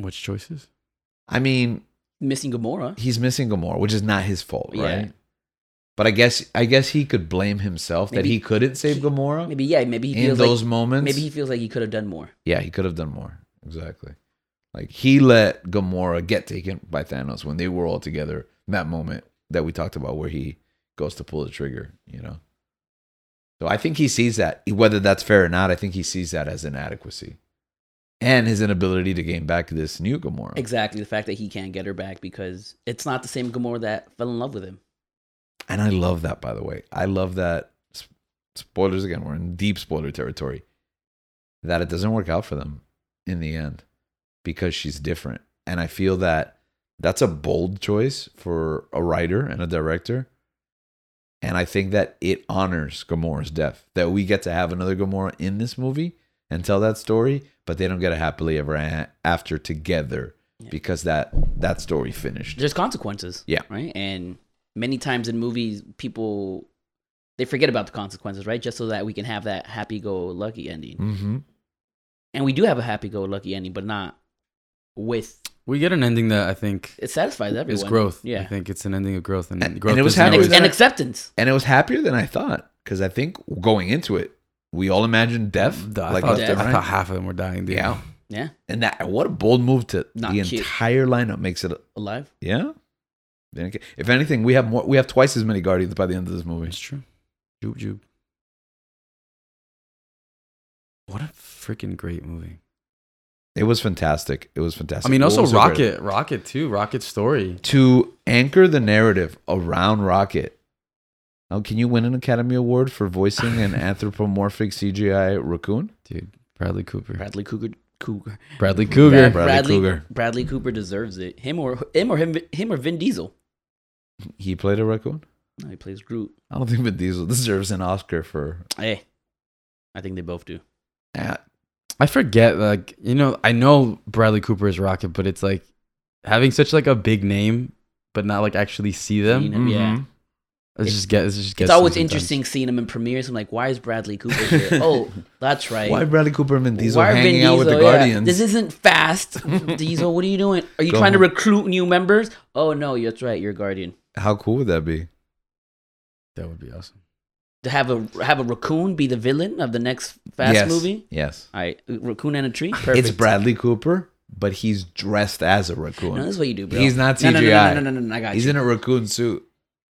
[SPEAKER 2] Which choices?
[SPEAKER 1] I mean,
[SPEAKER 3] Missing Gamora.
[SPEAKER 1] he's missing Gamora, which is not his fault,
[SPEAKER 3] Yeah.
[SPEAKER 1] right? But I guess I guess he could blame himself that
[SPEAKER 3] Maybe-
[SPEAKER 1] he couldn't save Gamora
[SPEAKER 3] Maybe yeah. Maybe he
[SPEAKER 1] in
[SPEAKER 3] feels
[SPEAKER 1] those
[SPEAKER 3] like
[SPEAKER 1] moments.
[SPEAKER 3] maybe he feels like he could have done more.
[SPEAKER 1] Yeah, he could have done more. Exactly. Like he let Gamora get taken by Thanos when they were all together. That moment that we talked about where he goes to pull the trigger, you know. So I think he sees that, whether that's fair or not, I think he sees that as inadequacy. And his inability to gain back this new Gamora.
[SPEAKER 3] Exactly. The fact that he can't get her back because it's not the same Gamora that fell in love with him.
[SPEAKER 1] And I love that, by the way. I love that. s- Spoilers again, we're in deep spoiler territory. That it doesn't work out for them in the end because she's different. And I feel that that's a bold choice for a writer and a director. And I think that it honors Gamora's death that we get to have another Gamora in this movie and tell that story, but they don't get a happily ever a- after together
[SPEAKER 3] Yeah.
[SPEAKER 1] because that that story finished.
[SPEAKER 3] There's consequences.
[SPEAKER 1] Yeah.
[SPEAKER 3] Right. And many times in movies, people they forget about the consequences, right? Just so that we can have that happy go lucky ending.
[SPEAKER 1] hmm
[SPEAKER 3] And we do have a happy go lucky ending, but not with
[SPEAKER 2] We get an ending that I think
[SPEAKER 3] it satisfies everyone.
[SPEAKER 2] is growth. I
[SPEAKER 3] Yeah.
[SPEAKER 2] think it's an ending of growth and,
[SPEAKER 1] And-
[SPEAKER 2] growth
[SPEAKER 1] and it was
[SPEAKER 2] doesn't
[SPEAKER 1] happy
[SPEAKER 3] And,
[SPEAKER 2] always-
[SPEAKER 3] ex-
[SPEAKER 1] Exactly.
[SPEAKER 3] and acceptance.
[SPEAKER 1] And it was happier than I thought. because I think going into it, we all imagined death.
[SPEAKER 2] Duh, I,
[SPEAKER 1] like
[SPEAKER 2] thought,
[SPEAKER 1] left
[SPEAKER 3] death.
[SPEAKER 1] and
[SPEAKER 2] I
[SPEAKER 1] right.
[SPEAKER 2] thought half of them were dying. Dude.
[SPEAKER 1] Yeah.
[SPEAKER 3] Yeah,
[SPEAKER 1] And that what a bold move to
[SPEAKER 3] Not
[SPEAKER 1] the
[SPEAKER 3] cute.
[SPEAKER 1] entire lineup makes it.
[SPEAKER 3] alive.
[SPEAKER 1] Yeah. Then again- If anything, we have more. We have twice as many guardians by the end of this movie.
[SPEAKER 2] it's true. Jube Jube. What a freaking great movie.
[SPEAKER 1] It was fantastic. It was fantastic.
[SPEAKER 2] I mean,
[SPEAKER 1] What
[SPEAKER 2] also
[SPEAKER 1] was so great?
[SPEAKER 2] Rocket, Rocket too, Rocket story.
[SPEAKER 1] to anchor the narrative around Rocket. Oh, can you win an Academy Award for voicing an anthropomorphic CGI raccoon?
[SPEAKER 2] Dude, Bradley Cooper.
[SPEAKER 3] Bradley Cougar, Cougar,
[SPEAKER 2] Bradley Cougar.
[SPEAKER 1] Brad- Bradley Cougar.
[SPEAKER 3] Bradley Cooper deserves it. Him or him or him, him or Vin Diesel.
[SPEAKER 1] He played a raccoon.
[SPEAKER 3] No, he plays Groot.
[SPEAKER 1] I don't think Vin Diesel deserves an Oscar for.
[SPEAKER 3] Hey, I think they both do.
[SPEAKER 1] Uh,
[SPEAKER 2] I forget, like, you know, I know Bradley Cooper is Rocket, but it's like having such like a big name, but not like actually see
[SPEAKER 3] Seen
[SPEAKER 2] them.
[SPEAKER 3] it. Yeah.
[SPEAKER 1] mhm.
[SPEAKER 2] It's just get, it's just
[SPEAKER 3] It's
[SPEAKER 2] gets me
[SPEAKER 3] always
[SPEAKER 2] sometimes.
[SPEAKER 3] interesting seeing him in premieres. I'm like, why is Bradley Cooper here? oh, that's right.
[SPEAKER 1] Why Bradley Cooper and Vin Diesel
[SPEAKER 3] Why are Vin
[SPEAKER 1] hanging out with the
[SPEAKER 3] Diesel- yeah,
[SPEAKER 1] Guardians?
[SPEAKER 3] This isn't fast. Diesel, what are you doing? Are you
[SPEAKER 1] Go
[SPEAKER 3] trying
[SPEAKER 1] home.
[SPEAKER 3] to recruit new members? Oh no, that's right. You're Guardian.
[SPEAKER 1] How cool would that be?
[SPEAKER 2] That would be awesome.
[SPEAKER 3] To have a have a raccoon be the villain of the next fast
[SPEAKER 1] yes.
[SPEAKER 3] movie.
[SPEAKER 1] Yes.
[SPEAKER 3] All right, raccoon and a tree. Perfect.
[SPEAKER 1] It's Bradley Cooper, but he's dressed as a raccoon.
[SPEAKER 3] No, this is what you do, bro.
[SPEAKER 1] he's not
[SPEAKER 3] No,
[SPEAKER 1] CGI.
[SPEAKER 3] no, no, no, no, no, no, no, I got
[SPEAKER 1] He's
[SPEAKER 3] you.
[SPEAKER 1] in a raccoon suit.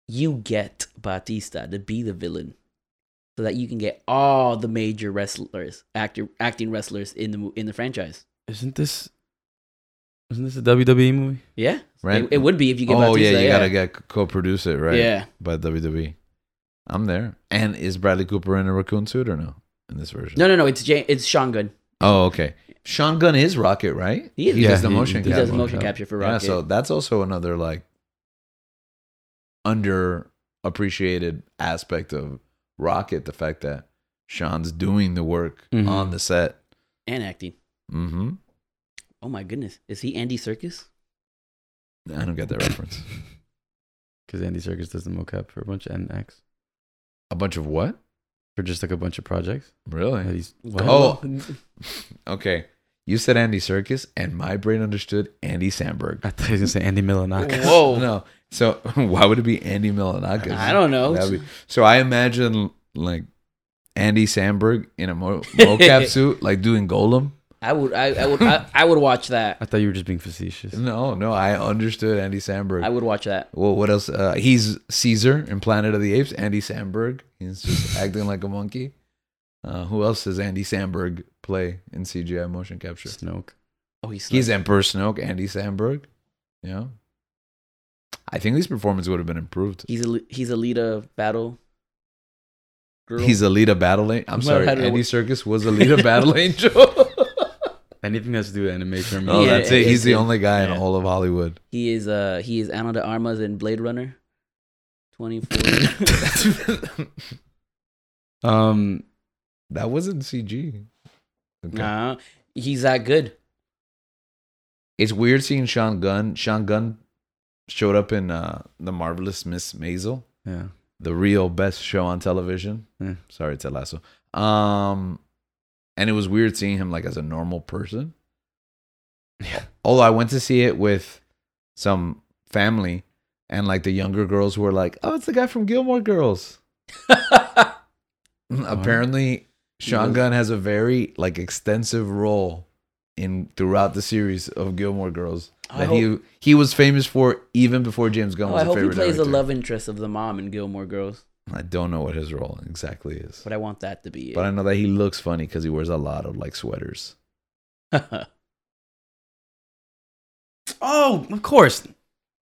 [SPEAKER 3] you get Batista to be the villain, so that you can get all the major wrestlers, actor, acting wrestlers in the mo- in the franchise.
[SPEAKER 2] Isn't this isn't this a WWE movie?
[SPEAKER 3] Yeah,
[SPEAKER 1] Right.
[SPEAKER 3] It, it would be if you get.
[SPEAKER 1] oh
[SPEAKER 3] Batista,
[SPEAKER 1] yeah, you
[SPEAKER 3] yeah.
[SPEAKER 1] gotta get co-produce it, right?
[SPEAKER 3] Yeah,
[SPEAKER 1] by WWE. I'm there. And is Bradley Cooper in a raccoon suit or no in this version?
[SPEAKER 3] no, no, no. It's Jan- it's Sean Gunn.
[SPEAKER 1] Oh, okay. Sean Gunn is Rocket, right?
[SPEAKER 3] He is.
[SPEAKER 1] He
[SPEAKER 2] Yeah,
[SPEAKER 1] does the
[SPEAKER 2] he-
[SPEAKER 1] motion.
[SPEAKER 3] He
[SPEAKER 2] Yeah,
[SPEAKER 3] does
[SPEAKER 1] capture.
[SPEAKER 3] motion
[SPEAKER 2] Rocket.
[SPEAKER 3] capture for
[SPEAKER 1] Yeah,
[SPEAKER 3] Rocket.
[SPEAKER 1] so that's also another like underappreciated aspect of Rocket, the fact that Sean's doing the work
[SPEAKER 2] Mhm.
[SPEAKER 1] on the set.
[SPEAKER 3] and acting.
[SPEAKER 1] Mm-hmm.
[SPEAKER 3] Oh my goodness, is he Andy Circus?
[SPEAKER 1] I don't get that reference.
[SPEAKER 2] Because Andy Serkis does the mocap for a bunch of NX
[SPEAKER 1] A bunch of what?
[SPEAKER 2] for just like a bunch of projects. that
[SPEAKER 1] Really?
[SPEAKER 2] he's-
[SPEAKER 1] Oh. Okay. You said Andy Circus, and my brain understood Andy Sandberg.
[SPEAKER 2] I thought he was gonna say Andy Milanakis.
[SPEAKER 3] Whoa.
[SPEAKER 1] No. So why would it be Andy Milanakis?
[SPEAKER 3] I don't know.
[SPEAKER 1] That'd be- so I imagine like Andy Sandberg in a mo- mocap suit, like doing Golem.
[SPEAKER 3] I would, I, I would, I, I would watch that.
[SPEAKER 2] I thought you were just being facetious.
[SPEAKER 1] No, no, I understood Andy Sandberg.
[SPEAKER 3] I would watch that.
[SPEAKER 1] well, what else? Uh, he's Caesar in Planet of the Apes. Andy Sandberg. He's just acting like a monkey. Uh, who else does Andy Sandberg play in CGI motion capture?
[SPEAKER 2] Snoke.
[SPEAKER 3] Oh, he's
[SPEAKER 1] He's Emperor Snoke. Andy Sandberg. Yeah. I think these performances would have been improved.
[SPEAKER 3] he's a, he's Alita battle. Girl.
[SPEAKER 1] He's Alita Battle Angel. I'm
[SPEAKER 3] Well,
[SPEAKER 1] sorry,
[SPEAKER 3] I don't know
[SPEAKER 1] Andy
[SPEAKER 3] what-
[SPEAKER 1] Circus was Alita Battle Angel.
[SPEAKER 2] Anything that's to do with animation or
[SPEAKER 1] oh,
[SPEAKER 2] music.
[SPEAKER 3] Yeah,
[SPEAKER 1] that's it.
[SPEAKER 3] yeah,
[SPEAKER 1] He's the
[SPEAKER 3] yeah.
[SPEAKER 1] only guy in
[SPEAKER 3] Yeah.
[SPEAKER 1] all of Hollywood.
[SPEAKER 3] he is uh he is Anna de Armas in Blade Runner. Twenty four.
[SPEAKER 2] Um
[SPEAKER 1] that wasn't CG. Okay.
[SPEAKER 3] nah, he's that good.
[SPEAKER 1] It's weird seeing Sean Gunn. Sean Gunn showed up in uh, The Marvelous Miss Maisel,
[SPEAKER 2] yeah.
[SPEAKER 1] the real best show on television.
[SPEAKER 2] Yeah.
[SPEAKER 1] Sorry, Ted Lasso. Um, and it was weird seeing him like as a normal person.
[SPEAKER 2] Yeah.
[SPEAKER 1] although I went to see it with some family, and like the younger girls were like, "Oh, it's the guy from Gilmore Girls."
[SPEAKER 3] Oh,
[SPEAKER 1] Apparently, Sean
[SPEAKER 2] was-
[SPEAKER 1] Gunn has a very like extensive role in throughout the series of Gilmore Girls
[SPEAKER 3] I
[SPEAKER 1] that he he was famous for even before James Gunn
[SPEAKER 3] Oh,
[SPEAKER 1] was
[SPEAKER 3] I
[SPEAKER 1] a
[SPEAKER 3] hope he
[SPEAKER 1] favorite
[SPEAKER 3] plays the
[SPEAKER 1] director.
[SPEAKER 3] love interest of the mom in Gilmore Girls.
[SPEAKER 1] I don't know what his role exactly is,
[SPEAKER 3] But I want that to be it.
[SPEAKER 1] but I know that he looks funny because he wears a lot of like sweaters.
[SPEAKER 2] Oh, of course.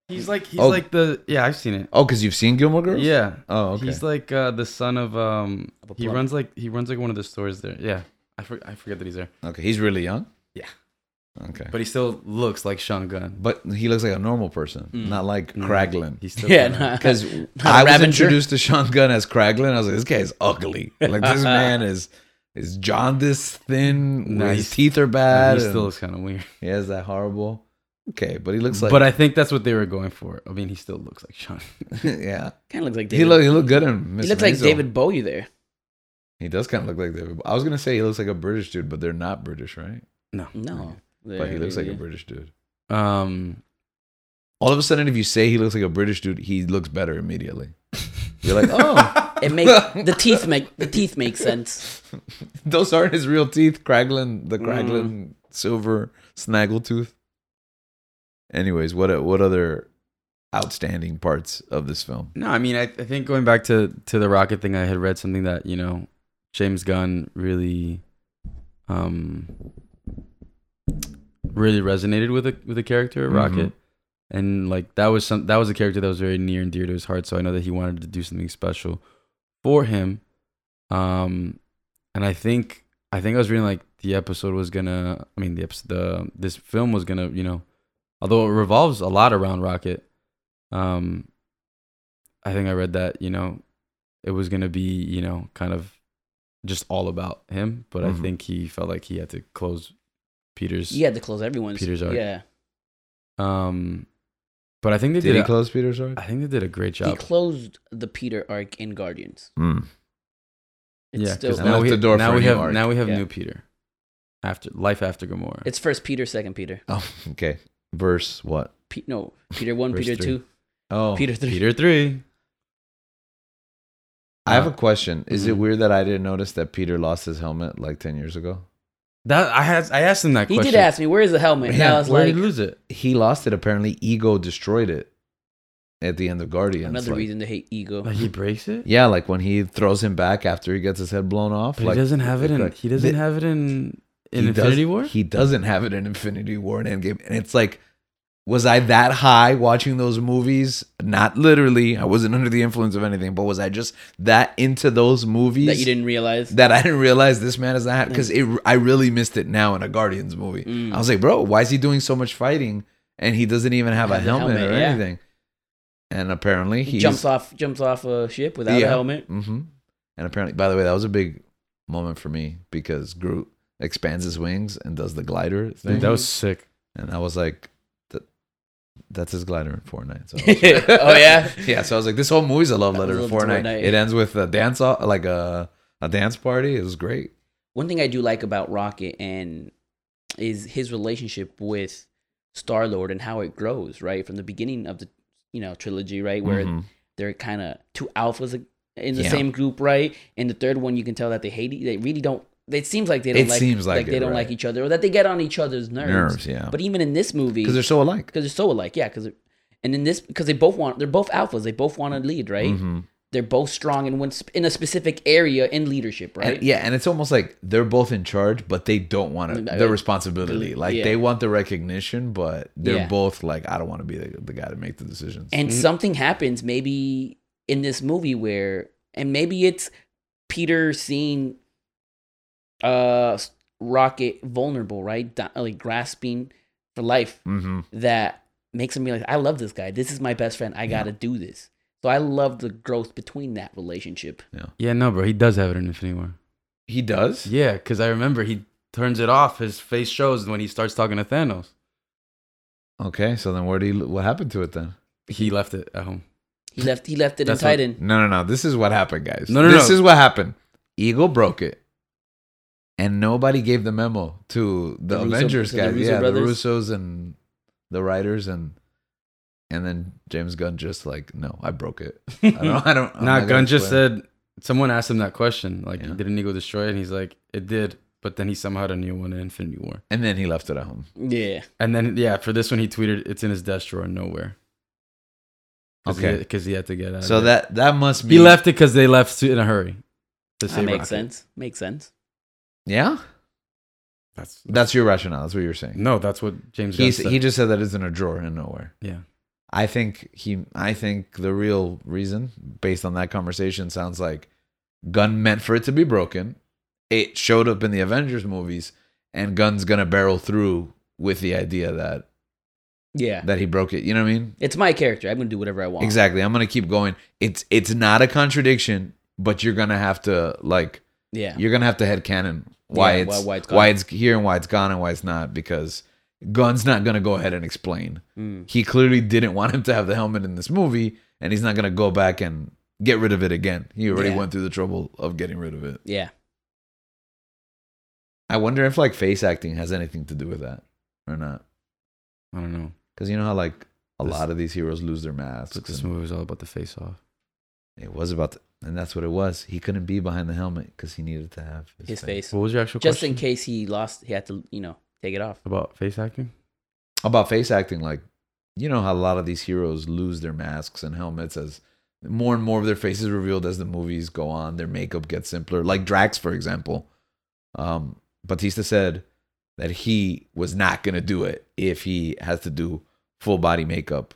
[SPEAKER 2] He's like he's
[SPEAKER 1] Oh.
[SPEAKER 2] like the yeah, I've seen it.
[SPEAKER 1] Oh, because you've seen Gilmore Girls?
[SPEAKER 2] Yeah.
[SPEAKER 1] Oh, okay.
[SPEAKER 2] He's like uh, the son of um
[SPEAKER 3] Of a
[SPEAKER 2] he
[SPEAKER 3] plum.
[SPEAKER 2] runs like he runs like one of the stores there. Yeah. I, for, I forget that he's there.
[SPEAKER 1] okay, he's really young.
[SPEAKER 2] Yeah.
[SPEAKER 1] Okay.
[SPEAKER 2] But he still looks like Sean Gunn.
[SPEAKER 1] But he looks like a normal person,
[SPEAKER 3] Mm.
[SPEAKER 1] not like
[SPEAKER 2] Mm.
[SPEAKER 1] Kraglin.
[SPEAKER 2] He's still
[SPEAKER 3] yeah,
[SPEAKER 2] kinda-
[SPEAKER 3] nah.
[SPEAKER 1] Because
[SPEAKER 3] Not a
[SPEAKER 1] I was
[SPEAKER 3] Ravenger.
[SPEAKER 1] introduced to Sean Gunn as Kraglin. I was like, this guy is ugly. Like this man is is jaundiced, thin.
[SPEAKER 2] Nah,
[SPEAKER 1] his
[SPEAKER 2] he's-
[SPEAKER 1] teeth are
[SPEAKER 2] Yeah,
[SPEAKER 1] bad.
[SPEAKER 2] he
[SPEAKER 1] and
[SPEAKER 2] still looks kind of weird.
[SPEAKER 1] he has that horrible. Okay, but he looks like.
[SPEAKER 2] but I think that's what they were going for. I mean, he still looks like Sean.
[SPEAKER 1] yeah,
[SPEAKER 3] kind of looks like David.
[SPEAKER 1] he look he look good in. Miss
[SPEAKER 3] he looks like
[SPEAKER 1] Maisel.
[SPEAKER 3] David Bowie there.
[SPEAKER 1] He does kind of look like David. I was gonna say he looks like a British dude, but they're not British, right?
[SPEAKER 2] No,
[SPEAKER 3] No,
[SPEAKER 1] But he looks like a
[SPEAKER 3] British.
[SPEAKER 1] British dude.
[SPEAKER 2] Um,
[SPEAKER 1] All of a sudden, if you say he looks like a British dude, he looks better immediately. You're like, oh,
[SPEAKER 3] It make the teeth make the teeth make sense. Mm.
[SPEAKER 1] Those aren't his real teeth. Kraglin, the Kraglin silver snaggletooth. Anyways, what uh, what other outstanding parts of this film?
[SPEAKER 2] No, I mean, I, I think going back to to the rocket thing, I had read something that you know James Gunn really, um, really resonated with a with the character
[SPEAKER 1] Mhm.
[SPEAKER 2] Rocket, and like that was some that was a character that was very near and dear to his heart. So I know that he wanted to do something special for him, um, and I think I think I was reading like the episode was gonna, I mean the episode, the this film was gonna, you know, although it revolves a lot around Rocket, um, I think I read that you know it was gonna be you know kind of just all about him, but
[SPEAKER 3] Mm-hmm.
[SPEAKER 1] Mhm.
[SPEAKER 2] I think he felt like he had to close Peter's.
[SPEAKER 3] You had to close everyone's.
[SPEAKER 2] Peter's arc.
[SPEAKER 3] Yeah,
[SPEAKER 2] Um, but I think they
[SPEAKER 1] Did,
[SPEAKER 2] did.
[SPEAKER 1] he
[SPEAKER 2] a-
[SPEAKER 1] close Peter's arc?
[SPEAKER 2] I think they did a great
[SPEAKER 3] he
[SPEAKER 2] job.
[SPEAKER 3] closed the Peter arc in Guardians.
[SPEAKER 1] Mm.
[SPEAKER 3] It's
[SPEAKER 2] yeah,
[SPEAKER 3] still
[SPEAKER 2] because
[SPEAKER 1] And
[SPEAKER 2] now
[SPEAKER 1] left
[SPEAKER 2] we
[SPEAKER 1] the door
[SPEAKER 2] now
[SPEAKER 1] for a
[SPEAKER 2] we
[SPEAKER 1] new
[SPEAKER 2] have
[SPEAKER 1] arc.
[SPEAKER 2] now we have
[SPEAKER 3] Yeah.
[SPEAKER 2] new Peter, after life after Gamora.
[SPEAKER 3] it's first Peter, second Peter.
[SPEAKER 1] Oh, okay. Verse what?
[SPEAKER 3] Pe- no, Peter one,
[SPEAKER 2] Verse
[SPEAKER 3] Peter
[SPEAKER 2] three.
[SPEAKER 3] two,
[SPEAKER 1] Oh,
[SPEAKER 3] Peter three.
[SPEAKER 2] Peter three.
[SPEAKER 1] I have a question. Is it
[SPEAKER 3] Mm-hmm.
[SPEAKER 2] Mhm.
[SPEAKER 1] weird that I didn't notice that Peter lost his helmet like ten years ago?
[SPEAKER 2] That I had I asked him that
[SPEAKER 3] He
[SPEAKER 2] question.
[SPEAKER 3] did ask me, "Where is the helmet?" and
[SPEAKER 1] Yeah,
[SPEAKER 3] I was
[SPEAKER 2] Where
[SPEAKER 3] like,
[SPEAKER 2] did he lose it?
[SPEAKER 1] He lost it. Apparently, Ego destroyed it at the end of Guardians.
[SPEAKER 3] another
[SPEAKER 1] like-
[SPEAKER 3] reason to hate ego.
[SPEAKER 2] Like he breaks it.
[SPEAKER 1] Yeah, like when he throws him back after he gets his head blown off.
[SPEAKER 2] But
[SPEAKER 1] like
[SPEAKER 2] he doesn't have it in.
[SPEAKER 1] like-
[SPEAKER 2] he doesn't
[SPEAKER 1] the-
[SPEAKER 2] have it in. In
[SPEAKER 1] he
[SPEAKER 2] Infinity
[SPEAKER 1] does,
[SPEAKER 2] War.
[SPEAKER 1] He doesn't have it in Infinity War and Endgame. And it's like, was I that high watching those movies? Not literally. I wasn't under the influence of anything, but was I just that into those movies
[SPEAKER 3] That you didn't realize.
[SPEAKER 1] that I didn't realize this man is that because it I really missed it now in a Guardians movie.
[SPEAKER 3] Mm.
[SPEAKER 1] I was like, bro, why is he doing so much fighting and he doesn't even have a
[SPEAKER 3] Have the
[SPEAKER 1] helmet,
[SPEAKER 3] helmet,
[SPEAKER 1] or
[SPEAKER 3] yeah.
[SPEAKER 1] anything? And apparently
[SPEAKER 3] He
[SPEAKER 1] he
[SPEAKER 3] jumps off jumps off a ship without
[SPEAKER 1] Yeah.
[SPEAKER 3] a helmet.
[SPEAKER 1] hmm And apparently, by the way, that was a big moment for me because Groot expands his wings and does the glider thing,
[SPEAKER 2] Dude, that was sick.
[SPEAKER 1] and I was like, "Th- "That's his glider in Fortnite." So I was-
[SPEAKER 3] oh yeah.
[SPEAKER 1] yeah, so I was like, "This whole movie's a love
[SPEAKER 3] That
[SPEAKER 1] letter to
[SPEAKER 3] was
[SPEAKER 1] Fortnite.
[SPEAKER 3] love to Fortnite.
[SPEAKER 1] It ends with a dance, off, like a a dance party. It was great.
[SPEAKER 3] One thing I do like about Rocket and is his relationship with Star Lord and how it grows right from the beginning of the you know trilogy right where
[SPEAKER 1] Mhm.
[SPEAKER 3] they're kind of two alphas in the
[SPEAKER 1] Yeah.
[SPEAKER 3] same group, right? And the third one, you can tell that they hate. e, They really don't. It seems like they don't
[SPEAKER 1] It
[SPEAKER 3] like.
[SPEAKER 1] seems like
[SPEAKER 3] like, they
[SPEAKER 1] it,
[SPEAKER 3] don't
[SPEAKER 1] right.
[SPEAKER 3] like each other, or that they get on each other's nerves.
[SPEAKER 1] nerves, yeah,
[SPEAKER 3] But even in this movie,
[SPEAKER 1] because
[SPEAKER 3] because
[SPEAKER 1] they're so alike.
[SPEAKER 3] they're, so alike, yeah. Because and in this, because they both want, they're both alphas. They both want to lead, right?
[SPEAKER 1] Mhm.
[SPEAKER 3] They're both strong in one sp- in a specific area in leadership, right?
[SPEAKER 1] And, yeah, and it's almost like they're both in charge, but they don't want to,
[SPEAKER 3] Mm,
[SPEAKER 1] the
[SPEAKER 3] uh,
[SPEAKER 1] responsibility. Like
[SPEAKER 3] yeah.
[SPEAKER 1] they want the recognition, but they're
[SPEAKER 3] Yeah.
[SPEAKER 1] both like, I don't want to be the, the guy to make the decisions.
[SPEAKER 3] And
[SPEAKER 2] Mhm.
[SPEAKER 3] something happens maybe in this movie where, and maybe it's Peter seeing uh Rocket vulnerable, right? Di- Like grasping for life
[SPEAKER 1] hmm
[SPEAKER 3] that makes him be like, I love this guy. This is my best friend. I gotta do this. So I love the growth between that relationship.
[SPEAKER 2] Yeah, no, bro. He does have it in Infinity War.
[SPEAKER 1] He does.
[SPEAKER 2] Yeah, because I remember he turns it off. His face shows when he starts talking to Thanos.
[SPEAKER 1] Okay, so then where do you, what happened to it then?
[SPEAKER 2] He left it at home.
[SPEAKER 3] He left he left it in
[SPEAKER 2] That's what-
[SPEAKER 3] Titan.
[SPEAKER 1] No, no, no. This is what happened, guys.
[SPEAKER 2] No, no,
[SPEAKER 1] This
[SPEAKER 2] no.
[SPEAKER 1] is what happened. Eagle broke it, and nobody gave the memo to the,
[SPEAKER 3] The Russo-
[SPEAKER 1] Avengers
[SPEAKER 3] to the
[SPEAKER 1] guys.
[SPEAKER 3] Russo
[SPEAKER 1] yeah,
[SPEAKER 3] brothers?
[SPEAKER 1] the Russos and the writers and. And then James Gunn just like, no, I broke it. I don't. Oh, I don't. I'm
[SPEAKER 2] nah,
[SPEAKER 1] gonna
[SPEAKER 2] Gunn just
[SPEAKER 1] explain."
[SPEAKER 2] said someone asked him that question. Like,
[SPEAKER 1] Yeah.
[SPEAKER 2] didn't Ego destroy it? And he's like, it did. But then he somehow had a new one in Infinity War.
[SPEAKER 1] And then he left it at home.
[SPEAKER 3] Yeah.
[SPEAKER 2] And then yeah, for this one he tweeted, it's in his desk drawer nowhere. Cause
[SPEAKER 1] Okay.
[SPEAKER 2] because he, had to get out.
[SPEAKER 1] So
[SPEAKER 2] of it.
[SPEAKER 1] that that must be
[SPEAKER 2] he left it because they left in a hurry. To
[SPEAKER 3] That
[SPEAKER 2] save
[SPEAKER 3] makes
[SPEAKER 2] Rocket.
[SPEAKER 3] sense. Makes sense.
[SPEAKER 1] Yeah,
[SPEAKER 2] That's
[SPEAKER 1] that's your rationale. That's what you're saying.
[SPEAKER 2] no, that's what James. Gunn
[SPEAKER 1] He's,
[SPEAKER 2] said.
[SPEAKER 1] he just said that it's in a drawer and nowhere.
[SPEAKER 2] yeah.
[SPEAKER 1] I think he I think the real reason based on that conversation sounds like Gun meant for it to be broken. It showed up in the Avengers movies and Gun's going to barrel through with the idea that
[SPEAKER 3] Yeah.
[SPEAKER 1] that he broke it. You know what I mean?
[SPEAKER 3] It's my character. I'm gonna do whatever I want.
[SPEAKER 1] Exactly. I'm going to keep going. It's it's not a contradiction, but you're going to have to like
[SPEAKER 3] Yeah.
[SPEAKER 1] you're going to have to headcanon why
[SPEAKER 3] Yeah,
[SPEAKER 1] it's
[SPEAKER 3] why-
[SPEAKER 1] why
[SPEAKER 3] why
[SPEAKER 1] it's,
[SPEAKER 3] it's gone.
[SPEAKER 1] here and why it's gone and why it's not because Gun's not going to go ahead and explain
[SPEAKER 3] Mm.
[SPEAKER 1] he clearly didn't want him to have the helmet in this movie, and he's not gonna go back and get rid of it again. He already
[SPEAKER 3] Yeah.
[SPEAKER 1] went through the trouble of getting rid of it.
[SPEAKER 3] Yeah.
[SPEAKER 1] I wonder if like face acting has anything to do with that or not,
[SPEAKER 2] I don't know.
[SPEAKER 1] because you know how like a
[SPEAKER 2] This-
[SPEAKER 1] lot of these heroes lose their
[SPEAKER 2] That's
[SPEAKER 1] masks.
[SPEAKER 2] what this
[SPEAKER 1] and
[SPEAKER 2] movie was all about the face off.
[SPEAKER 1] It was about the, and that's what it was. He couldn't be behind the helmet because he needed to have
[SPEAKER 3] his
[SPEAKER 1] thing.
[SPEAKER 3] face,
[SPEAKER 2] What was your actual
[SPEAKER 3] just
[SPEAKER 2] question
[SPEAKER 3] in case he lost. He had to, you know, take it off.
[SPEAKER 2] about face acting?
[SPEAKER 1] about face acting like you know how a lot of these heroes lose their masks and helmets as more and more of their faces revealed as the movies go on their makeup gets simpler like drax for example um, batista said that he was not going to do it if he has to do full body makeup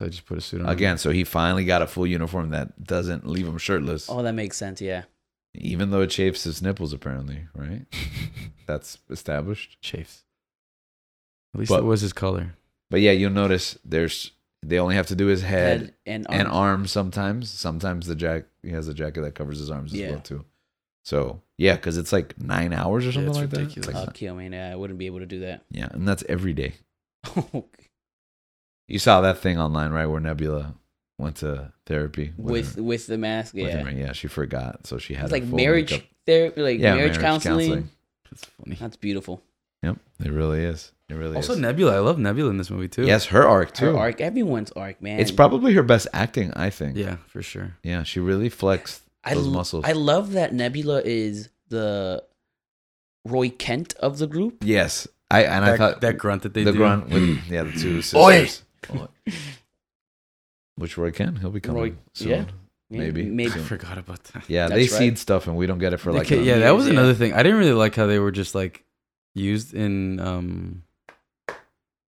[SPEAKER 2] I just put a suit on
[SPEAKER 1] again so he finally got a full uniform that doesn't leave him shirtless
[SPEAKER 3] Oh, that makes sense. Yeah,
[SPEAKER 1] even though it chafes his nipples apparently right that's established
[SPEAKER 2] Chafes. At least
[SPEAKER 1] But-
[SPEAKER 2] it was his color.
[SPEAKER 1] but yeah you'll notice there's they only have to do his head
[SPEAKER 3] head and
[SPEAKER 1] and
[SPEAKER 3] arms.
[SPEAKER 1] arms sometimes. Sometimes the jack he has a jacket that covers his arms
[SPEAKER 3] Yeah.
[SPEAKER 1] as well too. So yeah, because it's like nine hours or
[SPEAKER 2] Yeah,
[SPEAKER 1] something
[SPEAKER 2] it's
[SPEAKER 1] like
[SPEAKER 2] ridiculous.
[SPEAKER 1] that. It's
[SPEAKER 3] Oh,
[SPEAKER 1] like-
[SPEAKER 3] kill me! Yeah, I wouldn't be able to do that.
[SPEAKER 1] yeah, and that's every day. You saw that thing online, right? Where Nebula went to therapy
[SPEAKER 3] with
[SPEAKER 1] her-
[SPEAKER 3] with the mask,
[SPEAKER 1] with
[SPEAKER 3] yeah.
[SPEAKER 1] him, right? yeah, she forgot, so she had
[SPEAKER 3] It's
[SPEAKER 1] her
[SPEAKER 3] like
[SPEAKER 1] full
[SPEAKER 3] marriage
[SPEAKER 1] makeup-
[SPEAKER 3] therapy, like
[SPEAKER 1] yeah,
[SPEAKER 3] marriage, counseling.
[SPEAKER 2] That's funny.
[SPEAKER 3] That's beautiful.
[SPEAKER 1] Yep, it really is. It really
[SPEAKER 2] Also,
[SPEAKER 1] is.
[SPEAKER 2] Nebula. I love Nebula in this movie too.
[SPEAKER 1] yes, her arc too.
[SPEAKER 3] Her arc, everyone's arc, man.
[SPEAKER 1] It's probably her best acting, I think.
[SPEAKER 2] Yeah, for sure.
[SPEAKER 1] yeah, she really flexed
[SPEAKER 3] I
[SPEAKER 1] those
[SPEAKER 3] l-
[SPEAKER 1] muscles.
[SPEAKER 3] I love that Nebula is the Roy Kent of the group.
[SPEAKER 1] yes, I and
[SPEAKER 2] that,
[SPEAKER 1] I thought
[SPEAKER 2] that grunt that they
[SPEAKER 1] the
[SPEAKER 2] do.
[SPEAKER 1] grunt with yeah the two
[SPEAKER 3] Oi!
[SPEAKER 1] sisters. Oi. Which Roy can he'll be coming
[SPEAKER 3] Roy-
[SPEAKER 1] soon.
[SPEAKER 3] yeah. Yeah,
[SPEAKER 1] Maybe.
[SPEAKER 3] maybe.
[SPEAKER 2] I forgot about that.
[SPEAKER 1] Yeah,
[SPEAKER 3] That's
[SPEAKER 1] they
[SPEAKER 3] right.
[SPEAKER 1] seed stuff and we don't get it for like
[SPEAKER 2] Okay,
[SPEAKER 1] a-
[SPEAKER 2] yeah, that
[SPEAKER 3] years,
[SPEAKER 2] was
[SPEAKER 3] yeah.
[SPEAKER 2] another thing. I didn't really like how they were just like used in um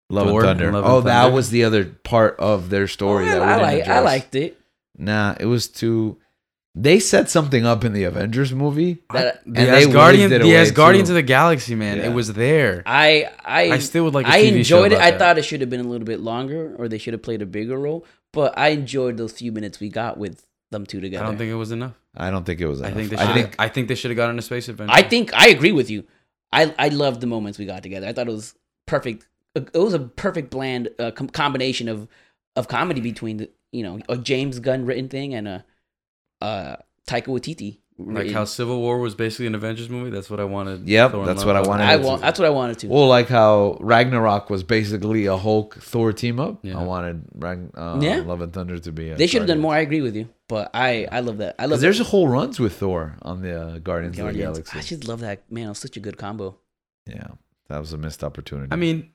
[SPEAKER 1] Love
[SPEAKER 2] Thor
[SPEAKER 1] and Thunder.
[SPEAKER 2] and Love and
[SPEAKER 1] oh, that
[SPEAKER 2] Thunder.
[SPEAKER 1] was the other part of their story. that
[SPEAKER 3] Oh,
[SPEAKER 1] we
[SPEAKER 3] I, I
[SPEAKER 1] didn't
[SPEAKER 3] like. I
[SPEAKER 1] address.
[SPEAKER 3] liked it.
[SPEAKER 1] Nah, it was too. They set something up in the Avengers movie.
[SPEAKER 3] That-
[SPEAKER 2] the
[SPEAKER 1] and they
[SPEAKER 2] Asgardian,
[SPEAKER 1] waved it
[SPEAKER 2] the
[SPEAKER 1] away,
[SPEAKER 2] Asgardians
[SPEAKER 1] too.
[SPEAKER 2] of the Galaxy, man.
[SPEAKER 1] Yeah.
[SPEAKER 2] It was there. I,
[SPEAKER 3] I I
[SPEAKER 2] still would like. a
[SPEAKER 3] I
[SPEAKER 2] TV show
[SPEAKER 3] enjoyed it.
[SPEAKER 2] about
[SPEAKER 3] I
[SPEAKER 2] that.
[SPEAKER 3] thought it should have been a little bit longer, or they should have played a bigger role. But I enjoyed those few minutes we got with them two
[SPEAKER 2] I
[SPEAKER 3] together.
[SPEAKER 2] don't think it was enough.
[SPEAKER 1] I don't think it was.
[SPEAKER 2] I
[SPEAKER 1] enough.
[SPEAKER 2] think they should.
[SPEAKER 1] I think
[SPEAKER 2] I think they should have gotten a space adventure.
[SPEAKER 3] I think I agree with you. I I loved the moments we got together. I thought it was perfect. It was a perfect bland uh, com- combination of of comedy between the, you know a James Gunn written thing and a uh, Taika Waititi.
[SPEAKER 2] like
[SPEAKER 3] written.
[SPEAKER 2] how Civil War was basically an Avengers movie. That's what I wanted.
[SPEAKER 1] Yep,
[SPEAKER 2] Thor and
[SPEAKER 1] that's
[SPEAKER 2] Love
[SPEAKER 1] what I
[SPEAKER 2] to be.
[SPEAKER 1] wanted
[SPEAKER 3] I want. That's what I wanted to.
[SPEAKER 1] well, like how Ragnarok was basically a Hulk Thor team up.
[SPEAKER 2] Yeah.
[SPEAKER 1] I wanted Ragn- uh,
[SPEAKER 3] Yeah.
[SPEAKER 1] Love and Thunder to be.
[SPEAKER 3] they should have done more. I agree with you, but I I love that. I love
[SPEAKER 1] Because there's whole runs with Thor on the uh, Guardians,
[SPEAKER 3] Guardians.
[SPEAKER 1] of the Galaxy.
[SPEAKER 3] I should love that man. It was such a good combo.
[SPEAKER 1] Yeah, that was a missed opportunity.
[SPEAKER 2] I mean,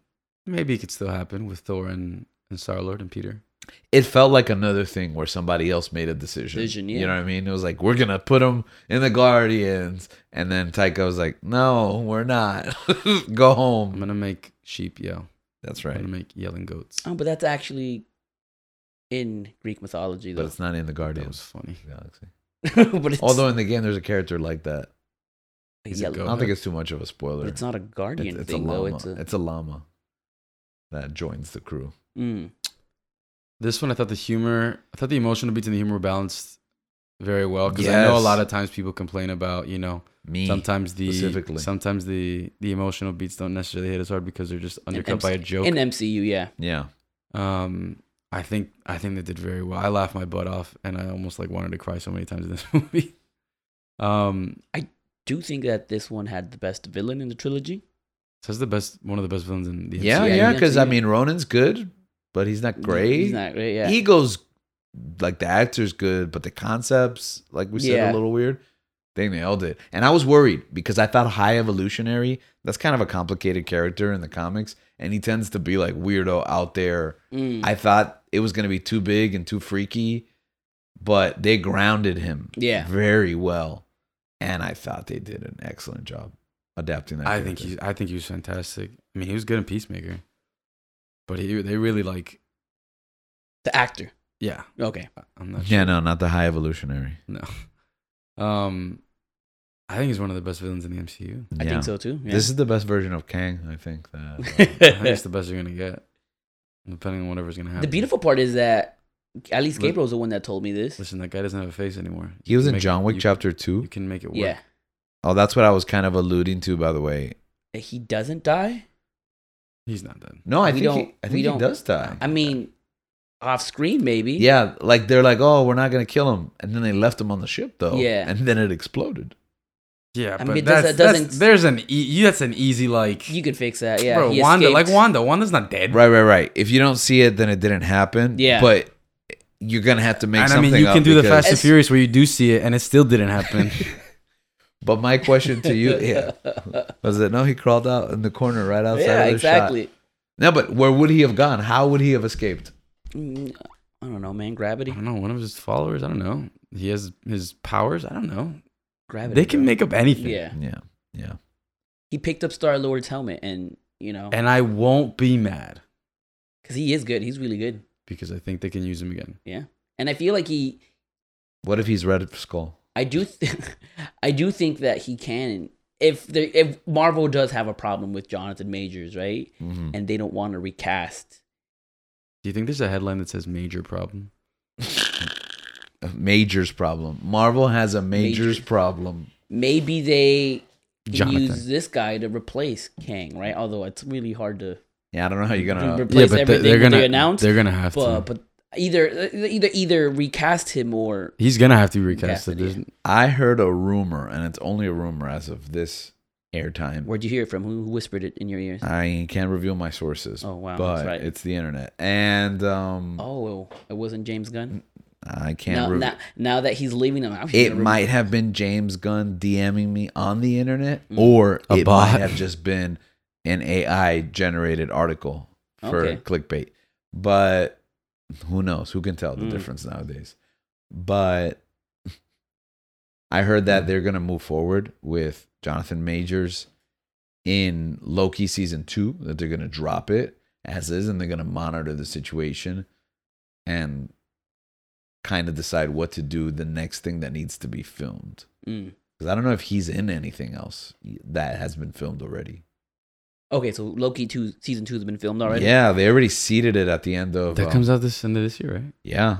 [SPEAKER 2] maybe it could still happen with Thor and, and Star Lord and Peter.
[SPEAKER 1] it felt like another thing where somebody else made a decision.
[SPEAKER 3] Decision, yeah.
[SPEAKER 1] You know what I mean? It was like we're gonna put him in the Guardians, and then Taika was like, "No, we're not. Go
[SPEAKER 2] I'm
[SPEAKER 1] home."
[SPEAKER 2] gonna make sheep yell.
[SPEAKER 1] That's
[SPEAKER 2] I'm
[SPEAKER 1] right.
[SPEAKER 2] gonna make yelling goats.
[SPEAKER 3] Oh, but that's actually in Greek mythology,
[SPEAKER 1] But
[SPEAKER 3] though.
[SPEAKER 1] it's not in the
[SPEAKER 2] That was
[SPEAKER 1] Guardians
[SPEAKER 2] funny.
[SPEAKER 1] of the Galaxy.
[SPEAKER 3] But it's,
[SPEAKER 1] Although in the game there's a character like that.
[SPEAKER 3] a
[SPEAKER 2] is it
[SPEAKER 3] yellow-
[SPEAKER 1] I
[SPEAKER 2] goat?
[SPEAKER 1] don't think it's too much of a
[SPEAKER 3] but
[SPEAKER 1] spoiler.
[SPEAKER 3] it's not a guardian
[SPEAKER 1] It's- it's
[SPEAKER 3] thing,
[SPEAKER 1] a
[SPEAKER 3] though.
[SPEAKER 1] llama.
[SPEAKER 3] It's a.
[SPEAKER 1] llama that joins the crew.
[SPEAKER 3] Mm.
[SPEAKER 2] This one, I thought the humor, I thought the emotional beats and the humor were balanced very well because I know a
[SPEAKER 1] Yes.
[SPEAKER 2] lot of times people complain about you know
[SPEAKER 1] Me.
[SPEAKER 2] sometimes the
[SPEAKER 1] E, specifically.
[SPEAKER 2] sometimes the the emotional beats don't necessarily hit as hard because they're just undercut
[SPEAKER 3] MC
[SPEAKER 2] by a joke.
[SPEAKER 3] In MCU, yeah.
[SPEAKER 1] Yeah.
[SPEAKER 2] um, I think I think they did very well. I laughed my butt off and I almost like wanted to cry so many times in this movie. Um,
[SPEAKER 3] Do you think that this one had the best villain in the trilogy?
[SPEAKER 2] so that's the best one of the best villains in the
[SPEAKER 1] Yeah,
[SPEAKER 3] Yeah,
[SPEAKER 2] MCU.
[SPEAKER 1] yeah.
[SPEAKER 3] you
[SPEAKER 1] Because
[SPEAKER 3] have
[SPEAKER 1] I
[SPEAKER 3] to-
[SPEAKER 1] mean, Ronan's good, but he's not great.
[SPEAKER 3] He's not great, yeah.
[SPEAKER 1] Ego's like the actor's good, but the concepts, like we said,
[SPEAKER 3] Yeah.
[SPEAKER 1] a little weird. They nailed it. And I was worried because I thought High Evolutionary, that's kind of a complicated character in the comics. And he tends to be like weirdo out there.
[SPEAKER 3] Mm.
[SPEAKER 1] I thought it was going to be too big and too freaky, but they grounded him
[SPEAKER 3] Yeah.
[SPEAKER 1] very well. And I thought they did an excellent job adapting that.
[SPEAKER 2] I think
[SPEAKER 1] character.
[SPEAKER 2] he's I think he was fantastic. I mean, he was good in Peacemaker, but he they really like
[SPEAKER 3] the actor.
[SPEAKER 2] yeah.
[SPEAKER 3] Okay.
[SPEAKER 2] I- I'm not
[SPEAKER 1] Yeah, no, not the High Evolutionary.
[SPEAKER 2] sure. Um, I think he's one of the best villains in the MCU.
[SPEAKER 3] I
[SPEAKER 1] Yeah.
[SPEAKER 3] think so too. Yeah.
[SPEAKER 1] This is the best version of Kang, I think. That,
[SPEAKER 2] I think it's the best you're gonna get, depending on whatever's gonna happen.
[SPEAKER 3] the beautiful part is that at least
[SPEAKER 2] Look-
[SPEAKER 3] Gabriel's the one that told me this.
[SPEAKER 2] Listen, that guy doesn't have a face anymore.
[SPEAKER 1] he was
[SPEAKER 2] You
[SPEAKER 1] in
[SPEAKER 2] make-
[SPEAKER 1] John Wick
[SPEAKER 2] you-
[SPEAKER 1] Chapter 2.
[SPEAKER 2] You can make it work.
[SPEAKER 3] Yeah.
[SPEAKER 1] Oh, that's what I was kind of alluding to, by the way.
[SPEAKER 3] That He doesn't die?
[SPEAKER 2] he's not done.
[SPEAKER 1] No, I
[SPEAKER 3] We
[SPEAKER 1] think
[SPEAKER 3] don't-
[SPEAKER 1] he, I
[SPEAKER 3] we
[SPEAKER 1] think he
[SPEAKER 3] don't-
[SPEAKER 1] does die.
[SPEAKER 3] I mean, off screen maybe.
[SPEAKER 1] yeah, like they're like, oh, we're not gonna kill him, and then they left him on the ship though.
[SPEAKER 3] Yeah.
[SPEAKER 1] and then it exploded.
[SPEAKER 2] Yeah,
[SPEAKER 3] I
[SPEAKER 2] but
[SPEAKER 3] mean, it does- that
[SPEAKER 2] that's, that's-
[SPEAKER 3] doesn't-
[SPEAKER 2] there's an e- you- that's an easy like
[SPEAKER 3] You could fix that. Yeah.
[SPEAKER 2] bro
[SPEAKER 3] he
[SPEAKER 2] Wanda
[SPEAKER 3] escaped.
[SPEAKER 2] like Wanda Wanda's not dead.
[SPEAKER 1] Right, right, right. If you don't see it, then it didn't happen.
[SPEAKER 3] Yeah.
[SPEAKER 1] but you're gonna have to make
[SPEAKER 2] and I
[SPEAKER 1] something.
[SPEAKER 2] mean, you
[SPEAKER 1] up
[SPEAKER 2] can do the
[SPEAKER 1] because-
[SPEAKER 2] Fast and Furious where you do see it, and it still didn't happen.
[SPEAKER 1] But my question to you, yeah, was that no? He crawled out in the corner right outside.
[SPEAKER 3] yeah,
[SPEAKER 1] of the Shot.
[SPEAKER 3] exactly.
[SPEAKER 1] No, but where would he have gone? How would he have escaped?
[SPEAKER 3] Mm, I don't know, man.
[SPEAKER 2] I
[SPEAKER 3] Gravity,
[SPEAKER 2] don't know. One of his followers. I don't know. He has his powers. I don't know.
[SPEAKER 3] gravity.
[SPEAKER 2] They can
[SPEAKER 3] bro.
[SPEAKER 2] make up anything.
[SPEAKER 3] Yeah,
[SPEAKER 1] Yeah, yeah.
[SPEAKER 3] he picked up Star Lord's helmet, and you know,
[SPEAKER 2] And I won't be mad
[SPEAKER 3] because he is good. He's really good,
[SPEAKER 2] because I think they can use him again.
[SPEAKER 3] and I feel like he
[SPEAKER 1] What if he's Red Skull?
[SPEAKER 3] I do, th- I do think that he can. If there, if Marvel does have a problem with Jonathan Majors, right,
[SPEAKER 1] Mhm.
[SPEAKER 3] and they don't want to recast,
[SPEAKER 2] Do you think there's a headline that says major problem?
[SPEAKER 1] A Majors problem. Marvel has a majors
[SPEAKER 3] Major.
[SPEAKER 1] problem.
[SPEAKER 3] maybe they can
[SPEAKER 2] Jonathan.
[SPEAKER 3] use this guy to replace Kang, right? Although it's really hard to
[SPEAKER 1] Yeah, I don't know how you're gonna.
[SPEAKER 3] replace everything
[SPEAKER 2] they're
[SPEAKER 3] that
[SPEAKER 2] gonna
[SPEAKER 3] they announced.
[SPEAKER 2] They're gonna have
[SPEAKER 3] But,
[SPEAKER 2] to.
[SPEAKER 3] but either either either recast him or
[SPEAKER 2] He's gonna have to be recasted.
[SPEAKER 3] Cassidy.
[SPEAKER 2] There's-
[SPEAKER 1] I heard a rumor, and it's only a rumor as of this airtime.
[SPEAKER 3] where'd you hear it from? Who who whispered it in your ears?
[SPEAKER 1] I can't reveal my sources,
[SPEAKER 3] Oh wow,
[SPEAKER 1] but
[SPEAKER 3] that's right.
[SPEAKER 1] it's the internet, and um,
[SPEAKER 3] oh, well, it wasn't James Gunn.
[SPEAKER 1] I can't.
[SPEAKER 3] Now,
[SPEAKER 1] reveal.
[SPEAKER 3] now, now that he's leaving, I'm actually
[SPEAKER 1] it
[SPEAKER 3] gonna re-
[SPEAKER 1] might have been James Gunn DMing me on the internet,
[SPEAKER 3] Mm.
[SPEAKER 1] or
[SPEAKER 2] A
[SPEAKER 1] it
[SPEAKER 2] bot.
[SPEAKER 1] might have just been an AI generated article for
[SPEAKER 3] Okay.
[SPEAKER 1] clickbait. But who knows? Who can tell the
[SPEAKER 3] Mm.
[SPEAKER 1] difference nowadays? But I heard that they're gonna move forward with Jonathan Majors in Loki season two. That they're gonna drop it as is, and they're gonna monitor the situation and kind of decide what to do the next thing that needs to be filmed.
[SPEAKER 3] Mm.
[SPEAKER 1] Because I don't know if he's in anything else that has been filmed already.
[SPEAKER 3] Okay, so Loki two season two has been filmed already.
[SPEAKER 1] Yeah, they already seeded it at the end of.
[SPEAKER 2] that
[SPEAKER 1] um,
[SPEAKER 2] comes out this end of this year, right?
[SPEAKER 1] yeah,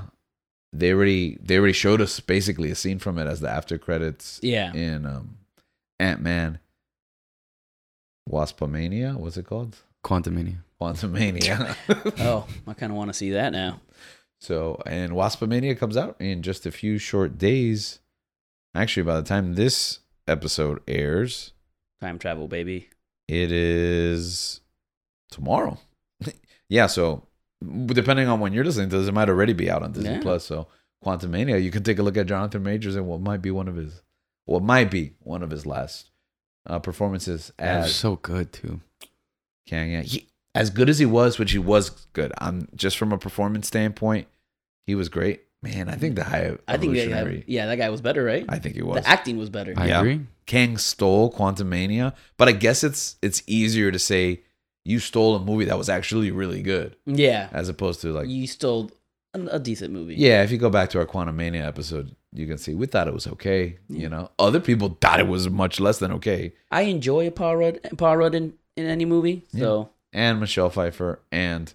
[SPEAKER 1] they already they already showed us basically a scene from it as the after credits
[SPEAKER 3] yeah.
[SPEAKER 1] in um, Ant Man. Waspomania, what's it called?
[SPEAKER 2] Quantum Mania.
[SPEAKER 1] Quantumania.
[SPEAKER 3] Oh, I kind of want to see that now.
[SPEAKER 1] So, and Waspamania comes out in just a few short days. Actually, by the time this episode airs,
[SPEAKER 3] Time travel, baby.
[SPEAKER 1] it is tomorrow. yeah, so depending on when you're listening to this, it might already be out on Disney
[SPEAKER 3] Yeah.
[SPEAKER 1] Plus. So, Quantum Mania, you can take a look at Jonathan Majors and what might be one of his, what might be one of his last uh, performances
[SPEAKER 2] That was
[SPEAKER 1] as
[SPEAKER 2] so good too.
[SPEAKER 1] Kang. Yeah, he, as good as he was, which he was good. I'm just from a performance standpoint, he was great. Man, I think the high
[SPEAKER 3] I think that
[SPEAKER 1] evolutionary.
[SPEAKER 3] guy, yeah, that guy was better, right?
[SPEAKER 1] I think he was.
[SPEAKER 3] The acting was better.
[SPEAKER 2] I
[SPEAKER 1] Yeah.
[SPEAKER 2] agree.
[SPEAKER 1] Kang stole Quantum Mania, but I guess it's it's easier to say you stole a movie that was actually really good
[SPEAKER 3] yeah,
[SPEAKER 1] as opposed to like
[SPEAKER 3] you stole a, a decent movie.
[SPEAKER 1] yeah. If you go back to our Quantum Mania episode, you can see we thought it was okay. You know, other people thought it was much less than okay.
[SPEAKER 3] I enjoy Paul Rudd, Paul Rudd in, in any movie. So
[SPEAKER 1] And Michelle Pfeiffer and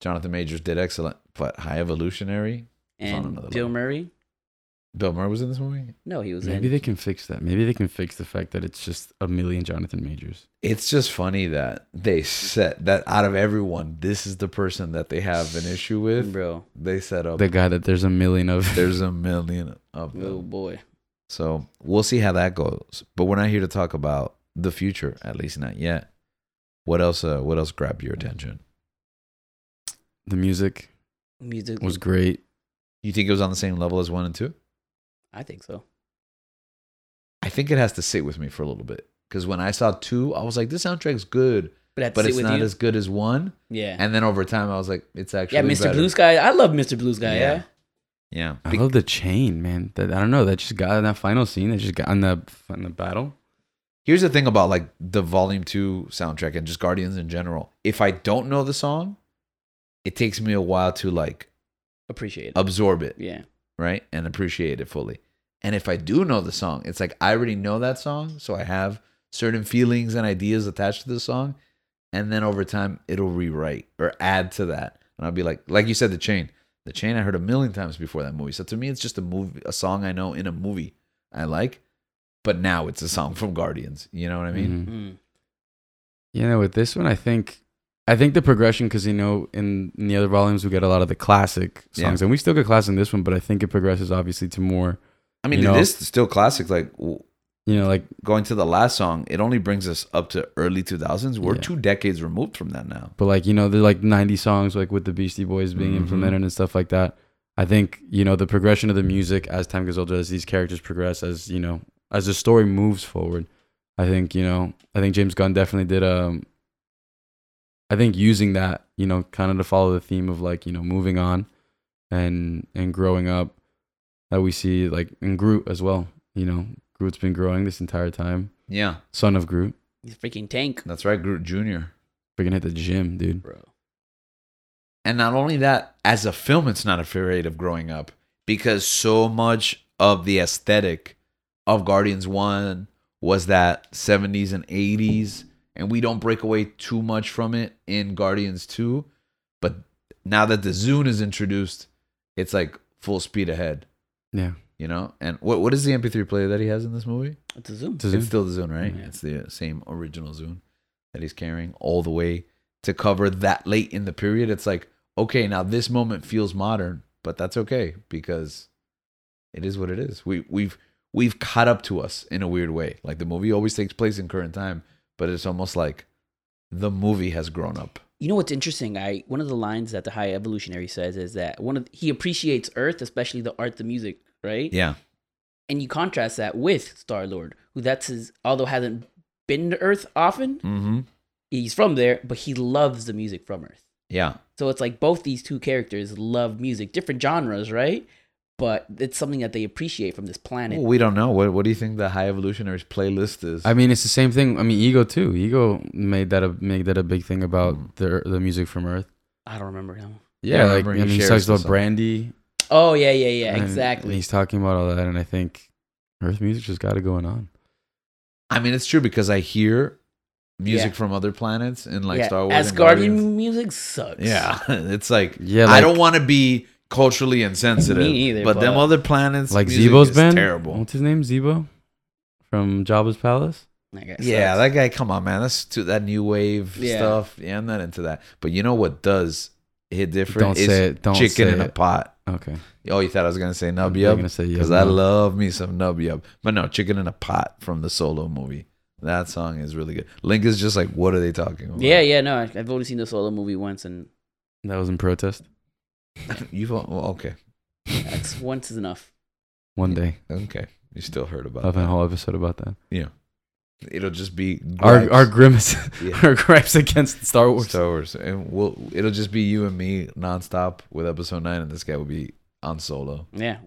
[SPEAKER 1] Jonathan Majors did excellent, but High Evolutionary. It's on
[SPEAKER 3] and
[SPEAKER 1] another
[SPEAKER 3] Bill
[SPEAKER 1] level.
[SPEAKER 3] Murray,
[SPEAKER 1] Bill Murray was in this movie.
[SPEAKER 3] no, he was
[SPEAKER 2] Maybe
[SPEAKER 3] in.
[SPEAKER 2] they can fix that. Maybe they can fix the fact that it's just a million Jonathan Majors.
[SPEAKER 1] It's just funny that they said that out of everyone, this is the person that they have an issue with.
[SPEAKER 3] bro.
[SPEAKER 1] They set up
[SPEAKER 2] The guy that there's a million of.
[SPEAKER 1] there's a million of
[SPEAKER 3] Oh
[SPEAKER 1] them.
[SPEAKER 3] boy.
[SPEAKER 1] So we'll see how that goes. But we're not here to talk about the future, at least not yet. What else? Uh, what else grabbed your attention?
[SPEAKER 2] The music
[SPEAKER 3] Music
[SPEAKER 2] was great.
[SPEAKER 1] You think it was on the same level as one and two?
[SPEAKER 3] I think so.
[SPEAKER 1] I think it has to sit with me for a little bit because when I saw two, I was like, "This soundtrack's good,
[SPEAKER 3] But,
[SPEAKER 1] but it's
[SPEAKER 3] with
[SPEAKER 1] not
[SPEAKER 3] you.
[SPEAKER 1] as good as one."
[SPEAKER 3] yeah.
[SPEAKER 1] And then over time, I was like, "It's actually
[SPEAKER 3] yeah, Mr.
[SPEAKER 1] better."
[SPEAKER 3] Blue Sky. I love Mr. Blue Sky.
[SPEAKER 1] Yeah.
[SPEAKER 3] Yeah.
[SPEAKER 1] Yeah,
[SPEAKER 2] I
[SPEAKER 1] Be-
[SPEAKER 2] love the chain, man. That I don't know. That just got in that final scene. That just got in the in the battle.
[SPEAKER 1] here's the thing about like the volume 2 soundtrack and just guardians in general if i don't know the song it takes me a while to like
[SPEAKER 3] Appreciate it.
[SPEAKER 1] absorb it
[SPEAKER 3] yeah.
[SPEAKER 1] right and appreciate it fully and if i do know the song it's like i already know that song so i have certain feelings and ideas attached to the song and then over time it'll rewrite or add to that and i'll be like like you said the chain the chain i heard a million times before that movie so to me it's just a movie a song i know in a movie i like but now it's a song from guardians you know what i mean
[SPEAKER 2] Mhm.
[SPEAKER 3] Mm.
[SPEAKER 2] You know, with this one, I think, I think the progression because you know in, in the other volumes we get a lot of the classic
[SPEAKER 1] Yeah.
[SPEAKER 2] songs, and we still get classic in this one, but I think it progresses obviously to more.
[SPEAKER 1] I mean,
[SPEAKER 2] you know?
[SPEAKER 1] it is still classic. Like w-
[SPEAKER 2] You know, like
[SPEAKER 1] going to the last song, it only brings us up to early 2000s. We're
[SPEAKER 2] Yeah.
[SPEAKER 1] two decades removed from that now.
[SPEAKER 2] but like you know, they're like ninety songs like with the Beastie Boys being
[SPEAKER 1] Mhm.
[SPEAKER 2] implemented and stuff like that. I think you know the progression of the music as time goes older, as these characters progress, as you know, as the story moves forward. I think you know, I think James Gunn definitely did. Um, I think using that, you know, kind of to follow the theme of like you know moving on, and and growing up, that we see like in Groot as well. You know, Groot's been growing this entire time.
[SPEAKER 1] Yeah,
[SPEAKER 2] Son of Groot,
[SPEAKER 3] He's a freaking tank,
[SPEAKER 1] that's right, Groot Junior.
[SPEAKER 2] freaking hit the gym, dude.
[SPEAKER 3] bro.
[SPEAKER 1] And not only that, as a film, it's not afraid of growing up because so much of the aesthetic of Guardians 1 was that 70s and 80s. And we don't break away too much from it in Guardians 2. But now that the Zune is introduced, it's like full speed ahead,
[SPEAKER 2] Yeah,
[SPEAKER 1] you know? And what, what is the MP3 player that he has in this movie?
[SPEAKER 3] It's a zoom.
[SPEAKER 2] It's a Zune.
[SPEAKER 1] It's still the Zune, right?
[SPEAKER 3] Yeah.
[SPEAKER 1] It's the same original Zune that he's carrying all the way to cover that late in the period. It's like, okay, now this moment feels modern, but that's okay because it is what it is. We we've we've caught up to us in a weird way. Like the movie always takes place in current time, but it's almost like the movie has grown up.
[SPEAKER 3] You know what's interesting? I one of the lines that the high evolutionary says is that one of he appreciates Earth, especially the art, the music, right?
[SPEAKER 1] Yeah.
[SPEAKER 3] And you contrast that with Star Lord, who that's his although hasn't been to Earth often,
[SPEAKER 1] Mm-hmm.
[SPEAKER 3] he's from there, but he loves the music from Earth.
[SPEAKER 1] Yeah.
[SPEAKER 3] So it's like both these two characters love music, different genres, right? But it's something that they appreciate from this planet.
[SPEAKER 1] Well, we don't know. What what do you think the High Evolutionaries playlist is?
[SPEAKER 2] I mean, it's the same thing. I mean, Ego too. Ego made that a made that a big thing about the the music from Earth.
[SPEAKER 3] I don't remember him.
[SPEAKER 1] Mm. Yeah,
[SPEAKER 2] Yeah,
[SPEAKER 1] I
[SPEAKER 2] like
[SPEAKER 1] remember
[SPEAKER 2] I
[SPEAKER 1] he
[SPEAKER 2] mean, he
[SPEAKER 1] shares
[SPEAKER 2] talks
[SPEAKER 1] the
[SPEAKER 2] about
[SPEAKER 1] song.
[SPEAKER 2] Brandy.
[SPEAKER 3] Oh yeah, yeah, yeah,
[SPEAKER 2] and- and
[SPEAKER 3] exactly.
[SPEAKER 2] he's talking about all that, and I think Earth music just got it going on.
[SPEAKER 1] I mean, it's true because I hear music
[SPEAKER 3] Yeah.
[SPEAKER 1] from other planets in like
[SPEAKER 3] yeah,
[SPEAKER 1] Star Wars. and Guardians.
[SPEAKER 3] Asgardian music sucks.
[SPEAKER 1] Yeah, it's like,
[SPEAKER 2] Yeah,
[SPEAKER 1] I
[SPEAKER 2] like-
[SPEAKER 1] don't want to be culturally insensitive.
[SPEAKER 3] Me neither,
[SPEAKER 1] but, them
[SPEAKER 3] but-
[SPEAKER 1] other planets,
[SPEAKER 2] Like
[SPEAKER 1] music
[SPEAKER 2] Zebo's
[SPEAKER 1] is
[SPEAKER 2] band.
[SPEAKER 1] terrible.
[SPEAKER 2] What's his name? Zebo from Jabba's palace.
[SPEAKER 3] That guy
[SPEAKER 1] Yeah,
[SPEAKER 3] sucks.
[SPEAKER 1] that guy. Come on, man. That's too, that new wave
[SPEAKER 3] Yeah.
[SPEAKER 1] stuff. Yeah, I'm not into that. But you know what does hit different?
[SPEAKER 2] Don't
[SPEAKER 1] is
[SPEAKER 2] say it. Don't
[SPEAKER 1] chicken
[SPEAKER 2] say
[SPEAKER 1] in a
[SPEAKER 2] it.
[SPEAKER 1] pot.
[SPEAKER 2] Okay,
[SPEAKER 1] Oh, you thought I was gonna say nub
[SPEAKER 2] You're gonna
[SPEAKER 1] yub
[SPEAKER 2] say
[SPEAKER 1] because
[SPEAKER 2] yeah,
[SPEAKER 1] I
[SPEAKER 2] no.
[SPEAKER 1] love me some nub yub. But no, chicken in a pot from the solo movie. That song is really good. Link is just like, what are they talking about?
[SPEAKER 3] yeah, yeah. No, I- I've only seen the solo movie once, and
[SPEAKER 2] that was in protest.
[SPEAKER 1] You've well, okay,
[SPEAKER 3] that's once is enough.
[SPEAKER 2] One day,
[SPEAKER 1] okay. You still heard about
[SPEAKER 2] I'll have a
[SPEAKER 1] that.
[SPEAKER 2] whole episode about that.
[SPEAKER 1] It'll just be
[SPEAKER 2] Our
[SPEAKER 1] gripes.
[SPEAKER 2] our grimace,
[SPEAKER 1] Yeah.
[SPEAKER 2] our gripes against Star Wars.
[SPEAKER 1] Star Wars, and we'll it'll just be you and me nonstop with episode nine, and this guy will be on solo.
[SPEAKER 3] Yeah,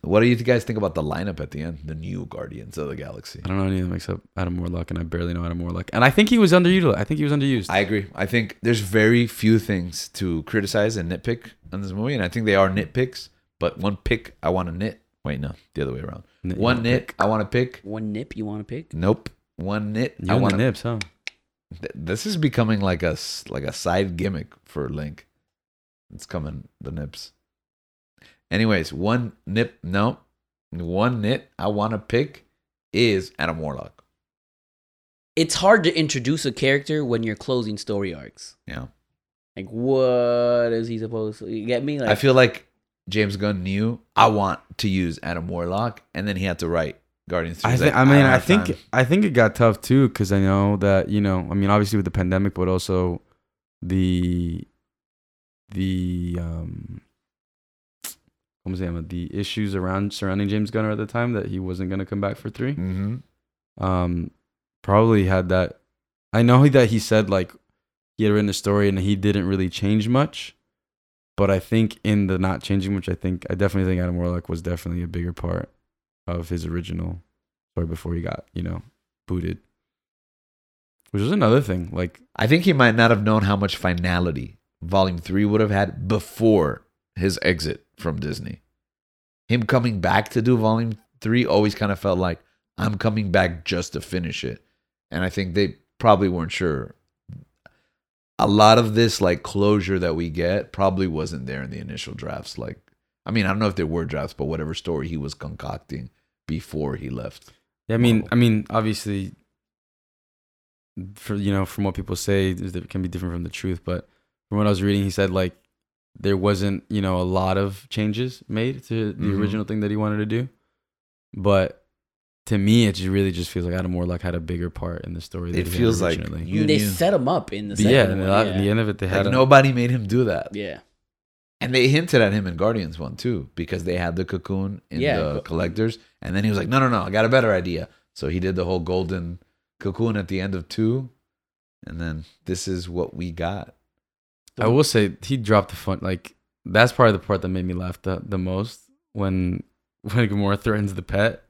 [SPEAKER 1] What do you guys think about the lineup at the end? The new Guardians of the Galaxy.
[SPEAKER 2] I don't know any of them except Adam Warlock, and I barely know Adam Warlock. And I think he was underutilized. I think he was underused.
[SPEAKER 1] I agree. I think there's very few things to criticize and nitpick on this movie, and I think they are nitpicks. But one pick I want to nit. Wait, no, the other way around.
[SPEAKER 2] N-
[SPEAKER 1] One nit I want to pick.
[SPEAKER 3] one nip you want to pick?
[SPEAKER 1] Nope. One nit
[SPEAKER 2] You
[SPEAKER 1] I
[SPEAKER 2] and
[SPEAKER 1] want
[SPEAKER 2] the
[SPEAKER 1] to.
[SPEAKER 2] nips, huh?
[SPEAKER 1] Th- this is becoming like a s- like a side gimmick for Link. It's coming the nips. Anyways, one nip no, one nit I want to pick is Adam Warlock.
[SPEAKER 3] It's hard to introduce a character when you're closing story arcs.
[SPEAKER 1] Yeah,
[SPEAKER 3] Like, what is he supposed to? You get me? Like,
[SPEAKER 1] I feel like James Gunn knew I want to use Adam Warlock, and then he had to write Guardians. 3.
[SPEAKER 2] I,
[SPEAKER 1] He's
[SPEAKER 2] think.
[SPEAKER 1] like, "Ah,
[SPEAKER 2] I mean,
[SPEAKER 1] don't
[SPEAKER 2] I,
[SPEAKER 1] have
[SPEAKER 2] think.
[SPEAKER 1] time.
[SPEAKER 2] I think it got tough too, because I know that you know. I mean, obviously with the pandemic, but also the the um, como se llama? the issues around surrounding James Gunner at the time that he wasn't gonna come back for three.
[SPEAKER 1] Mhm.
[SPEAKER 2] um probably had that i know that he said like he had written a story and he didn't really change much but i think in the not changing much i think i definitely think adam warlock was definitely a bigger part of his original story before he got you know booted which is another thing like
[SPEAKER 1] I think he might not have known how much finality Volume Three would have had before his exit from Disney. Him coming back to do Volume Three always kind of felt like I'm coming back just to finish it, and I think they probably weren't sure. A lot of this like closure that we get probably wasn't there in the initial drafts. Like, I mean, I don't know if there were drafts, but whatever story he was concocting before he left.
[SPEAKER 2] i mean
[SPEAKER 1] Marvel.
[SPEAKER 2] i mean obviously for you know from what people say it can be different from the truth but from what i was reading he said like there wasn't you know a lot of changes made to the
[SPEAKER 1] Mhm.
[SPEAKER 2] original thing that he wanted to do but to me it just really just feels like adam warlock had a bigger part in the story that
[SPEAKER 1] It
[SPEAKER 2] he had
[SPEAKER 1] feels like
[SPEAKER 2] originally.
[SPEAKER 1] you
[SPEAKER 3] they
[SPEAKER 1] knew.
[SPEAKER 3] set him up in the
[SPEAKER 2] But yeah
[SPEAKER 3] second
[SPEAKER 2] and
[SPEAKER 3] one,
[SPEAKER 2] at
[SPEAKER 3] yeah.
[SPEAKER 2] the end of it they
[SPEAKER 1] Like
[SPEAKER 2] had a-
[SPEAKER 1] nobody made him do that.
[SPEAKER 3] yeah.
[SPEAKER 1] And they hinted at him in Guardians one too, because they had the cocoon in
[SPEAKER 3] Yeah,
[SPEAKER 1] the
[SPEAKER 3] co-
[SPEAKER 1] collectors. And then he was like, No, no, no, I got a better idea. So he did the whole golden cocoon at the end of two. And then this is what we got.
[SPEAKER 2] I will say he dropped the fun. Like that's probably the part that made me laugh the, the most when when Gamora threatens the pet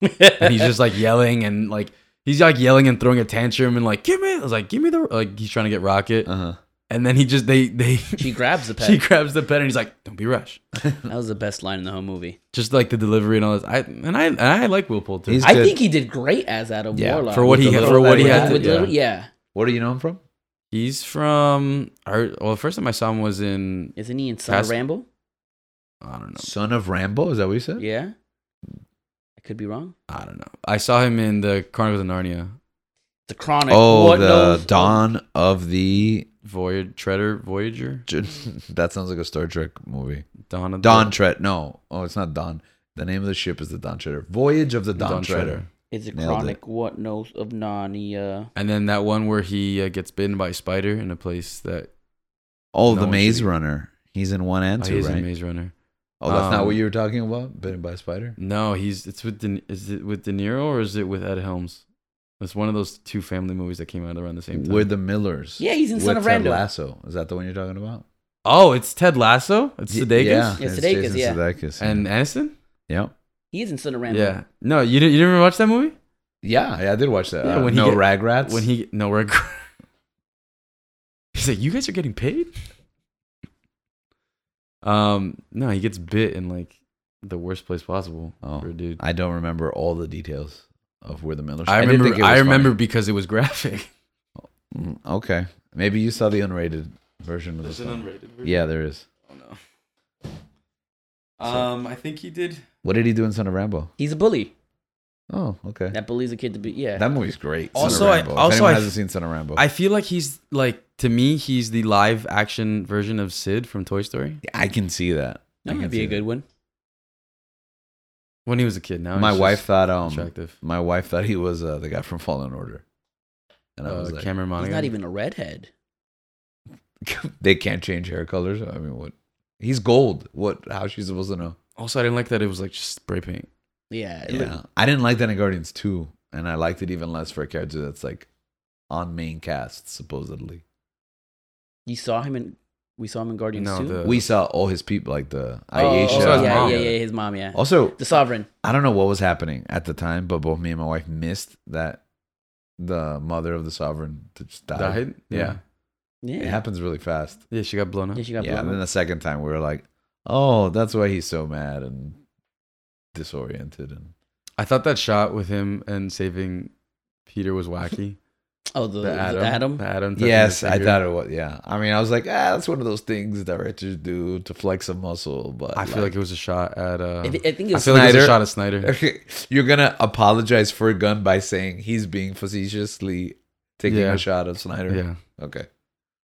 [SPEAKER 2] and he's just like yelling and like he's like yelling and throwing a tantrum and like give me. I was like give me the like he's trying to get Rocket
[SPEAKER 1] Uh
[SPEAKER 2] and then he just they they
[SPEAKER 3] she grabs the pet.
[SPEAKER 2] she grabs the pet and he's like don't be rushed.
[SPEAKER 3] that was the best line in the whole movie.
[SPEAKER 2] Just like the delivery and all this. I and I and I like Will Poulter.
[SPEAKER 1] He's-
[SPEAKER 3] I
[SPEAKER 1] good.
[SPEAKER 3] think he did great as Adam
[SPEAKER 1] Yeah,
[SPEAKER 3] Warlock
[SPEAKER 2] for what
[SPEAKER 3] with
[SPEAKER 2] he
[SPEAKER 3] the
[SPEAKER 2] had-
[SPEAKER 3] little-
[SPEAKER 2] for what he
[SPEAKER 3] with-
[SPEAKER 2] had to-
[SPEAKER 3] with the
[SPEAKER 1] yeah.
[SPEAKER 3] little- yeah.
[SPEAKER 1] What do you know him from?
[SPEAKER 2] He's from. Our, well, the first time I saw him was in.
[SPEAKER 3] Isn't he in Summer
[SPEAKER 2] Cast-
[SPEAKER 3] Ramble?
[SPEAKER 2] I don't know.
[SPEAKER 1] Son of Rambo, is that what you said?
[SPEAKER 3] Yeah. I could be wrong.
[SPEAKER 2] I don't know. I saw him in the Chronicles of Narnia.
[SPEAKER 3] The Chronic.
[SPEAKER 1] Oh,
[SPEAKER 3] what
[SPEAKER 1] the
[SPEAKER 3] knows-
[SPEAKER 1] Dawn of the.
[SPEAKER 2] Voyage Treader Voyager.
[SPEAKER 1] That sounds like a Star Trek movie.
[SPEAKER 2] Dawn of the-
[SPEAKER 1] Don Tread. No, oh, it's not Don. The name of the ship is the Don Treader. Voyage of the Don, Treader.
[SPEAKER 3] Is it
[SPEAKER 1] Nailed it.
[SPEAKER 3] Chronic? What knows of Narnia?
[SPEAKER 2] And then that one where he uh, gets bitten by a spider in a place that
[SPEAKER 1] Oh, the
[SPEAKER 2] No one
[SPEAKER 1] Maze
[SPEAKER 2] should-
[SPEAKER 1] Runner. He's in one and
[SPEAKER 2] oh,
[SPEAKER 1] two,
[SPEAKER 2] he's in
[SPEAKER 1] right?
[SPEAKER 2] Maze Runner.
[SPEAKER 1] Oh, that's not
[SPEAKER 2] Um,
[SPEAKER 1] what you were talking about. Bitten by a spider.
[SPEAKER 2] No, he's it's with De, is it with De Niro or is it with Ed Helms? It's one of those two family movies that came out around the same time.
[SPEAKER 1] We're the Millers.
[SPEAKER 3] Yeah, he's in
[SPEAKER 1] With uh,
[SPEAKER 3] Son of
[SPEAKER 1] Ted
[SPEAKER 3] Randall.
[SPEAKER 1] Lasso. Is that the one you're talking about?
[SPEAKER 2] oh, it's Ted Lasso. It's
[SPEAKER 1] Y-
[SPEAKER 2] Sudeikis
[SPEAKER 3] Yeah,
[SPEAKER 1] it's
[SPEAKER 3] Sudeikis,
[SPEAKER 1] Jason
[SPEAKER 3] yeah.
[SPEAKER 1] Sudeikis.
[SPEAKER 2] and Aniston.
[SPEAKER 1] yep.
[SPEAKER 3] He is in Son of Ramble.
[SPEAKER 2] Yeah. No, you didn't. You didn't watch that movie
[SPEAKER 1] Yeah, yeah, I did watch that.
[SPEAKER 2] Yeah,
[SPEAKER 1] Uh,
[SPEAKER 2] when he
[SPEAKER 1] no
[SPEAKER 2] get-
[SPEAKER 1] Ragrats.
[SPEAKER 2] when he no we're. He's like, you guys are getting paid. Um, no, he gets bit in like the worst place possible
[SPEAKER 1] Oh.
[SPEAKER 2] for a dude.
[SPEAKER 1] I don't remember all the details of where the Millers.
[SPEAKER 2] I
[SPEAKER 1] did
[SPEAKER 2] remember.
[SPEAKER 1] think it
[SPEAKER 2] I
[SPEAKER 1] was
[SPEAKER 2] remember because it was graphic.
[SPEAKER 1] funny. Mm, okay, maybe you saw the unrated version of this. one.
[SPEAKER 2] unrated version.
[SPEAKER 1] Yeah, there is.
[SPEAKER 2] Oh no. Um, I think he did.
[SPEAKER 1] What did he do in Son of Rambo?
[SPEAKER 3] He's a bully.
[SPEAKER 1] Oh, okay.
[SPEAKER 3] That bullies a kid to be. Yeah.
[SPEAKER 1] That movie's great. Son of
[SPEAKER 2] Also, I-
[SPEAKER 1] Rambo.
[SPEAKER 2] also,
[SPEAKER 1] if anyone
[SPEAKER 2] I-
[SPEAKER 1] hasn't seen Son of Rambo,
[SPEAKER 2] I feel like he's like to me, he's the live action version of Sid from Toy Story
[SPEAKER 1] I can see that. I
[SPEAKER 3] that
[SPEAKER 1] can
[SPEAKER 3] might be
[SPEAKER 1] see
[SPEAKER 3] a good one.
[SPEAKER 2] when he was a kid. Now
[SPEAKER 1] my
[SPEAKER 2] he's
[SPEAKER 1] wife
[SPEAKER 2] just
[SPEAKER 1] thought um
[SPEAKER 2] attractive.
[SPEAKER 1] my wife thought he was uh, the guy from Fallen Order, and
[SPEAKER 3] Oh,
[SPEAKER 1] I was
[SPEAKER 2] uh,
[SPEAKER 1] like,
[SPEAKER 2] Cameron Monaghan.
[SPEAKER 3] He's not even a redhead.
[SPEAKER 1] they can't change hair colors. I mean, what? He's gold. What? How she's supposed to know?
[SPEAKER 2] Also, I didn't like that it was like just spray paint.
[SPEAKER 3] Yeah. it
[SPEAKER 1] Yeah,
[SPEAKER 3] looked-
[SPEAKER 1] I didn't like that in Guardians two, and I liked it even less for a character that's like on main cast supposedly.
[SPEAKER 3] You saw him in. We saw him in Guardians
[SPEAKER 2] No,
[SPEAKER 3] 2.
[SPEAKER 2] the-
[SPEAKER 1] We saw all his people, like the
[SPEAKER 3] Uh, Oh,
[SPEAKER 1] Aisha.
[SPEAKER 3] oh,
[SPEAKER 2] His
[SPEAKER 3] yeah,
[SPEAKER 2] mom.
[SPEAKER 3] yeah, yeah, his mom, yeah.
[SPEAKER 1] Also,
[SPEAKER 3] The Sovereign.
[SPEAKER 1] I don't know what was happening at the time, but both me and my wife missed that the mother of the sovereign just died.
[SPEAKER 2] Died.
[SPEAKER 1] Yeah.
[SPEAKER 3] Yeah.
[SPEAKER 1] It happens really fast.
[SPEAKER 2] Yeah, she got blown up.
[SPEAKER 3] Yeah, she got
[SPEAKER 1] yeah, and
[SPEAKER 3] blown
[SPEAKER 1] then
[SPEAKER 3] up.
[SPEAKER 1] the second time we were like, "Oh, that's why he's so mad and disoriented." And
[SPEAKER 2] I thought that shot with him and saving Peter was wacky.
[SPEAKER 3] Oh, the, the Adam.
[SPEAKER 2] The Adam touching
[SPEAKER 1] yes,
[SPEAKER 2] the
[SPEAKER 1] I
[SPEAKER 2] finger.
[SPEAKER 1] thought it was. Yeah, I mean, I was like, "Ah, that's one of those things directors do to flex a muscle." But
[SPEAKER 2] I feel like it was a shot at. Uh,
[SPEAKER 3] I, thi- I think it
[SPEAKER 2] I
[SPEAKER 3] was.
[SPEAKER 2] feel like it was
[SPEAKER 1] Snyder.
[SPEAKER 2] a shot at Snyder.
[SPEAKER 1] you're gonna apologize for a gun by saying he's being facetiously taking
[SPEAKER 2] Yeah.
[SPEAKER 1] a shot of Snyder.
[SPEAKER 2] Yeah.
[SPEAKER 1] Okay,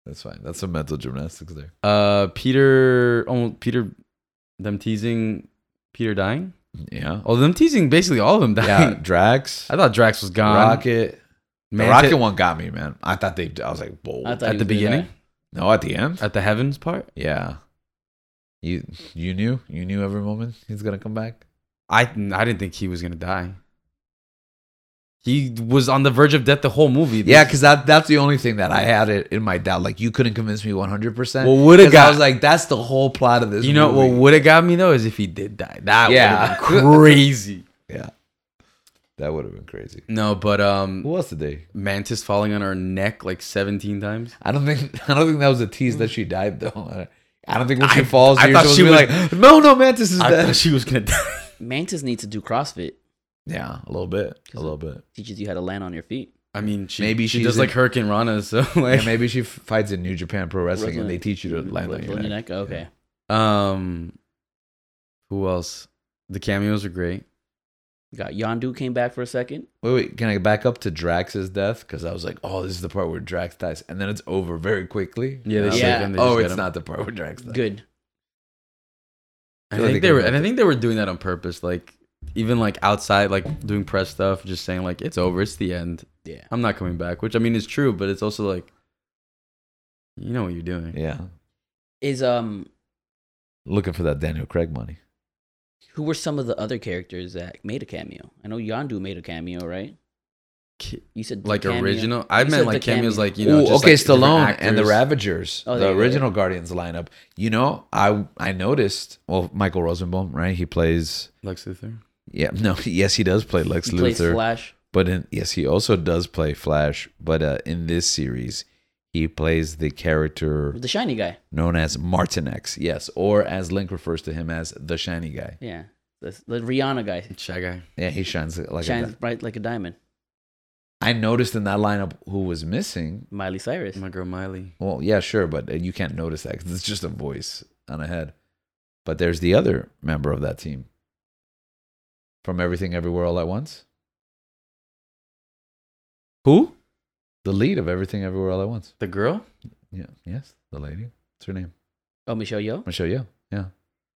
[SPEAKER 1] that's fine. That's some mental gymnastics there.
[SPEAKER 2] Uh, Peter. Oh, Peter. Them teasing Peter dying.
[SPEAKER 1] Yeah.
[SPEAKER 2] Oh, them teasing basically all of them
[SPEAKER 1] Yeah,
[SPEAKER 2] dying.
[SPEAKER 1] Drax,
[SPEAKER 2] I thought Drax was gone.
[SPEAKER 1] Rocket. the
[SPEAKER 2] Manta-
[SPEAKER 1] Rocket one got me, man. I thought they. I was like, bold.
[SPEAKER 3] I thought
[SPEAKER 2] at
[SPEAKER 3] he
[SPEAKER 2] the
[SPEAKER 3] was gonna
[SPEAKER 2] beginning?
[SPEAKER 3] die.
[SPEAKER 1] no, at the end.
[SPEAKER 2] at the heavens part.
[SPEAKER 1] yeah. You you knew you knew every moment he's gonna come back.
[SPEAKER 2] I I didn't think he was gonna die. He was on the verge of death the whole movie.
[SPEAKER 1] Yeah, because that that's the only thing that I had it in my doubt. Like you couldn't convince me one hundred percent.
[SPEAKER 2] What would've
[SPEAKER 1] I
[SPEAKER 2] got-
[SPEAKER 1] was like, that's the whole plot of this.
[SPEAKER 2] you know what
[SPEAKER 1] movie.
[SPEAKER 2] would have got me though is if he did die. That
[SPEAKER 1] Yeah.
[SPEAKER 2] would have been crazy.
[SPEAKER 1] Yeah, that would have been crazy.
[SPEAKER 2] no, but um,
[SPEAKER 1] Who else did they?
[SPEAKER 2] Mantis falling on her neck like seventeen times.
[SPEAKER 1] I don't think I don't think that was a tease that she died though. I don't think when she
[SPEAKER 2] I-
[SPEAKER 1] falls,
[SPEAKER 2] I
[SPEAKER 1] you're
[SPEAKER 2] thought
[SPEAKER 1] supposed
[SPEAKER 2] she
[SPEAKER 1] to be like,
[SPEAKER 2] was-
[SPEAKER 1] no, no, Mantis is
[SPEAKER 2] I
[SPEAKER 1] dead.
[SPEAKER 2] thought she was gonna die.
[SPEAKER 3] Mantis needs to do CrossFit.
[SPEAKER 1] yeah, a little bit, a little bit.
[SPEAKER 3] Teaches you how to land on your feet.
[SPEAKER 2] I mean, she,
[SPEAKER 1] Maybe
[SPEAKER 2] maybe she
[SPEAKER 1] she's
[SPEAKER 2] does
[SPEAKER 1] in-
[SPEAKER 2] like Hurricane Rana. So like,
[SPEAKER 1] Yeah, maybe she f- fights in New Japan Pro Wrestling,
[SPEAKER 3] Wrestling.
[SPEAKER 1] and they teach you to land on
[SPEAKER 3] Like,
[SPEAKER 1] your
[SPEAKER 3] on
[SPEAKER 1] neck.
[SPEAKER 3] Okay.
[SPEAKER 2] um, who else? The cameos are great.
[SPEAKER 3] You Got Yondu came back for a second.
[SPEAKER 1] Wait, wait, can I back up to Drax's death? Because I was like, oh, this is the part where Drax dies, and then it's over very quickly.
[SPEAKER 2] Yeah,
[SPEAKER 1] And
[SPEAKER 2] they
[SPEAKER 1] I was
[SPEAKER 3] Yeah.
[SPEAKER 2] save him.
[SPEAKER 1] like,
[SPEAKER 2] They
[SPEAKER 1] oh,
[SPEAKER 2] just get
[SPEAKER 1] it's
[SPEAKER 2] him.
[SPEAKER 1] not the part where Drax dies.
[SPEAKER 3] Good.
[SPEAKER 2] I
[SPEAKER 1] feel like
[SPEAKER 2] think
[SPEAKER 1] they
[SPEAKER 2] they were,
[SPEAKER 1] could've
[SPEAKER 2] and I
[SPEAKER 1] left
[SPEAKER 2] think they were doing that on purpose. Like even like outside, like doing press stuff, just saying like it's over, it's the end.
[SPEAKER 3] Yeah.
[SPEAKER 2] I'm not coming back. Which I mean is true, but it's also like, you know what you're doing.
[SPEAKER 1] Yeah.
[SPEAKER 3] Is um
[SPEAKER 1] Looking for that Daniel Craig money.
[SPEAKER 3] Who were some of the other characters that made a cameo? I know Yandu made a cameo, right?
[SPEAKER 2] Ki-
[SPEAKER 3] You said the
[SPEAKER 2] Like
[SPEAKER 3] cameo.
[SPEAKER 2] original. I
[SPEAKER 3] You
[SPEAKER 2] meant
[SPEAKER 3] said the
[SPEAKER 2] like cameos,
[SPEAKER 3] cameo.
[SPEAKER 2] like you know.
[SPEAKER 1] Ooh,
[SPEAKER 2] just,
[SPEAKER 1] okay,
[SPEAKER 2] like, different
[SPEAKER 1] Stallone and the
[SPEAKER 2] actors.
[SPEAKER 1] Ravagers,
[SPEAKER 3] Oh,
[SPEAKER 1] the
[SPEAKER 3] there you go.
[SPEAKER 1] original Guardians lineup. You know, I I noticed. Well, Michael Rosenbaum, right? He plays.
[SPEAKER 2] Lex Luthor.
[SPEAKER 1] Yeah, no, yes, he does play Lex
[SPEAKER 3] He
[SPEAKER 1] Luthor.
[SPEAKER 3] plays Flash.
[SPEAKER 1] But in, yes, he also does play Flash. But uh, in this series, he plays the character
[SPEAKER 3] The shiny guy.
[SPEAKER 1] known as Martinex. Yes, or as Link refers to him as the shiny guy.
[SPEAKER 3] Yeah. The, the Rihanna guy.
[SPEAKER 2] Shy guy.
[SPEAKER 1] Yeah, he shines like a
[SPEAKER 3] Shines
[SPEAKER 1] di-
[SPEAKER 3] bright like a diamond.
[SPEAKER 1] I noticed in that lineup who was missing.
[SPEAKER 3] Miley Cyrus.
[SPEAKER 2] My girl Miley.
[SPEAKER 1] Well, yeah, sure, but uh, you can't notice that because it's just a voice on a head. But there's the other member of that team from Everything Everywhere All at Once. Who? The lead of Everything Everywhere All at Once.
[SPEAKER 2] The girl.
[SPEAKER 1] Yeah. Yes, the lady. What's her name?
[SPEAKER 3] Oh, Michelle Yeoh.
[SPEAKER 1] Michelle Yeoh. Yeah.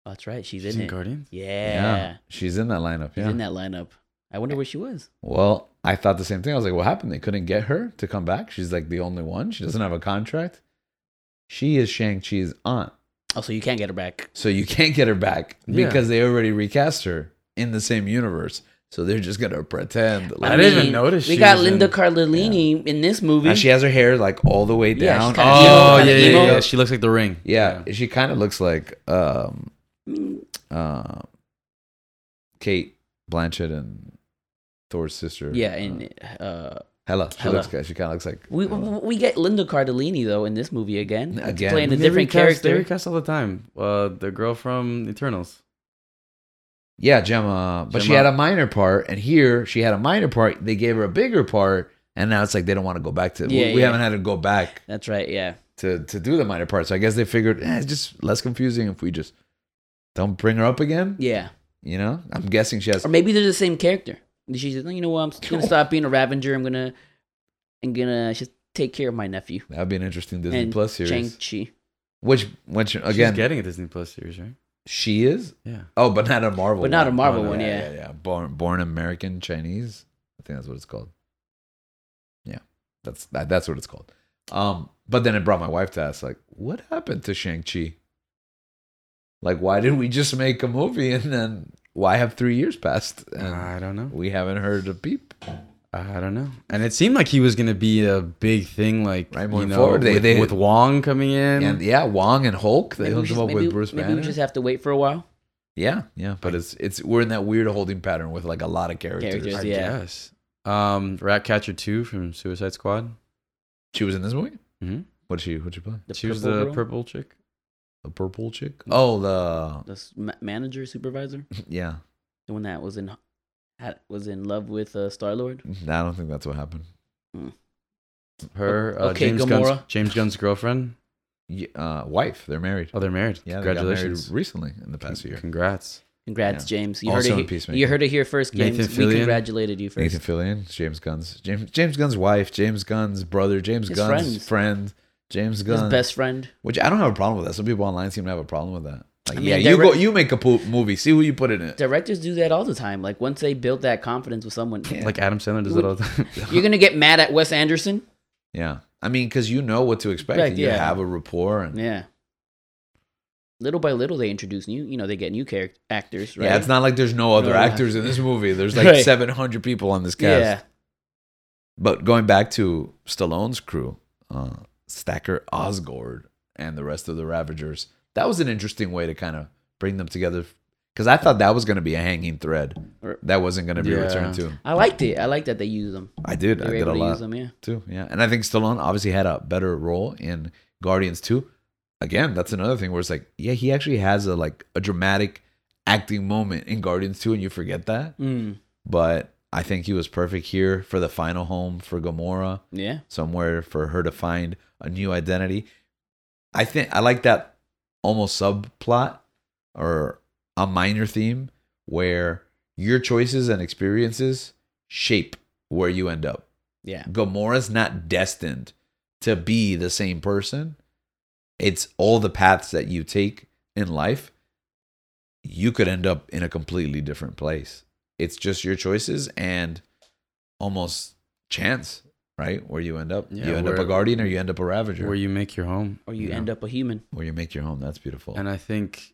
[SPEAKER 3] Oh, that's right. She's,
[SPEAKER 2] She's
[SPEAKER 3] in,
[SPEAKER 2] in
[SPEAKER 3] it.
[SPEAKER 2] Guardians.
[SPEAKER 3] Yeah.
[SPEAKER 1] She's in that lineup.
[SPEAKER 3] She's
[SPEAKER 1] Yeah.
[SPEAKER 3] in that lineup. I wonder where she was.
[SPEAKER 1] well, I thought the same thing. I was like, what happened? They couldn't get her to come back. She's like the only one. She doesn't have a contract. She is Shang-Chi's aunt.
[SPEAKER 3] Oh, so you can't get her back.
[SPEAKER 1] So you can't get her back
[SPEAKER 2] Yeah.
[SPEAKER 1] because they already recast her in the same universe. So they're just going to pretend.
[SPEAKER 2] I
[SPEAKER 1] Like,
[SPEAKER 2] didn't even notice
[SPEAKER 3] We
[SPEAKER 2] she
[SPEAKER 3] got
[SPEAKER 2] was
[SPEAKER 3] Linda
[SPEAKER 2] in-
[SPEAKER 3] Cardellini in this movie.
[SPEAKER 1] and she has her hair like all the way
[SPEAKER 3] Yeah,
[SPEAKER 1] down.
[SPEAKER 3] she's kinda emo,
[SPEAKER 2] Oh yeah, yeah,
[SPEAKER 3] emo.
[SPEAKER 2] yeah, yeah. She looks like the ring.
[SPEAKER 1] yeah, she kind of looks like um,
[SPEAKER 3] I mean,
[SPEAKER 1] uh, Kate Blanchett and Thor's sister.
[SPEAKER 3] yeah,
[SPEAKER 1] uh,
[SPEAKER 3] and uh,
[SPEAKER 1] Hella. She
[SPEAKER 3] Hela.
[SPEAKER 1] looks. ki- She kind of looks like.
[SPEAKER 3] we
[SPEAKER 1] Hela.
[SPEAKER 3] we get Linda Cardellini though in this movie again,
[SPEAKER 1] Again.
[SPEAKER 3] playing a
[SPEAKER 2] They
[SPEAKER 3] different
[SPEAKER 2] recast- They
[SPEAKER 3] character.
[SPEAKER 2] recast all the time. Uh, the girl from Eternals.
[SPEAKER 1] yeah, Gemma. But she
[SPEAKER 2] Gemma.
[SPEAKER 1] had a minor part, and here she had a minor part. They gave her a bigger part, and now it's like they don't want to go back to. we-
[SPEAKER 3] Yeah,
[SPEAKER 1] we
[SPEAKER 3] yeah.
[SPEAKER 1] haven't had to go back
[SPEAKER 3] That's right. Yeah,
[SPEAKER 1] to to do the minor part. So I guess they figured eh, it's just less confusing if we just don't bring her up again.
[SPEAKER 3] yeah.
[SPEAKER 1] You know, I'm guessing she has.
[SPEAKER 3] Or maybe they're the same character. And She said, "No, "You know what? I'm
[SPEAKER 1] Oh.
[SPEAKER 3] gonna stop being a ravenger. I'm gonna, I'm gonna just take care of my nephew
[SPEAKER 1] That'd be an interesting Disney
[SPEAKER 3] and
[SPEAKER 1] Plus series.
[SPEAKER 3] Shang Chi,
[SPEAKER 1] Which, which
[SPEAKER 2] She's
[SPEAKER 1] again,
[SPEAKER 2] getting a Disney Plus series, right?
[SPEAKER 1] she is.
[SPEAKER 2] Yeah.
[SPEAKER 1] Oh, but not a Marvel.
[SPEAKER 3] But not a Marvel
[SPEAKER 1] Oh, no,
[SPEAKER 3] one, yeah.
[SPEAKER 1] yeah, Born, born American Chinese. I think that's what it's called. Yeah, that's that, that's what it's called. Um, but then it brought my wife to ask, like, what happened to Shang Chi? Like, why did we just make a movie and then why have three years passed and
[SPEAKER 3] Ah.
[SPEAKER 2] I don't know.
[SPEAKER 1] we haven't heard a peep?
[SPEAKER 2] I don't know. And it seemed like he was gonna be a big thing, like
[SPEAKER 1] Right,
[SPEAKER 2] right, you
[SPEAKER 1] moving
[SPEAKER 2] know,
[SPEAKER 1] forward, they-
[SPEAKER 2] with,
[SPEAKER 1] they-
[SPEAKER 2] with Wong coming in.
[SPEAKER 1] And yeah, Wong and Hulk they
[SPEAKER 3] Maybe we
[SPEAKER 1] hooked
[SPEAKER 3] just-
[SPEAKER 1] him up
[SPEAKER 3] maybe-
[SPEAKER 1] with Bruce
[SPEAKER 3] maybe
[SPEAKER 1] Banner.
[SPEAKER 3] we just have to wait for a while.
[SPEAKER 1] yeah, yeah, but it's it's we're in that weird holding pattern with like a lot of characters.
[SPEAKER 3] Characters,
[SPEAKER 2] I
[SPEAKER 3] yeah.
[SPEAKER 2] guess. Um, Ratcatcher two from Suicide Squad.
[SPEAKER 1] She was in this movie.
[SPEAKER 3] Mm-hmm.
[SPEAKER 2] Mhm.
[SPEAKER 1] What she what she play?
[SPEAKER 3] The
[SPEAKER 2] she was
[SPEAKER 3] purple
[SPEAKER 2] the
[SPEAKER 3] girl?
[SPEAKER 2] purple chick.
[SPEAKER 1] The purple chick. Oh, the
[SPEAKER 3] the s- ma- manager supervisor,
[SPEAKER 1] yeah.
[SPEAKER 3] the one that was in, had, was in love with uh, Star Lord.
[SPEAKER 1] No, I don't think that's what happened.
[SPEAKER 2] Her, uh,
[SPEAKER 3] Okay,
[SPEAKER 2] James Gunn's,
[SPEAKER 3] Gamora.
[SPEAKER 2] James Gunn's girlfriend.
[SPEAKER 1] Ye- Uh, wife, they're married.
[SPEAKER 2] Oh, they're married.
[SPEAKER 1] yeah, they got married
[SPEAKER 2] congratulations.
[SPEAKER 1] recently in the past year.
[SPEAKER 2] Congrats.
[SPEAKER 3] Congrats,
[SPEAKER 1] Yeah.
[SPEAKER 3] James. You
[SPEAKER 1] Also in
[SPEAKER 3] heard it. he-
[SPEAKER 1] Peacemaker.
[SPEAKER 3] You heard it here first, James.
[SPEAKER 2] Nathan
[SPEAKER 3] we
[SPEAKER 2] Fillion.
[SPEAKER 3] congratulated you first.
[SPEAKER 1] Nathan Fillion, James Gunn's James James Gunn's wife, James Gunn's brother, James
[SPEAKER 3] His
[SPEAKER 1] Gunn's
[SPEAKER 3] friends.
[SPEAKER 1] friend, James
[SPEAKER 3] His
[SPEAKER 1] Gunn.
[SPEAKER 3] best friend.
[SPEAKER 1] Which I don't have a problem with that. Some people online seem to have a problem with that. Like,
[SPEAKER 3] I mean,
[SPEAKER 1] yeah, you
[SPEAKER 3] direct-
[SPEAKER 1] go, you make a poop movie. See who you put in it.
[SPEAKER 3] Directors do that all the time. Like once they build that confidence with someone,
[SPEAKER 2] Like Adam Sandler does
[SPEAKER 3] Would-
[SPEAKER 2] that all the time.
[SPEAKER 3] you're gonna get mad at Wes Anderson.
[SPEAKER 1] Yeah, I mean, because you know what to expect.
[SPEAKER 3] Right,
[SPEAKER 1] and you
[SPEAKER 3] yeah.
[SPEAKER 1] have a rapport, and yeah,
[SPEAKER 3] Yeah. Little by little, they introduce new. You know, they get new character actors. Right?
[SPEAKER 1] it's not like there's no other
[SPEAKER 3] No, yeah.
[SPEAKER 1] actors in this movie. There's like
[SPEAKER 3] Right.
[SPEAKER 1] 700 people on this cast.
[SPEAKER 3] Yeah.
[SPEAKER 1] But going back to Stallone's crew, uh, Stacker Osgord and the rest of the Ravagers, that was an interesting way to kind of bring them together. Because I thought that was going to be a hanging thread
[SPEAKER 3] Or-
[SPEAKER 1] that wasn't going to be
[SPEAKER 2] Yeah.
[SPEAKER 1] returned to.
[SPEAKER 3] I liked it. I liked that they used them.
[SPEAKER 1] I did.
[SPEAKER 3] They
[SPEAKER 1] I
[SPEAKER 3] were
[SPEAKER 1] did
[SPEAKER 3] able
[SPEAKER 1] a
[SPEAKER 3] to
[SPEAKER 1] lot
[SPEAKER 3] use them. Yeah.
[SPEAKER 1] too. Yeah, and I think Stallone obviously had a better role in Guardians 2. Again, that's another thing where it's like, yeah, he actually has a like a dramatic acting moment in Guardians 2, and you forget that.
[SPEAKER 3] Mm.
[SPEAKER 1] But I think he was perfect here for the final home for Gamora
[SPEAKER 3] Yeah.
[SPEAKER 1] somewhere for her to find a new identity. I think I like that almost subplot or a minor theme where your choices and experiences shape where you end up.
[SPEAKER 3] Yeah.
[SPEAKER 1] Gamora's not destined to be the same person. It's all the paths that you take in life. You could end up in a completely different place. It's just your choices and almost chance, right? Where you end up.
[SPEAKER 2] Yeah,
[SPEAKER 1] you end up a
[SPEAKER 2] where-
[SPEAKER 1] guardian or you end up a ravager.
[SPEAKER 2] Where
[SPEAKER 1] Where you,
[SPEAKER 3] Oh,
[SPEAKER 2] you make your home.
[SPEAKER 3] Or you end up a human.
[SPEAKER 1] make your home. That's beautiful.
[SPEAKER 2] And I think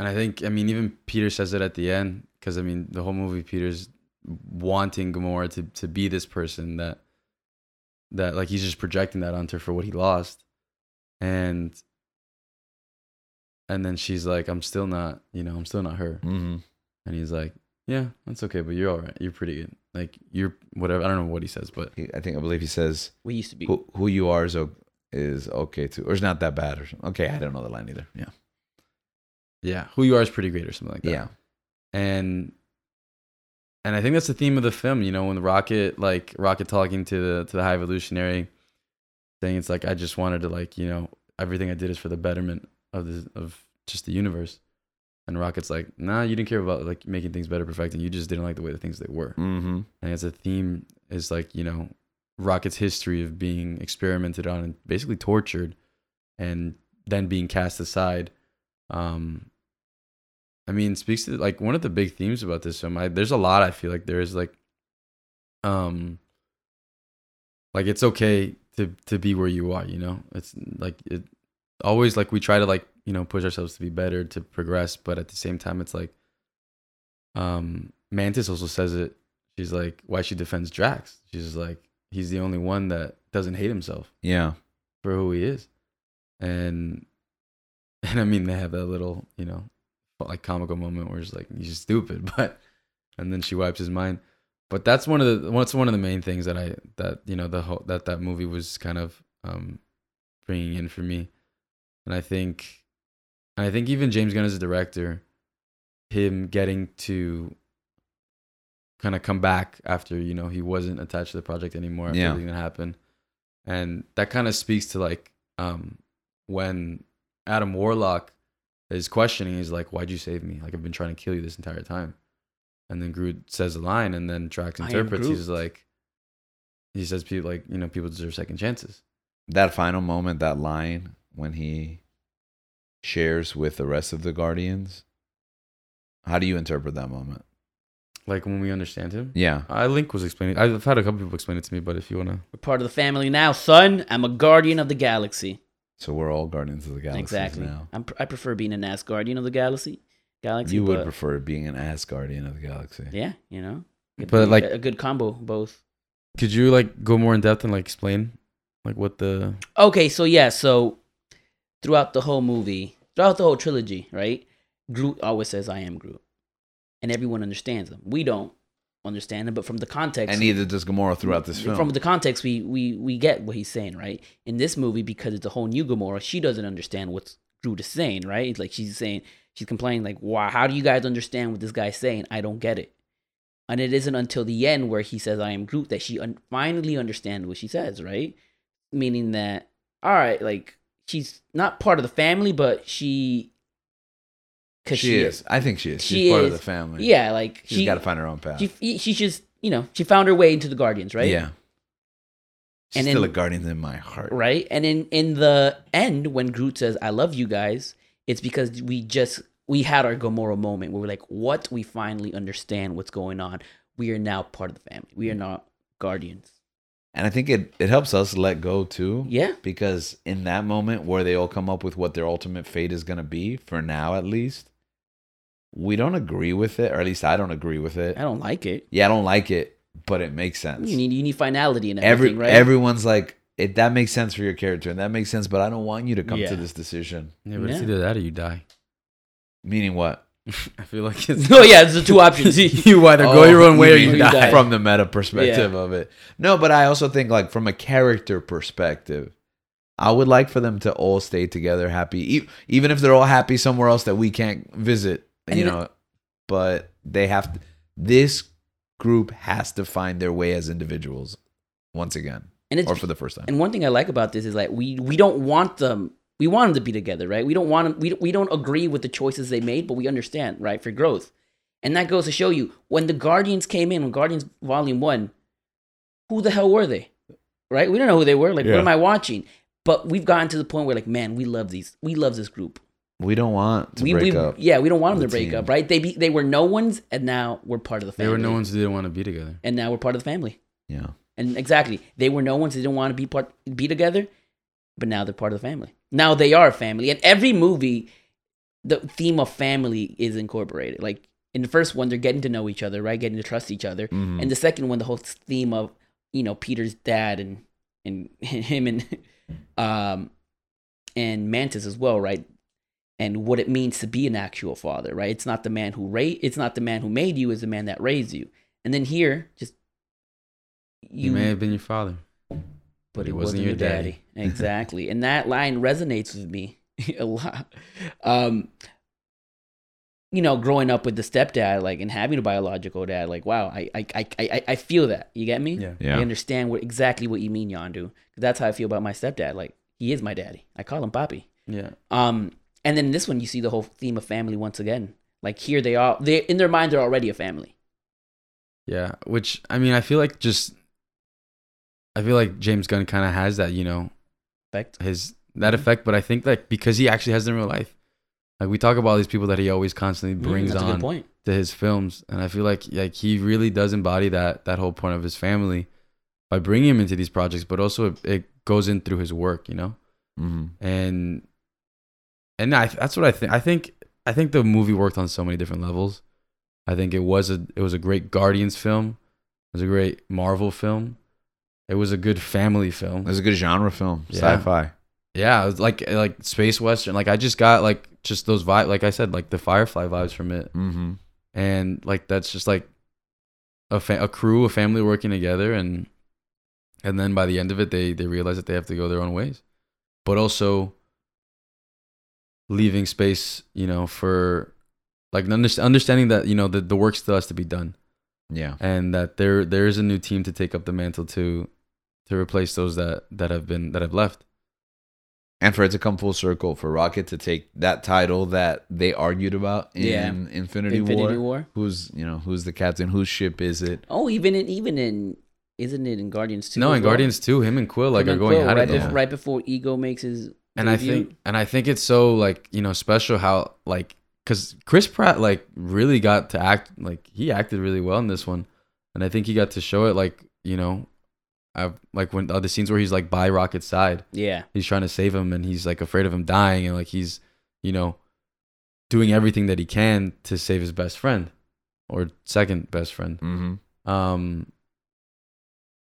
[SPEAKER 2] And I think, I mean, even Peter says it at the end because I mean, the whole movie, Peter's wanting Gamora to to be this person that that like he's just projecting that onto her for what he lost, and and then she's like, "I'm still not, you know, I'm still not her,"
[SPEAKER 1] Mm-hmm.
[SPEAKER 2] and he's like, "Yeah, that's okay, but you're all right. You're pretty good. Like you're whatever. I don't know what he says, but
[SPEAKER 1] I think I believe he says
[SPEAKER 3] We used to be.
[SPEAKER 1] who, who you are is o- is okay too, or it's not that bad or something. Okay, I don't know the line either. Yeah,
[SPEAKER 2] yeah, who you are is pretty great or something like that."
[SPEAKER 1] yeah,
[SPEAKER 2] and and I think that's the theme of the film. You know, when Rocket like Rocket talking to the to the High Evolutionary, saying it's like I just wanted to like you know everything I did is for the betterment of the of just the universe, and Rocket's like, Nah, you didn't care about like making things better, perfecting. You just didn't like the way the things they were.
[SPEAKER 1] mm-hmm.
[SPEAKER 2] And it's a theme is like you know Rocket's history of being experimented on and basically tortured, and then being cast aside. Um, I mean, speaks to like one of the big themes about this film. I, there's a lot I feel like there is like, um, like it's okay to to be where you are. You know, it's like it always like we try to like you know push ourselves to be better to progress, but at the same time, it's like, um, Mantis also says it. She's like, why she defends Drax? She's just like, he's the only one that doesn't hate himself
[SPEAKER 1] yeah.
[SPEAKER 2] for who he is. And and I mean they have that little, you know, like comical moment where it's like he's stupid, but and then she wipes his mind. But that's one of the what's one of the main things that I that you know the whole that that movie was kind of um bringing in for me. And I think and I think even James Gunn as a director him getting to kind of come back after you know he wasn't attached to the project anymore after
[SPEAKER 1] Yeah.
[SPEAKER 2] everything that happened and that kind of speaks to like um when adam warlock is questioning he's like why'd you save me like i've been trying to kill you this entire time and then groot says a line and then drax
[SPEAKER 3] I am
[SPEAKER 2] interprets he's
[SPEAKER 3] Groot.
[SPEAKER 2] like he says people like you know people deserve second chances
[SPEAKER 1] That final moment, that line when he shares with the rest of the Guardians. How do you interpret that moment?
[SPEAKER 2] like when we understand him
[SPEAKER 1] Yeah,
[SPEAKER 2] i link was explaining i've had a couple people explain it to me but if you want to
[SPEAKER 3] We're part of the family now, son. I'm a guardian of the galaxy.
[SPEAKER 1] so we're all Guardians of the Galaxy
[SPEAKER 3] exactly.
[SPEAKER 1] now.
[SPEAKER 3] I'm, I prefer being an ass guardian of the galaxy. Galaxy.
[SPEAKER 1] You would
[SPEAKER 3] but-
[SPEAKER 1] prefer being an ass Guardian of the Galaxy.
[SPEAKER 3] Yeah, you know. Could
[SPEAKER 2] But,
[SPEAKER 3] be
[SPEAKER 2] like-
[SPEAKER 3] a good combo, both.
[SPEAKER 2] could you like go more in depth and like explain like what the
[SPEAKER 3] Okay, so yeah, so throughout the whole movie, throughout the whole trilogy, right? Groot always says, "I am Groot," and everyone understands him. We don't understand him, but from the context,
[SPEAKER 1] And neither does Gamora throughout this film.
[SPEAKER 3] From the context, we we we get what he's saying, right? In this movie, because it's a whole new Gamora, she doesn't understand what Groot is saying, right? It's Like she's saying, she's complaining, like, "Why? How do you guys understand what this guy's saying? I don't get it." And it isn't until the end where he says, "I am Groot," that she un- finally understands what she says, right? Meaning that, all right, like she's not part of the family, but she,
[SPEAKER 1] she,
[SPEAKER 3] cause
[SPEAKER 1] is. I think she is.
[SPEAKER 3] She
[SPEAKER 1] She's part of
[SPEAKER 3] is.
[SPEAKER 1] the family.
[SPEAKER 3] yeah, like
[SPEAKER 1] she's
[SPEAKER 3] she
[SPEAKER 1] got to find her own path.
[SPEAKER 3] she she just you know she found her way into the Guardians, right?
[SPEAKER 1] Yeah. She's
[SPEAKER 3] And
[SPEAKER 1] still
[SPEAKER 3] then-
[SPEAKER 1] a guardian in my heart.
[SPEAKER 3] right? And in in the end, when Groot says, "I love you guys," it's because we just we had our Gamora moment where we're like, "What? We finally understand what's going on. We are now part of the family. We are not guardians."
[SPEAKER 1] And I think it, it helps us let go too.
[SPEAKER 3] Yeah,
[SPEAKER 1] Because in that moment where they all come up with what their ultimate fate is going to be, for now at least, we don't agree with it, or at least I don't agree with it.
[SPEAKER 3] I don't like it.
[SPEAKER 1] yeah, I don't like it, but it makes sense.
[SPEAKER 3] You need you need finality and
[SPEAKER 1] Every,
[SPEAKER 3] everything, right?
[SPEAKER 1] Everyone's like, it, that makes sense for your character, and that makes sense, but I don't want you to come
[SPEAKER 3] Yeah.
[SPEAKER 1] to this decision.
[SPEAKER 2] yeah but it's
[SPEAKER 3] Yeah.
[SPEAKER 2] either that or you die
[SPEAKER 1] Meaning what?
[SPEAKER 2] i feel like it's
[SPEAKER 3] no, Oh, yeah, it's the two options.
[SPEAKER 2] you either go
[SPEAKER 1] Oh,
[SPEAKER 2] your own way or
[SPEAKER 1] mean
[SPEAKER 2] you
[SPEAKER 3] you
[SPEAKER 2] die.
[SPEAKER 3] die.
[SPEAKER 1] from the meta perspective of it. No, but I also think like from a character perspective, I would like for them to all stay together, happy, e- even if they're all happy somewhere else that we can't visit.
[SPEAKER 3] And
[SPEAKER 1] you
[SPEAKER 3] even-
[SPEAKER 1] know, but they have to, this group has to find their way as individuals once again,
[SPEAKER 3] and it's
[SPEAKER 1] or for the first time.
[SPEAKER 3] and one thing I like about this is like we we don't want them. We want them to be together, right? We don't want them. We we don't agree with the choices they made, but we understand, right, for growth. And that goes to show you when the Guardians came in, when Guardians Volume One, who the hell were they, right? We don't know who they were. Like, what
[SPEAKER 1] Yeah.
[SPEAKER 3] am I watching? But we've gotten to the point where, like, man, we love these. We love this group.
[SPEAKER 1] We don't want to
[SPEAKER 3] we,
[SPEAKER 1] break
[SPEAKER 3] we
[SPEAKER 1] up.
[SPEAKER 3] yeah, we don't want them
[SPEAKER 1] the
[SPEAKER 3] to break
[SPEAKER 1] team.
[SPEAKER 3] up, right? They be, they were no ones, and now we're part of the
[SPEAKER 2] They
[SPEAKER 3] family.
[SPEAKER 2] were no ones who didn't want to be together.
[SPEAKER 3] and now we're part of the family.
[SPEAKER 1] Yeah,
[SPEAKER 3] And exactly, they were no ones. They didn't want to be part, be together, but now they're part of the family. Now they are a family. And every movie, the theme of family is incorporated. Like in the first one, they're getting to know each other, right? Getting to trust each other.
[SPEAKER 1] Mhm.
[SPEAKER 3] And the second one, the whole theme of you know Peter's dad and and him and um and Mantis as well, right? And what it means to be an actual father, right? It's not the man who ra- it's not the man who made you, it's the man that raised you. And then here, just
[SPEAKER 2] You may have been your father.
[SPEAKER 3] but it wasn't, your daddy. Exactly. and that line resonates with me a lot. Um, you know, growing up with the stepdad, like, and having a biological dad, like, wow, I, I, I, I, I feel that. You get me?
[SPEAKER 2] Yeah.
[SPEAKER 3] I
[SPEAKER 1] Yeah.
[SPEAKER 3] understand what exactly what you mean, Yondu. That's how I feel about my stepdad. Like, he is my daddy. I call him Papi.
[SPEAKER 2] Yeah.
[SPEAKER 3] Um, and then this one, you see the whole theme of family once again. Like here, they are. They in their mind, they're already a family.
[SPEAKER 2] Yeah, which I mean, I feel like just, I feel like James Gunn kind of has that, you know,
[SPEAKER 3] Effect.
[SPEAKER 2] his that
[SPEAKER 3] Mm-hmm.
[SPEAKER 2] effect. But I think like because he actually has it in real life, like we talk about all these people that he always constantly brings
[SPEAKER 3] Mm, that's a good
[SPEAKER 2] on
[SPEAKER 3] point.
[SPEAKER 2] to his films, and I feel like like he really does embody that that whole point of his family by bringing him into these projects, but also it, it goes in through his work, you know
[SPEAKER 1] Mhm.
[SPEAKER 2] and and I, that's what I think. I think I think the movie worked on so many different levels. I think it was a it was a great Guardians film. It was a great Marvel film. It was a good family film.
[SPEAKER 1] That's a good genre film,
[SPEAKER 2] Yeah.
[SPEAKER 1] sci-fi.
[SPEAKER 2] Yeah, it was like like space western. Like I just got like just those vibe. Like I said, like the Firefly vibes from it,
[SPEAKER 1] Mm-hmm.
[SPEAKER 2] and like that's just like a fa- a crew, a family working together, and and then by the end of it, they they realize that they have to go their own ways, but also leaving space, you know, for like under- understanding that you know the the work still has to be done,
[SPEAKER 1] Yeah.
[SPEAKER 2] and that there there is a new team to take up the mantle to to replace those that that have been that have left.
[SPEAKER 1] And for it to come full circle, for Rocket to take that title that they argued about in
[SPEAKER 3] Yeah.
[SPEAKER 1] Infinity, War,
[SPEAKER 3] Infinity War.
[SPEAKER 1] who's you know who's the captain, whose ship is it?
[SPEAKER 3] Oh, even in even in isn't it in Guardians too?
[SPEAKER 2] no,
[SPEAKER 3] as
[SPEAKER 2] and
[SPEAKER 3] well?
[SPEAKER 2] Guardians too, him and Quill like
[SPEAKER 3] Him
[SPEAKER 2] are
[SPEAKER 3] and
[SPEAKER 2] going
[SPEAKER 3] Quill,
[SPEAKER 2] at
[SPEAKER 3] right,
[SPEAKER 1] bef-
[SPEAKER 2] it. though.
[SPEAKER 3] before, right before Ego makes his
[SPEAKER 2] and I
[SPEAKER 3] debut.
[SPEAKER 2] think and I think it's so like you know special how like because Chris Pratt like really got to act like he acted really well in this one, and I think he got to show it like you know, I like when uh, the scenes where he's like by Rocket's side,
[SPEAKER 3] yeah,
[SPEAKER 2] he's trying to save him and he's like afraid of him dying and like he's you know doing everything that he can to save his best friend or second best friend
[SPEAKER 1] Mm-hmm.
[SPEAKER 2] um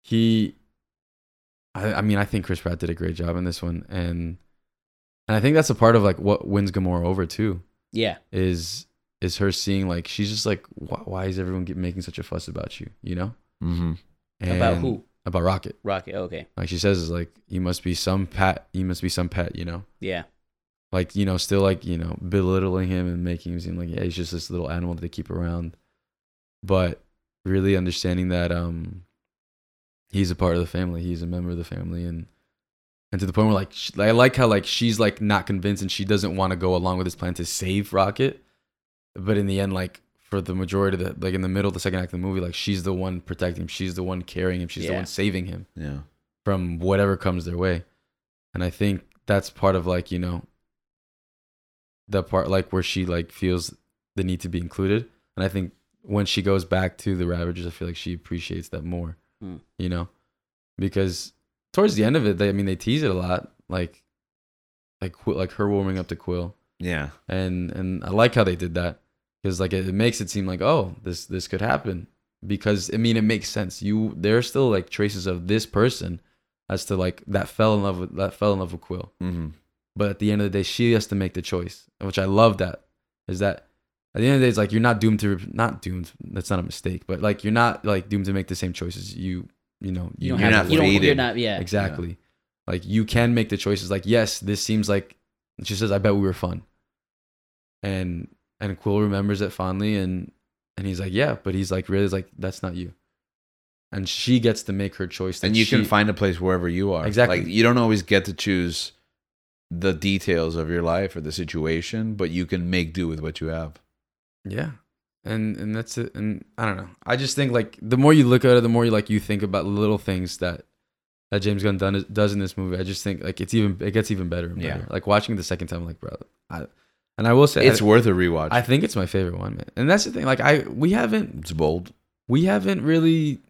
[SPEAKER 2] he I, I mean i think chris pratt did a great job in this one and and i think that's a part of like what wins gamora over too
[SPEAKER 3] yeah,
[SPEAKER 2] is is her seeing like she's just like why, why is everyone get, making such a fuss about you you know
[SPEAKER 1] Mm-hmm.
[SPEAKER 3] about
[SPEAKER 2] And-
[SPEAKER 3] who
[SPEAKER 2] about rocket
[SPEAKER 3] Rocket? Okay,
[SPEAKER 2] like she says is like you must be some pet you must be some pet you know
[SPEAKER 3] yeah,
[SPEAKER 2] like you know still like you know belittling him and making him seem like yeah he's just this little animal that they keep around but really understanding that um he's a part of the family he's a member of the family and and to the point where like sh i like how like she's like not convinced and she doesn't want to go along with this plan to save rocket but in the end like for the majority of the like in the middle of the second act of the movie like she's the one protecting him she's the one carrying him she's the
[SPEAKER 3] Yeah.
[SPEAKER 2] one saving him
[SPEAKER 1] Yeah.
[SPEAKER 2] from whatever comes their way. And I think that's part of like, you know, the part like where she like feels the need to be included. And I think when she goes back to the Ravagers, I feel like she appreciates that more,
[SPEAKER 3] Hmm.
[SPEAKER 2] you know, because towards the end of it, they, I mean, they tease it a lot, like, like, Qu- like her warming up to Quill
[SPEAKER 1] Yeah.
[SPEAKER 2] and and I like how they did that because like it, it makes it seem like oh this this could happen because I mean it makes sense you there are still like traces of this person as to like that fell in love with that fell in love with Quill
[SPEAKER 1] Mm-hmm.
[SPEAKER 2] but at the end of the day she has to make the choice which I love that is that at the end of the day it's like you're not doomed to re- not doomed that's not a mistake but like you're not like doomed to make the same choices you you know
[SPEAKER 3] you don't
[SPEAKER 1] You're
[SPEAKER 3] have
[SPEAKER 1] not
[SPEAKER 3] you don't you're
[SPEAKER 1] faded.
[SPEAKER 3] not yeah
[SPEAKER 2] Exactly. Like you can make the choices. Like yes, this seems like she says. I bet we were fun. And and Quill remembers it fondly, and and he's like, yeah, but he's like, really, like that's not you. And she gets to make her choice. that
[SPEAKER 1] And you
[SPEAKER 2] she-
[SPEAKER 1] can find a place wherever you are.
[SPEAKER 2] Exactly.
[SPEAKER 1] Like you don't always get to choose the details of your life or the situation, but you can make do with what you have.
[SPEAKER 2] Yeah. And and that's it. And I don't know. I just think like the more you look at it, the more you like you think about little things that that James Gunn done, does in this movie. I just think like it's even it gets even better. And
[SPEAKER 1] Yeah.
[SPEAKER 2] better. Like watching it the second time, like bro, I and I will say
[SPEAKER 1] It's
[SPEAKER 2] I-
[SPEAKER 1] worth a rewatch.
[SPEAKER 2] I think it's my favorite one, man. And that's the thing. Like I, we haven't,
[SPEAKER 1] it's bold.
[SPEAKER 2] we haven't really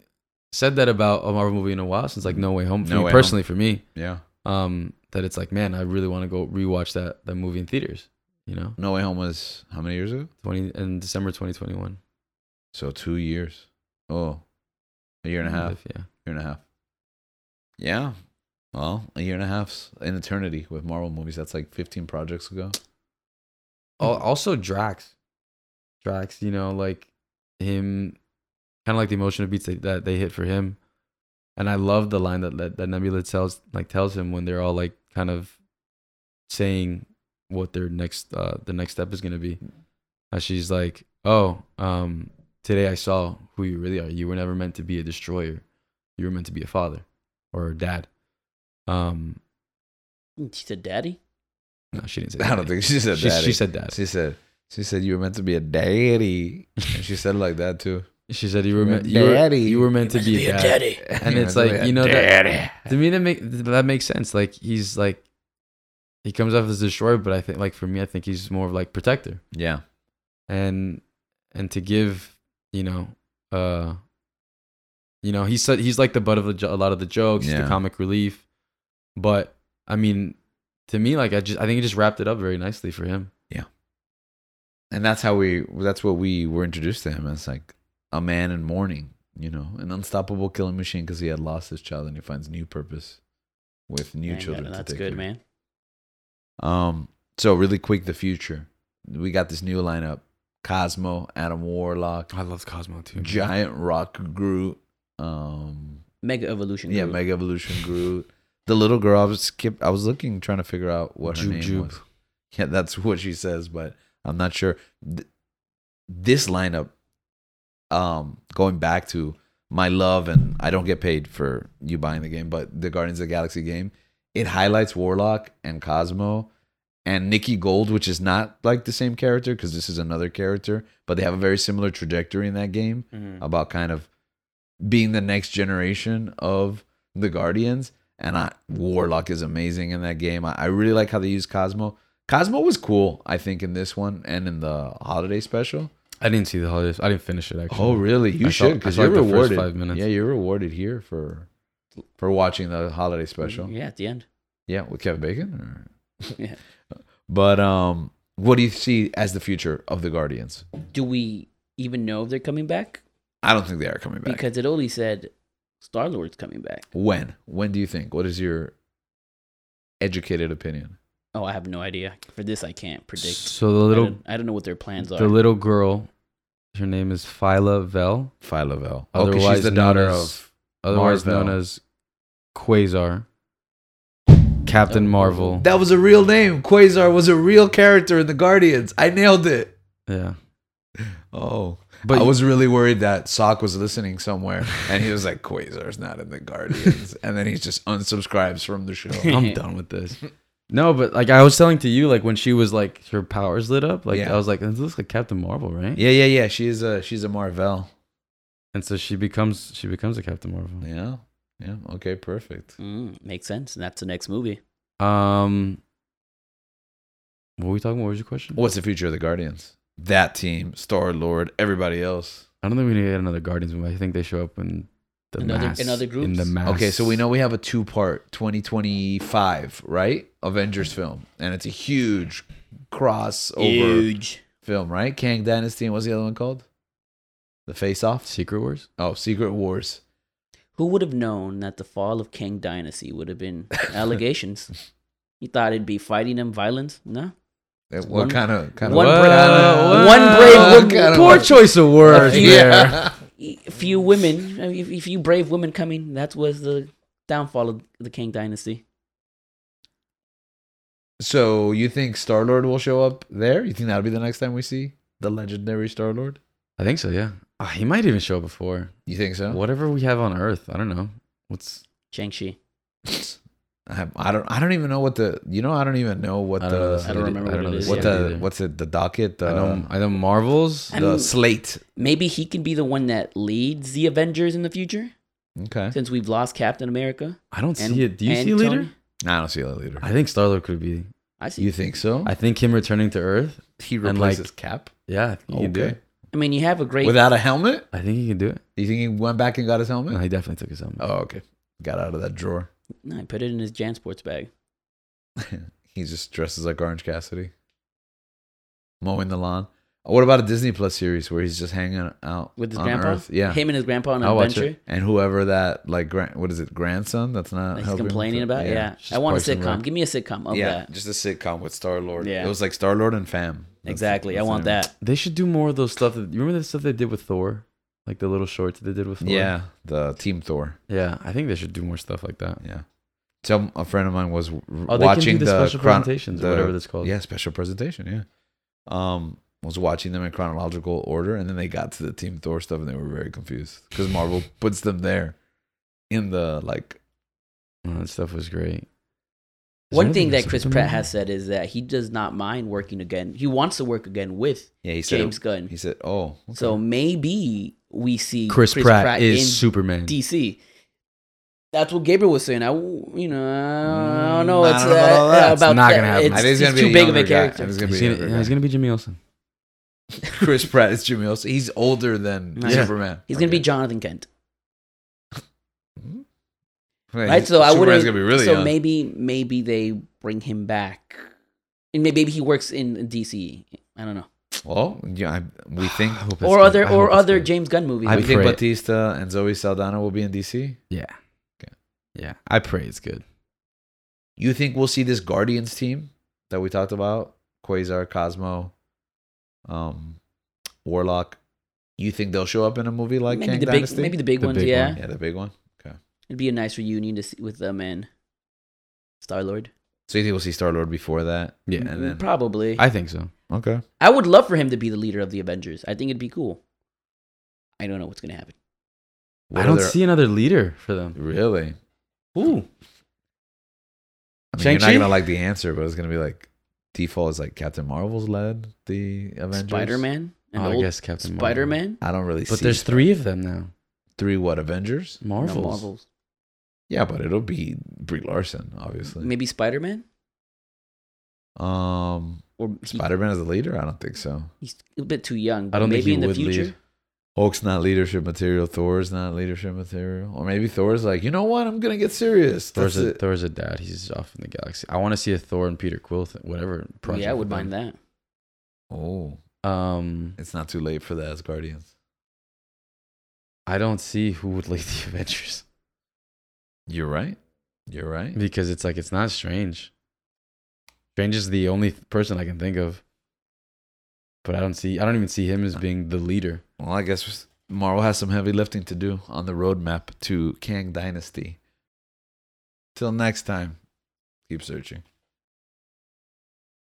[SPEAKER 2] said that about a Marvel movie in a while since like No Way Home. For
[SPEAKER 1] No
[SPEAKER 2] me,
[SPEAKER 1] Way
[SPEAKER 2] personally, for me,
[SPEAKER 1] Yeah.
[SPEAKER 2] um, that it's like, man, I really want to go rewatch that that movie in theaters. You know,
[SPEAKER 1] No Way Home was how many years ago?
[SPEAKER 2] twenty in December twenty twenty one.
[SPEAKER 1] So two years. Oh, a year and a half.
[SPEAKER 2] Yeah.
[SPEAKER 1] Year and a half. Yeah. Well, a year and a half's an eternity with Marvel movies. That's like 15 projects ago.
[SPEAKER 2] Al- Also Drax. Drax, you know, like him, kind of like the emotion of beats that, that they hit for him. And I love the line that, that that Nebula tells like tells him when they're all like kind of saying what their next uh the next step is gonna be. And she's like, "Oh, um, today I saw who you really are. You were never meant to be a destroyer. You were meant to be a father or a dad." Um,
[SPEAKER 3] She said, Mm, "Daddy."
[SPEAKER 2] no, she didn't say.
[SPEAKER 1] I don't
[SPEAKER 2] daddy.
[SPEAKER 1] think she said
[SPEAKER 2] she,
[SPEAKER 1] that.
[SPEAKER 2] she said that.
[SPEAKER 1] She said, she said you were meant to be a daddy. And she said it like that too.
[SPEAKER 2] She said you were
[SPEAKER 1] You're
[SPEAKER 2] meant
[SPEAKER 1] a
[SPEAKER 2] you were,
[SPEAKER 1] daddy.
[SPEAKER 2] you were meant to be a dad.
[SPEAKER 3] daddy.
[SPEAKER 2] And
[SPEAKER 1] You're
[SPEAKER 2] it's
[SPEAKER 1] meant to
[SPEAKER 2] like,
[SPEAKER 1] be a
[SPEAKER 2] you know that-
[SPEAKER 1] daddy.
[SPEAKER 2] To me that make that makes sense. Like he's like he comes off as destroyer, but I think like for me I think he's more of like protector.
[SPEAKER 1] Yeah.
[SPEAKER 2] And and to give, you know, uh you know, he's su- he's like the butt of a, jo- a lot of the jokes, the
[SPEAKER 1] Yeah.
[SPEAKER 2] comic relief. But I mean, to me like I just I think he just wrapped it up very nicely for him.
[SPEAKER 1] And that's how we, that's what we were introduced to him as like a man in mourning, you know, an unstoppable killing machine because he had lost his child and he finds new purpose with new
[SPEAKER 3] Man,
[SPEAKER 1] children. to
[SPEAKER 3] uh, That's
[SPEAKER 1] take
[SPEAKER 3] good,
[SPEAKER 1] care.
[SPEAKER 3] man.
[SPEAKER 1] Um, so really quick, the future. We got this new lineup: Cosmo, Adam Warlock,
[SPEAKER 2] I love Cosmo too.
[SPEAKER 1] Giant Rock Groot. Um,
[SPEAKER 3] Mega evolution.
[SPEAKER 1] yeah,
[SPEAKER 3] Groot.
[SPEAKER 1] Mega Evolution Groot. The little girl. I was skip. I was looking, trying to figure out what her name
[SPEAKER 2] Jujube.
[SPEAKER 1] was. Yeah, that's what she says, but I'm not sure. Th- this lineup, um, going back to my love, and I don't get paid for you buying the game, but the Guardians of the Galaxy game, it highlights Warlock and Cosmo and Nikki Gold, which is not like the same character because this is another character, but they have a very similar trajectory in that game
[SPEAKER 2] Mhm.
[SPEAKER 1] about kind of being the next generation of the Guardians. And I, Warlock is amazing in that game. I, I really like how they use Cosmo. Cosmo was cool, I think, in this one and in the holiday special.
[SPEAKER 2] I didn't see the holidays. I didn't finish it actually.
[SPEAKER 1] Oh, really? You
[SPEAKER 2] I saw-
[SPEAKER 1] should
[SPEAKER 2] I
[SPEAKER 1] because
[SPEAKER 2] saw
[SPEAKER 1] you're
[SPEAKER 2] like the first
[SPEAKER 1] rewarded.
[SPEAKER 2] five minutes.
[SPEAKER 1] Yeah, you're rewarded here for for watching the holiday special.
[SPEAKER 3] Yeah, at the end.
[SPEAKER 1] Yeah, with Kevin Bacon. Or...
[SPEAKER 3] Yeah.
[SPEAKER 1] But um, what do you see as the future of the Guardians?
[SPEAKER 3] Do we even know if they're coming back?
[SPEAKER 1] I don't think they are coming back.
[SPEAKER 3] Because it only said Star Lord's coming back.
[SPEAKER 1] when? When do you think? What is your educated opinion?
[SPEAKER 3] Oh, I have no idea. For this, I can't predict.
[SPEAKER 2] So the
[SPEAKER 3] I
[SPEAKER 2] little
[SPEAKER 3] don't, I don't know what their plans are.
[SPEAKER 2] the little girl, her name is Phyla Vel,
[SPEAKER 1] Phi Lavelle. okay, she's
[SPEAKER 2] Otherwise
[SPEAKER 1] the
[SPEAKER 2] known
[SPEAKER 1] daughter
[SPEAKER 2] as-
[SPEAKER 1] of.
[SPEAKER 2] otherwise
[SPEAKER 1] Marvel.
[SPEAKER 2] known as Quasar, Captain
[SPEAKER 3] Oh.
[SPEAKER 2] Marvel.
[SPEAKER 1] That was a real name. Quasar was a real character in the Guardians. I nailed it.
[SPEAKER 2] yeah,
[SPEAKER 1] Oh,
[SPEAKER 2] but
[SPEAKER 1] I was really worried that Sock was listening somewhere, and he was like, "Quasar's not in the Guardians," and then he just unsubscribes from the show.
[SPEAKER 2] I'm done with this. No, but like I was telling to you, like when she was like her powers lit up, like
[SPEAKER 1] Yeah.
[SPEAKER 2] I was like, this looks like Captain Marvel, right?
[SPEAKER 1] Yeah, yeah, yeah. She's a she's a Marvel.
[SPEAKER 2] And so she becomes she becomes a Captain Marvel.
[SPEAKER 1] Yeah, yeah. Okay, perfect.
[SPEAKER 3] Mm, makes sense. And that's the next movie.
[SPEAKER 2] Um, what were we talking? about? What was your question?
[SPEAKER 1] What's the future of the Guardians? That team, Star Lord, everybody else.
[SPEAKER 2] I don't think we need to get another Guardians movie. I think they show up in the
[SPEAKER 3] Another-
[SPEAKER 2] mass,
[SPEAKER 3] in other
[SPEAKER 2] In the
[SPEAKER 3] groups?
[SPEAKER 2] mass.
[SPEAKER 1] Okay, so we know we have a two part 2025, right? Avengers film. And it's a huge crossover
[SPEAKER 3] Huge.
[SPEAKER 1] film, right? Kang Dynasty and what's the other one called? The Face Off?
[SPEAKER 2] Secret Wars.
[SPEAKER 1] Oh, Secret Wars.
[SPEAKER 3] Who would have known that the fall of King Dynasty would have been allegations? you thought it'd be fighting and violence? No.
[SPEAKER 1] What
[SPEAKER 3] One-
[SPEAKER 1] kind of kind
[SPEAKER 3] one
[SPEAKER 1] of
[SPEAKER 3] brave-
[SPEAKER 1] Kinda-
[SPEAKER 3] one brave
[SPEAKER 1] what kind of-
[SPEAKER 2] poor choice of words
[SPEAKER 3] Yeah.
[SPEAKER 2] there.
[SPEAKER 3] E- Few women, a few- few brave women coming. That was the downfall of the King Dynasty.
[SPEAKER 1] So you think Star Lord will show up there? You think that'll be the next time we see the legendary Star Lord?
[SPEAKER 2] I think so, yeah. Ah, he might even show before.
[SPEAKER 1] You think so?
[SPEAKER 2] Whatever we have on Earth, I don't know. What's
[SPEAKER 3] Shang-Chi.
[SPEAKER 1] I, have- I don't. I don't even know what the. You know, I don't even know what
[SPEAKER 2] I don't know
[SPEAKER 1] the.
[SPEAKER 2] this
[SPEAKER 3] I don't
[SPEAKER 2] lady-
[SPEAKER 3] remember what
[SPEAKER 2] know
[SPEAKER 3] it
[SPEAKER 2] this
[SPEAKER 3] is
[SPEAKER 1] what
[SPEAKER 2] lady
[SPEAKER 3] yet.
[SPEAKER 1] the?
[SPEAKER 2] either.
[SPEAKER 1] What's it? The docket. The,
[SPEAKER 2] I know I know Marvels.
[SPEAKER 3] I
[SPEAKER 1] the
[SPEAKER 3] mean-
[SPEAKER 1] slate.
[SPEAKER 3] Maybe he can be the one that leads the Avengers in the future,
[SPEAKER 1] Okay.
[SPEAKER 3] since we've lost Captain America.
[SPEAKER 2] I don't
[SPEAKER 3] And,
[SPEAKER 2] see it. Do you
[SPEAKER 3] and
[SPEAKER 2] see leader?
[SPEAKER 3] Tony.
[SPEAKER 1] Nah, I don't see that later.
[SPEAKER 2] I think Star Lord could be.
[SPEAKER 3] I see.
[SPEAKER 1] You think so?
[SPEAKER 2] I think him returning to Earth.
[SPEAKER 1] he
[SPEAKER 2] and like-
[SPEAKER 1] Cap.
[SPEAKER 2] Yeah, I think he can do
[SPEAKER 1] Okay.
[SPEAKER 2] it.
[SPEAKER 3] I mean, you have a great
[SPEAKER 1] Without a helmet?
[SPEAKER 2] I think he can do it.
[SPEAKER 1] You think he went back and got his
[SPEAKER 2] No,
[SPEAKER 1] helmet?
[SPEAKER 2] he definitely took his helmet.
[SPEAKER 1] Oh, okay. Got out of that drawer.
[SPEAKER 3] No, I put it in his JanSports bag.
[SPEAKER 1] he just dresses like Orange Cassidy. mowing the lawn. What about a Disney Plus series where he's just hanging out
[SPEAKER 3] with his
[SPEAKER 1] on
[SPEAKER 3] grandpa.
[SPEAKER 1] Earth? Yeah,
[SPEAKER 3] him and his grandpa on an
[SPEAKER 1] I'll watch
[SPEAKER 3] adventure.
[SPEAKER 1] it. And whoever that like grand, what is it, grandson? That's not
[SPEAKER 3] Like he's
[SPEAKER 1] helping with
[SPEAKER 3] complaining
[SPEAKER 1] it?
[SPEAKER 3] about. Yeah,
[SPEAKER 1] just
[SPEAKER 3] I want a
[SPEAKER 1] play some
[SPEAKER 3] sitcom.
[SPEAKER 1] rap.
[SPEAKER 3] Give me a sitcom of
[SPEAKER 1] yeah,
[SPEAKER 3] that.
[SPEAKER 1] just a sitcom with Star Lord.
[SPEAKER 3] Yeah.
[SPEAKER 1] it was like Star Lord and Fam. That's-
[SPEAKER 3] exactly. I
[SPEAKER 1] that's the
[SPEAKER 3] want
[SPEAKER 1] name of
[SPEAKER 3] that.
[SPEAKER 2] They should do more of those stuff. That, you remember the stuff they did with Thor, like the little shorts that they did with Thor.
[SPEAKER 1] it. Yeah, the Team Thor.
[SPEAKER 2] yeah. I think they should do more stuff like that.
[SPEAKER 1] Yeah. Some a friend of mine was r-
[SPEAKER 2] Oh, they
[SPEAKER 1] watching
[SPEAKER 2] can do the,
[SPEAKER 1] the,
[SPEAKER 2] special
[SPEAKER 1] chron-
[SPEAKER 2] presentations
[SPEAKER 1] the-
[SPEAKER 2] or whatever that's called.
[SPEAKER 1] yeah special presentation. Yeah, um, was watching them in chronological order, and then they got to the Team Thor stuff, and they were very confused because Marvel puts them there in the like.
[SPEAKER 2] Oh, that stuff was great. Is
[SPEAKER 3] One
[SPEAKER 2] there
[SPEAKER 3] thing
[SPEAKER 2] anything
[SPEAKER 3] that Chris
[SPEAKER 2] else?
[SPEAKER 3] Pratt has said is that he does not mind working again. He wants to work again with
[SPEAKER 1] Yeah, he said. it-
[SPEAKER 3] James Gunn.
[SPEAKER 1] he said, "Oh, okay.
[SPEAKER 3] So maybe we see
[SPEAKER 2] Chris, Pratt, is Superman.
[SPEAKER 3] DC. That's what Gabriel was saying. I, w- you know, I don't know.
[SPEAKER 1] Mm, I
[SPEAKER 3] It's
[SPEAKER 1] don't know about all
[SPEAKER 3] uh,
[SPEAKER 1] that.
[SPEAKER 2] It's not gonna happen.
[SPEAKER 3] It's,
[SPEAKER 1] I think it's
[SPEAKER 3] he's
[SPEAKER 1] gonna be
[SPEAKER 3] too
[SPEAKER 1] a
[SPEAKER 3] big of
[SPEAKER 1] younger
[SPEAKER 3] a
[SPEAKER 1] guy. I
[SPEAKER 3] character.
[SPEAKER 1] think it's gonna
[SPEAKER 2] He's
[SPEAKER 1] be a
[SPEAKER 2] gonna,
[SPEAKER 1] younger
[SPEAKER 2] yeah, he's
[SPEAKER 1] guy.
[SPEAKER 2] gonna be Jimmy Olsen.
[SPEAKER 1] Chris Pratt is Jimmy Olsen. He's older than
[SPEAKER 3] Yeah.
[SPEAKER 1] Superman.
[SPEAKER 3] He's gonna be Jonathan Kent,
[SPEAKER 1] be
[SPEAKER 3] right? So I would.
[SPEAKER 1] Hmm? Superman's gonna be really
[SPEAKER 3] So
[SPEAKER 1] young.
[SPEAKER 3] maybe, maybe they bring him back, and maybe, maybe he works in DC. I don't know,
[SPEAKER 1] well, yeah, I, we think.
[SPEAKER 2] I hope it's
[SPEAKER 3] or
[SPEAKER 2] good.
[SPEAKER 3] other
[SPEAKER 2] I
[SPEAKER 3] or
[SPEAKER 2] hope it's
[SPEAKER 3] other
[SPEAKER 2] good.
[SPEAKER 3] James Gunn movies.
[SPEAKER 2] I
[SPEAKER 1] we
[SPEAKER 3] Like,
[SPEAKER 1] think
[SPEAKER 2] pray.
[SPEAKER 1] Batista and Zoe Saldana will be in DC.
[SPEAKER 2] Yeah.
[SPEAKER 1] Okay.
[SPEAKER 2] Yeah. I pray it's good.
[SPEAKER 1] You think we'll see this Guardians team that we talked about? Quasar, Cosmo, um, Warlock. You think they'll show up in a movie like
[SPEAKER 3] maybe
[SPEAKER 1] Kang
[SPEAKER 3] the
[SPEAKER 1] Dynasty?
[SPEAKER 3] big, maybe the big
[SPEAKER 2] The
[SPEAKER 3] ones.
[SPEAKER 2] big
[SPEAKER 3] yeah,
[SPEAKER 2] one.
[SPEAKER 1] yeah, the big one.
[SPEAKER 3] it'd be a nice reunion to see with them and Star Lord.
[SPEAKER 1] So you think we'll see Star Lord before that?
[SPEAKER 2] Yeah.
[SPEAKER 1] and then
[SPEAKER 3] Probably.
[SPEAKER 2] I think so.
[SPEAKER 1] okay,
[SPEAKER 3] I would love for him to be the leader of the Avengers. I think it'd be cool. I don't know what's gonna happen.
[SPEAKER 1] What
[SPEAKER 2] I don't
[SPEAKER 1] other-
[SPEAKER 2] see another leader for them.
[SPEAKER 1] really.
[SPEAKER 2] Ooh.
[SPEAKER 1] I mean, you're not
[SPEAKER 2] Shang-Chi?
[SPEAKER 1] gonna like the answer, but it's gonna be like default is like Captain Marvel's led the Avengers.
[SPEAKER 3] Spider Man and
[SPEAKER 2] Oh, I
[SPEAKER 3] old
[SPEAKER 2] guess Captain Marvel.
[SPEAKER 3] Spider Man.
[SPEAKER 1] I don't really.
[SPEAKER 2] But
[SPEAKER 1] see
[SPEAKER 2] there's
[SPEAKER 1] Sp-
[SPEAKER 2] three of them now.
[SPEAKER 1] three what Avengers?
[SPEAKER 2] Marvels.
[SPEAKER 3] Marvels.
[SPEAKER 1] Yeah, but it'll be Brie Larson, obviously.
[SPEAKER 3] Maybe Spider Man
[SPEAKER 1] Um,
[SPEAKER 3] or he-
[SPEAKER 1] Spider Man as a leader? I don't think so.
[SPEAKER 3] he's a bit too young. But
[SPEAKER 2] I don't think
[SPEAKER 3] maybe
[SPEAKER 2] he
[SPEAKER 3] in the
[SPEAKER 2] would lead.
[SPEAKER 3] future.
[SPEAKER 1] Hulk's not leadership material. Thor's not leadership material. Or maybe Thor's like, you know what? I'm gonna get serious.
[SPEAKER 2] Thor's
[SPEAKER 1] That's
[SPEAKER 2] a,
[SPEAKER 1] it.
[SPEAKER 2] Thor's a dad. He's off in the galaxy. I want to see a Thor and Peter Quill, th- whatever. project
[SPEAKER 3] yeah, I would
[SPEAKER 2] with
[SPEAKER 3] mind
[SPEAKER 2] them.
[SPEAKER 3] that.
[SPEAKER 1] Oh,
[SPEAKER 2] Um,
[SPEAKER 1] it's not too late for the Asgardians.
[SPEAKER 2] I don't see who would lead the Avengers
[SPEAKER 1] You're right. You're right.
[SPEAKER 2] because it's like it's not Strange. Strange is the only th- person I can think of, but I don't see. I don't even see him as being the leader.
[SPEAKER 1] Well, I guess Marvel has some heavy lifting to do on the roadmap to Kang Dynasty. Till next time, keep searching.